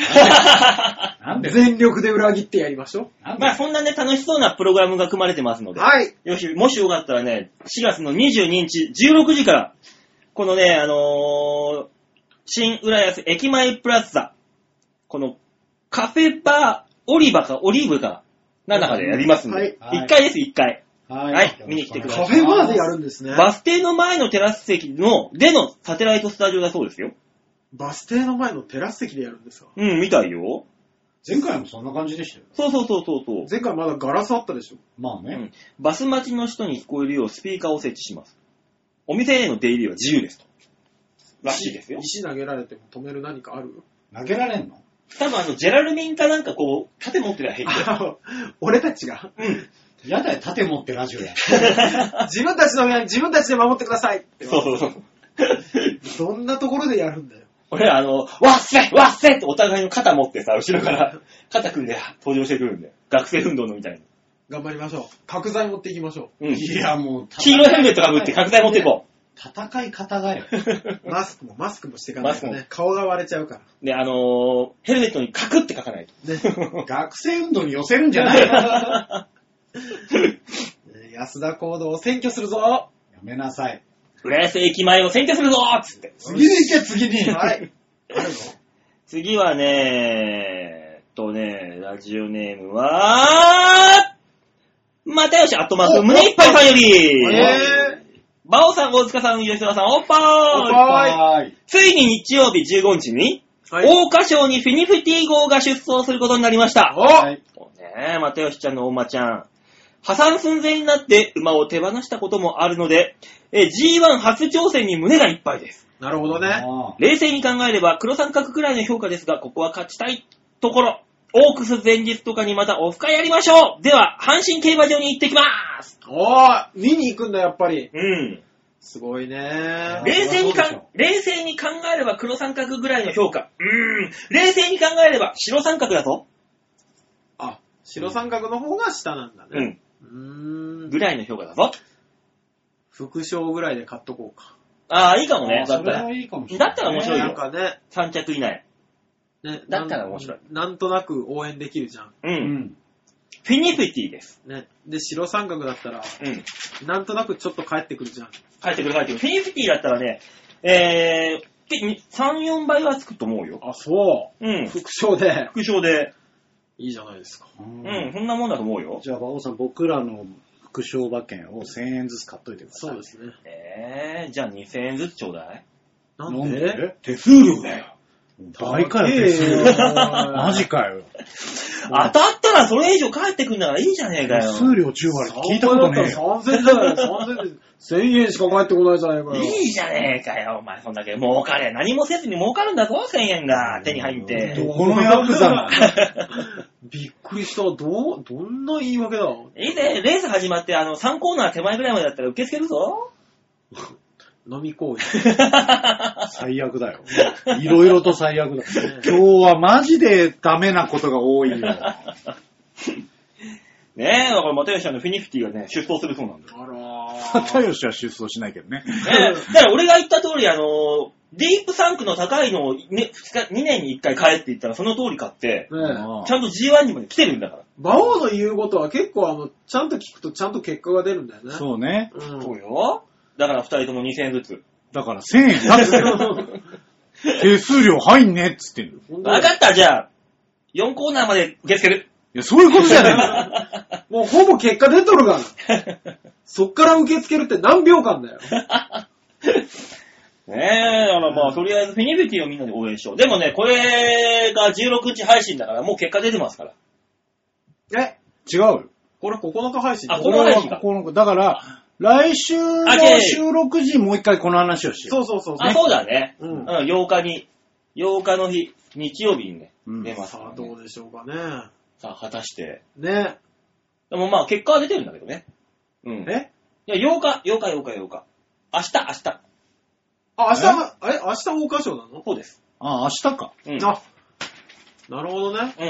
Speaker 3: なん
Speaker 1: う。
Speaker 3: で
Speaker 1: 全力で裏切ってやりましょ
Speaker 3: なんで
Speaker 2: まあそんなね、楽しそうなプログラムが組まれてますの
Speaker 1: う。
Speaker 2: で、
Speaker 1: はい。
Speaker 2: よし、もしよかったらね、4月の22日16時から、このね、あのー、新浦安駅前プラザ、このカフェバーオリバかオリーブか、な中でやりますん
Speaker 1: は
Speaker 2: で、
Speaker 1: い
Speaker 2: 一1階です、1階。
Speaker 3: は
Speaker 2: はい見に来てくださ
Speaker 1: カ
Speaker 2: い
Speaker 1: フェバーでやるんですね。
Speaker 2: バス停の前のテラス席の、でのサテライトスタジオだそうですよ。
Speaker 1: バス停の前のテラス席でやるんですか
Speaker 2: うん、みたいよ。
Speaker 5: 前回もそんな感じでしたよ。
Speaker 2: そうそうそうそうそう。
Speaker 1: 前回まだガラスあったでしょ。
Speaker 3: まあ
Speaker 2: う
Speaker 3: ね。
Speaker 2: んバス待ちの人に聞こえるようスピーカーを設置します。お店への出入りは自由ですと。らしいですよ。
Speaker 1: 石投げられても止める何かある
Speaker 5: 投げられんの
Speaker 2: 多分あの、ジェラルミンかなんかこう、盾持ってる平気で。
Speaker 1: あ 俺たちが
Speaker 5: やだよ、盾持ってラジオや。
Speaker 1: 自分たちの身は自分たちで守ってくださいって
Speaker 2: そうそうそう。
Speaker 1: どんなところでやるんだよ。
Speaker 2: 俺らあの、わっせわっせってお互いの肩持ってさ、後ろ から肩組んで登場してくるんで。学生運動のみたいに。
Speaker 1: 頑張りましょう。角材持っていきましょ
Speaker 2: うん。
Speaker 5: いや、もう、
Speaker 2: 黄色いヘルメットかぶって角材持っていこ
Speaker 5: 戦い方がよ。
Speaker 1: う。マスクも、マスクもしていかないと
Speaker 2: マス
Speaker 1: ね。顔が割れちゃうから。
Speaker 2: う。で、あのーヘルメットにカクって書か ないと。
Speaker 5: 学生運動に寄せるんじゃ ないよや
Speaker 1: えー安田行動を占拠するぞ
Speaker 5: めなさい。
Speaker 2: 浦安駅前を占拠するぞーっつって。
Speaker 5: 次に行け、次に。
Speaker 1: はい。ある
Speaker 2: 次はね、えっとね、ラジオネームは、またよし、あとまく、胸いっぱいさんよ
Speaker 1: の
Speaker 2: り、
Speaker 1: え
Speaker 2: バオさん、大塚さん、吉田さん、おっぱ
Speaker 1: おっ
Speaker 2: ーい
Speaker 1: ぱは
Speaker 5: はい。
Speaker 2: ついに日曜日15日に、
Speaker 1: ーはい。
Speaker 2: 大花賞にフィニフィティ号が出走することになりました。
Speaker 1: お
Speaker 5: はい。
Speaker 2: そうねまたよしちゃんのお馬ちゃん。破産寸前になって馬を手放したこともあるので、え G1 初挑戦に胸がいっぱいです。
Speaker 1: なるほどね。
Speaker 5: あ
Speaker 2: 冷静に考えれば黒三角くらいの評価ですが、ここは勝ちたいところ。オークス前日とかにまたオフ会やりましょうでは、阪神競馬場に行ってきます
Speaker 1: おー見に行くんだ、やっぱり。
Speaker 2: うん。
Speaker 1: すごいね
Speaker 2: 冷静にか
Speaker 3: そうでしょ
Speaker 2: 冷静に考えれば黒三角ぐらいの評価。うん。冷静に考えれば白三角だぞ。
Speaker 1: あ、白三角の方が下なんだ
Speaker 2: う
Speaker 1: ね。
Speaker 2: ん。
Speaker 1: うーん。
Speaker 2: ぐらいの評価だぞ。
Speaker 1: 副賞ぐらいで買っとこうか。
Speaker 2: ああ、いいかもね。
Speaker 3: あ
Speaker 2: だ
Speaker 3: そ
Speaker 2: った
Speaker 3: れ
Speaker 2: ら
Speaker 3: は。いいかもしれない。
Speaker 2: だったら面白い
Speaker 1: なん
Speaker 2: よ。
Speaker 1: かね、
Speaker 2: 3着以内。
Speaker 1: ね
Speaker 2: だったら面白い
Speaker 1: なん。なんとなく応援できるじゃん。
Speaker 2: う。
Speaker 3: うんん。
Speaker 2: フィニフィティです。
Speaker 1: ね。で、白三角だったら、
Speaker 2: うん。
Speaker 1: なんとなくちょっと帰ってくるじゃん。
Speaker 2: 帰ってくる帰ってくる。フィニフィティだったらね、えー、で3、4倍はつくと思うよ。。
Speaker 1: あ、そううん副賞で。
Speaker 2: 副賞で。
Speaker 1: いいじゃないですか。
Speaker 2: うん、そんなもんだと思うよ。
Speaker 3: じゃあ、馬王さん、僕らの副賞馬券を1000円ずつ買っといてください。
Speaker 1: そうですね。
Speaker 2: えー、じゃあ2000円ずつちょうだい。
Speaker 1: なん
Speaker 3: なん
Speaker 1: で
Speaker 3: で手数料だよ。倍から手数料。マ
Speaker 1: マ
Speaker 3: ジかよ。
Speaker 2: 当たったらそれ以上返ってくんならいいじゃねえか
Speaker 3: 手数
Speaker 2: よ。
Speaker 3: 料10割聞いたことねえよ。
Speaker 1: 3000だよ、3000で。1000円しか返ってこないじゃないかよ。
Speaker 2: いいじゃねえかよ、お前そんだけ儲かれ。何もせずに儲かるんだぞ、1000円が手に入って。
Speaker 3: どこのヤクザな
Speaker 1: びっくりした。どう、どんな言い訳だ
Speaker 2: いいぜ、レース始まって、あの、3コーナー手前ぐらいまでだったら受け付けるぞ。
Speaker 1: 飲み行為。
Speaker 3: の最悪だよ。いろいろと最悪だ。今日はマジでダメなことが多いよ。
Speaker 2: ねえ、だから、又吉さんのフィニフィティがね、出走するそうなんだよ。
Speaker 1: あら
Speaker 3: 片
Speaker 1: ー。
Speaker 3: 吉は出走しないけどね。
Speaker 2: ねえ、だから俺が言った通り、あの、ディープサンクの高いのを、ね、2, 2年に1回買えって言ったら、その通り買って、
Speaker 1: ねえ
Speaker 2: ちゃんと G1 にも来てるんだから。
Speaker 1: 馬王の言うことは結構あの、ちゃんと聞くとちゃんと結果が出るんだよね。
Speaker 3: そうね。
Speaker 1: う。
Speaker 2: そうんよ。だから2人とも2000円ずつ。
Speaker 3: だから1000円だって。手数料入んねえっつってんの。い
Speaker 1: ほんと
Speaker 2: 分かった、じゃあ、4コーナーまで受け付ける。
Speaker 3: や、そういうことじゃねえんだよ。
Speaker 1: もうほぼ結果出とるがな。そっから受け付けるって何秒間だよ。
Speaker 2: ねえ、だからまあ、とりあえずフィニフィティをみんなで応援しよう。でもね、これが16日配信だから、もう結果出てますから。
Speaker 1: え
Speaker 3: 違うよ。
Speaker 1: これ9日配信
Speaker 2: あこ
Speaker 3: こ
Speaker 2: の
Speaker 3: れ
Speaker 2: 話か
Speaker 3: はこの子だから、来週
Speaker 2: あ違う違う
Speaker 3: の収録時もう一回この話をしよ
Speaker 1: そうそうそう。
Speaker 2: あ、そうだね。
Speaker 1: う
Speaker 2: うんん、。8日に、8日の日、日曜日にね、
Speaker 3: うん
Speaker 2: 出ますから
Speaker 1: さあ、
Speaker 2: ね、
Speaker 1: どうでしょうかね。
Speaker 2: さあ、果たして。
Speaker 1: ね
Speaker 2: でもまあ、結果は出てるんだけどね。うん。
Speaker 1: え
Speaker 2: いや、8日、8日、8日、8日。明日、明日。
Speaker 1: あ、明日は、あれ明日放課賞なの
Speaker 2: そうです。
Speaker 3: う。あ、明日か。
Speaker 2: うん。
Speaker 1: あ、なるほどね。
Speaker 2: う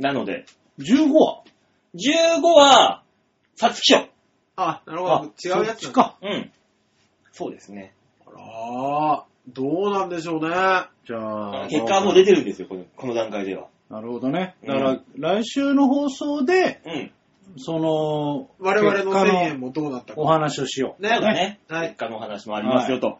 Speaker 2: ん。なので、
Speaker 3: 15は
Speaker 2: 15は、さつき賞。
Speaker 1: あ、なるほど。違うやつ
Speaker 3: そ
Speaker 1: な
Speaker 3: っち
Speaker 1: んだ。
Speaker 3: か。
Speaker 2: うん。そうですね。
Speaker 1: あらー、どうなんでしょうね。
Speaker 3: じゃあ。
Speaker 2: 結果はもう出てるんですよ、このこの段階では。
Speaker 3: なるほどね。
Speaker 2: うん
Speaker 3: だから、来週の放送で、
Speaker 2: うん。
Speaker 3: その、
Speaker 1: 我々の1000
Speaker 3: 結
Speaker 1: 円
Speaker 3: 果の
Speaker 1: もどうなったか。
Speaker 3: お話をしよう。
Speaker 2: そうだ
Speaker 1: ね。
Speaker 2: ね。
Speaker 1: はい
Speaker 2: 結果のお話もありますよ、と。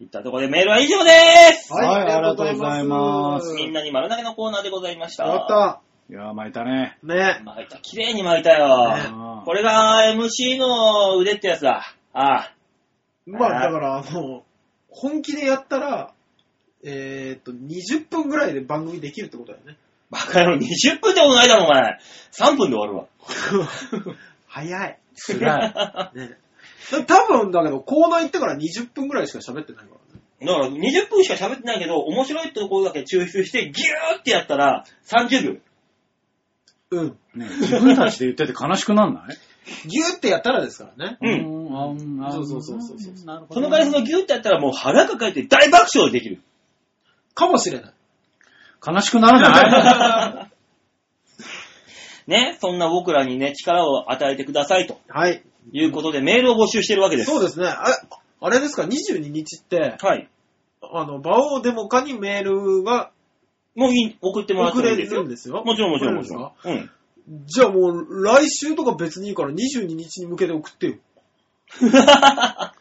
Speaker 2: いったところでメールは以上です
Speaker 3: はいあ
Speaker 2: みんなに丸投げのコーナーでございました。
Speaker 1: やった。
Speaker 3: いやー、巻いたね。
Speaker 1: ね。
Speaker 2: 巻いた。綺麗に巻いたよ。
Speaker 1: ね
Speaker 2: これが MC の腕ってやつだ。ああ。
Speaker 1: ま
Speaker 2: あ
Speaker 1: あ、
Speaker 2: ー
Speaker 1: だから、あの、本気でやったら、えーっと、20分ぐらいで番組できるってことだよ ね。
Speaker 2: バカ野郎、20分でもないだろ、お前。3分で終わるわ。
Speaker 1: 早い。
Speaker 3: つ らい。
Speaker 1: ね。多分だけど、コーナー行ってから20分ぐらいしか喋ってないからね。
Speaker 2: だから20分しか喋ってないけど、面白いところだけ抽出して、ギューってやったら30秒。
Speaker 1: うん。
Speaker 3: ね、自分たちで言ってて悲しくなんない
Speaker 1: ギューってやったらですからね。
Speaker 2: うん
Speaker 3: ん。あんあん
Speaker 1: そうそうそうそうそう
Speaker 3: なるほ
Speaker 2: そ
Speaker 3: ど
Speaker 2: の代わりそのギューってやったらもう腹抱えて大爆笑でき る。
Speaker 1: かもしれない。
Speaker 3: 悲しくならない
Speaker 2: ね、そんな僕らにね、力を与えてくださいと
Speaker 1: はい。
Speaker 2: いうことで、メールを募集してるわけです。
Speaker 1: そうですね。ああれですか、22日って、
Speaker 2: はい。
Speaker 1: あの、馬王デモカにメールが
Speaker 2: もういい、送ってもらって
Speaker 1: 送
Speaker 2: もい
Speaker 1: れ
Speaker 2: いです
Speaker 1: る
Speaker 2: よ
Speaker 1: ん。ですよ。
Speaker 2: もちろんもちろんもち
Speaker 1: 送れる
Speaker 2: ろん。うん。
Speaker 1: んですかじゃあもう、来週とか別にいいから22日に向けて送ってよ。
Speaker 3: いや、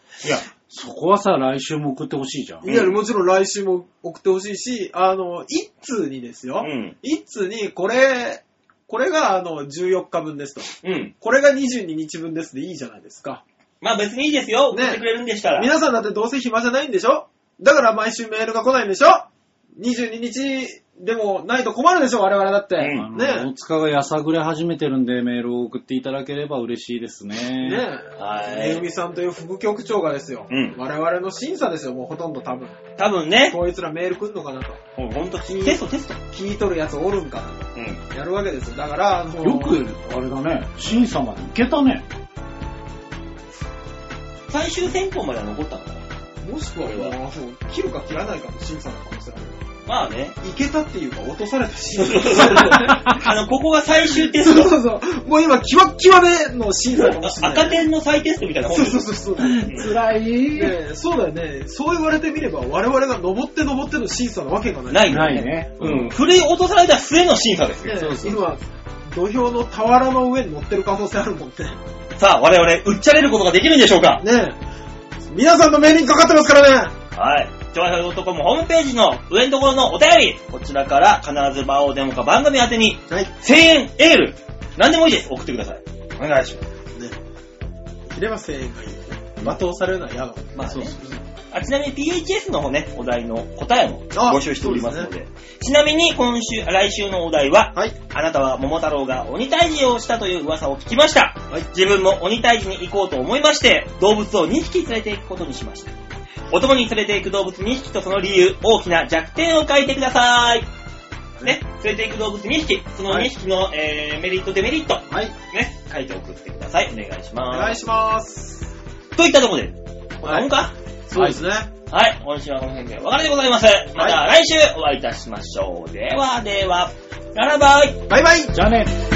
Speaker 3: そこはさ、来週も送ってほしいじゃん。
Speaker 1: いや、もちろん来週も送ってほしいし、あの、一通にですよ。
Speaker 2: うん。
Speaker 1: 一通に、これ、これがあの、14日分ですと。
Speaker 2: うん。
Speaker 1: これが22日分ですでいいじゃないですか。
Speaker 2: まあ別にいいですよ。送
Speaker 1: ね
Speaker 2: ってくれるんでしたら。
Speaker 1: 皆さんだってどうせ暇じゃないんでしょだから毎週メールが来ないんでしょ22日でもないと困るでしょ、我々だって。
Speaker 2: うん
Speaker 3: あの
Speaker 1: ね
Speaker 3: 大塚がやさぐれ始めてるんで、メールを送っていただければ嬉しいですね。
Speaker 1: ね
Speaker 2: は
Speaker 1: めぐみ
Speaker 2: い。
Speaker 1: さんという副局長がですよ、
Speaker 2: うん
Speaker 1: 我々の審査ですよ、もうほとんど多分。
Speaker 2: 多分ね、
Speaker 1: こいつらメール来んのかなと。
Speaker 2: もうほんと、テストテスト。
Speaker 1: 聞いとるやつおるんかな
Speaker 2: うん。
Speaker 1: と。やるわけですよ。だから、あの
Speaker 3: よく、あれだね、審査まで受けたね。
Speaker 2: 最終選考までは残ったのかな
Speaker 1: もしくはもう、もう切るか切らないかの審査の可能性ある。
Speaker 2: まあ ね。
Speaker 1: いけたっていうか、落とされた審査。
Speaker 2: あの、ここが最終テス
Speaker 1: そう
Speaker 2: ト。
Speaker 1: そうそう。もう今、キワッキワでの審査かもしれない。
Speaker 2: 赤点の再テストみたいなもん
Speaker 1: そう
Speaker 2: です
Speaker 1: そう
Speaker 2: よ
Speaker 1: そうそう。
Speaker 3: 辛い
Speaker 1: ねえそうだよね。そう言われてみれば、我々が登って登っての審査なわけがない。
Speaker 2: ないよ
Speaker 3: ない。ね。
Speaker 2: うん。振り落とされた末の審査ですよ。
Speaker 1: ね今、土俵の俵の上に乗ってる可能性あるもんね。
Speaker 2: さあ、我々、うっちゃれることができるんでしょうか
Speaker 1: ねえ皆さんのメールにかかってますからね。
Speaker 2: はい。ちょいひょい .com ホームページの上のところのお便り、こちらから必ず場をデモか番組宛てに、
Speaker 1: はい。
Speaker 2: 1000円エール、何でもいいです。送ってください。お願いします。
Speaker 1: ね。切れば1000円がいいよね。罵倒されるのは嫌だもん。
Speaker 2: まあ、そうですあちなみに PHS の方ね、お題の答えも
Speaker 1: あ
Speaker 2: 募集しておりますの
Speaker 1: そう
Speaker 2: で。ちなみに今週、来週のお題は、
Speaker 1: はい。
Speaker 2: あなたは桃太郎が鬼退治をしたという噂を聞きました。
Speaker 1: はい
Speaker 2: 自分も鬼退治に行こうと思いまして、動物を2匹連れて行くことにしました。お供に連れて行く動物2匹とその理由、大きな弱点を書いてください。ね、連れて行く動物2匹、その2匹の、えーメリット、デメリット、
Speaker 1: はい。
Speaker 2: ね、書いて送ってください。お願いし
Speaker 1: お
Speaker 2: ます。
Speaker 1: 願いします。
Speaker 2: といったところで、こんなもんか、
Speaker 1: そうですね。
Speaker 2: はい、今週はこの辺でお別れでございます。また来週お会いいたしましょう。ではでは、ならばい。
Speaker 1: バイバイ
Speaker 3: じゃあね。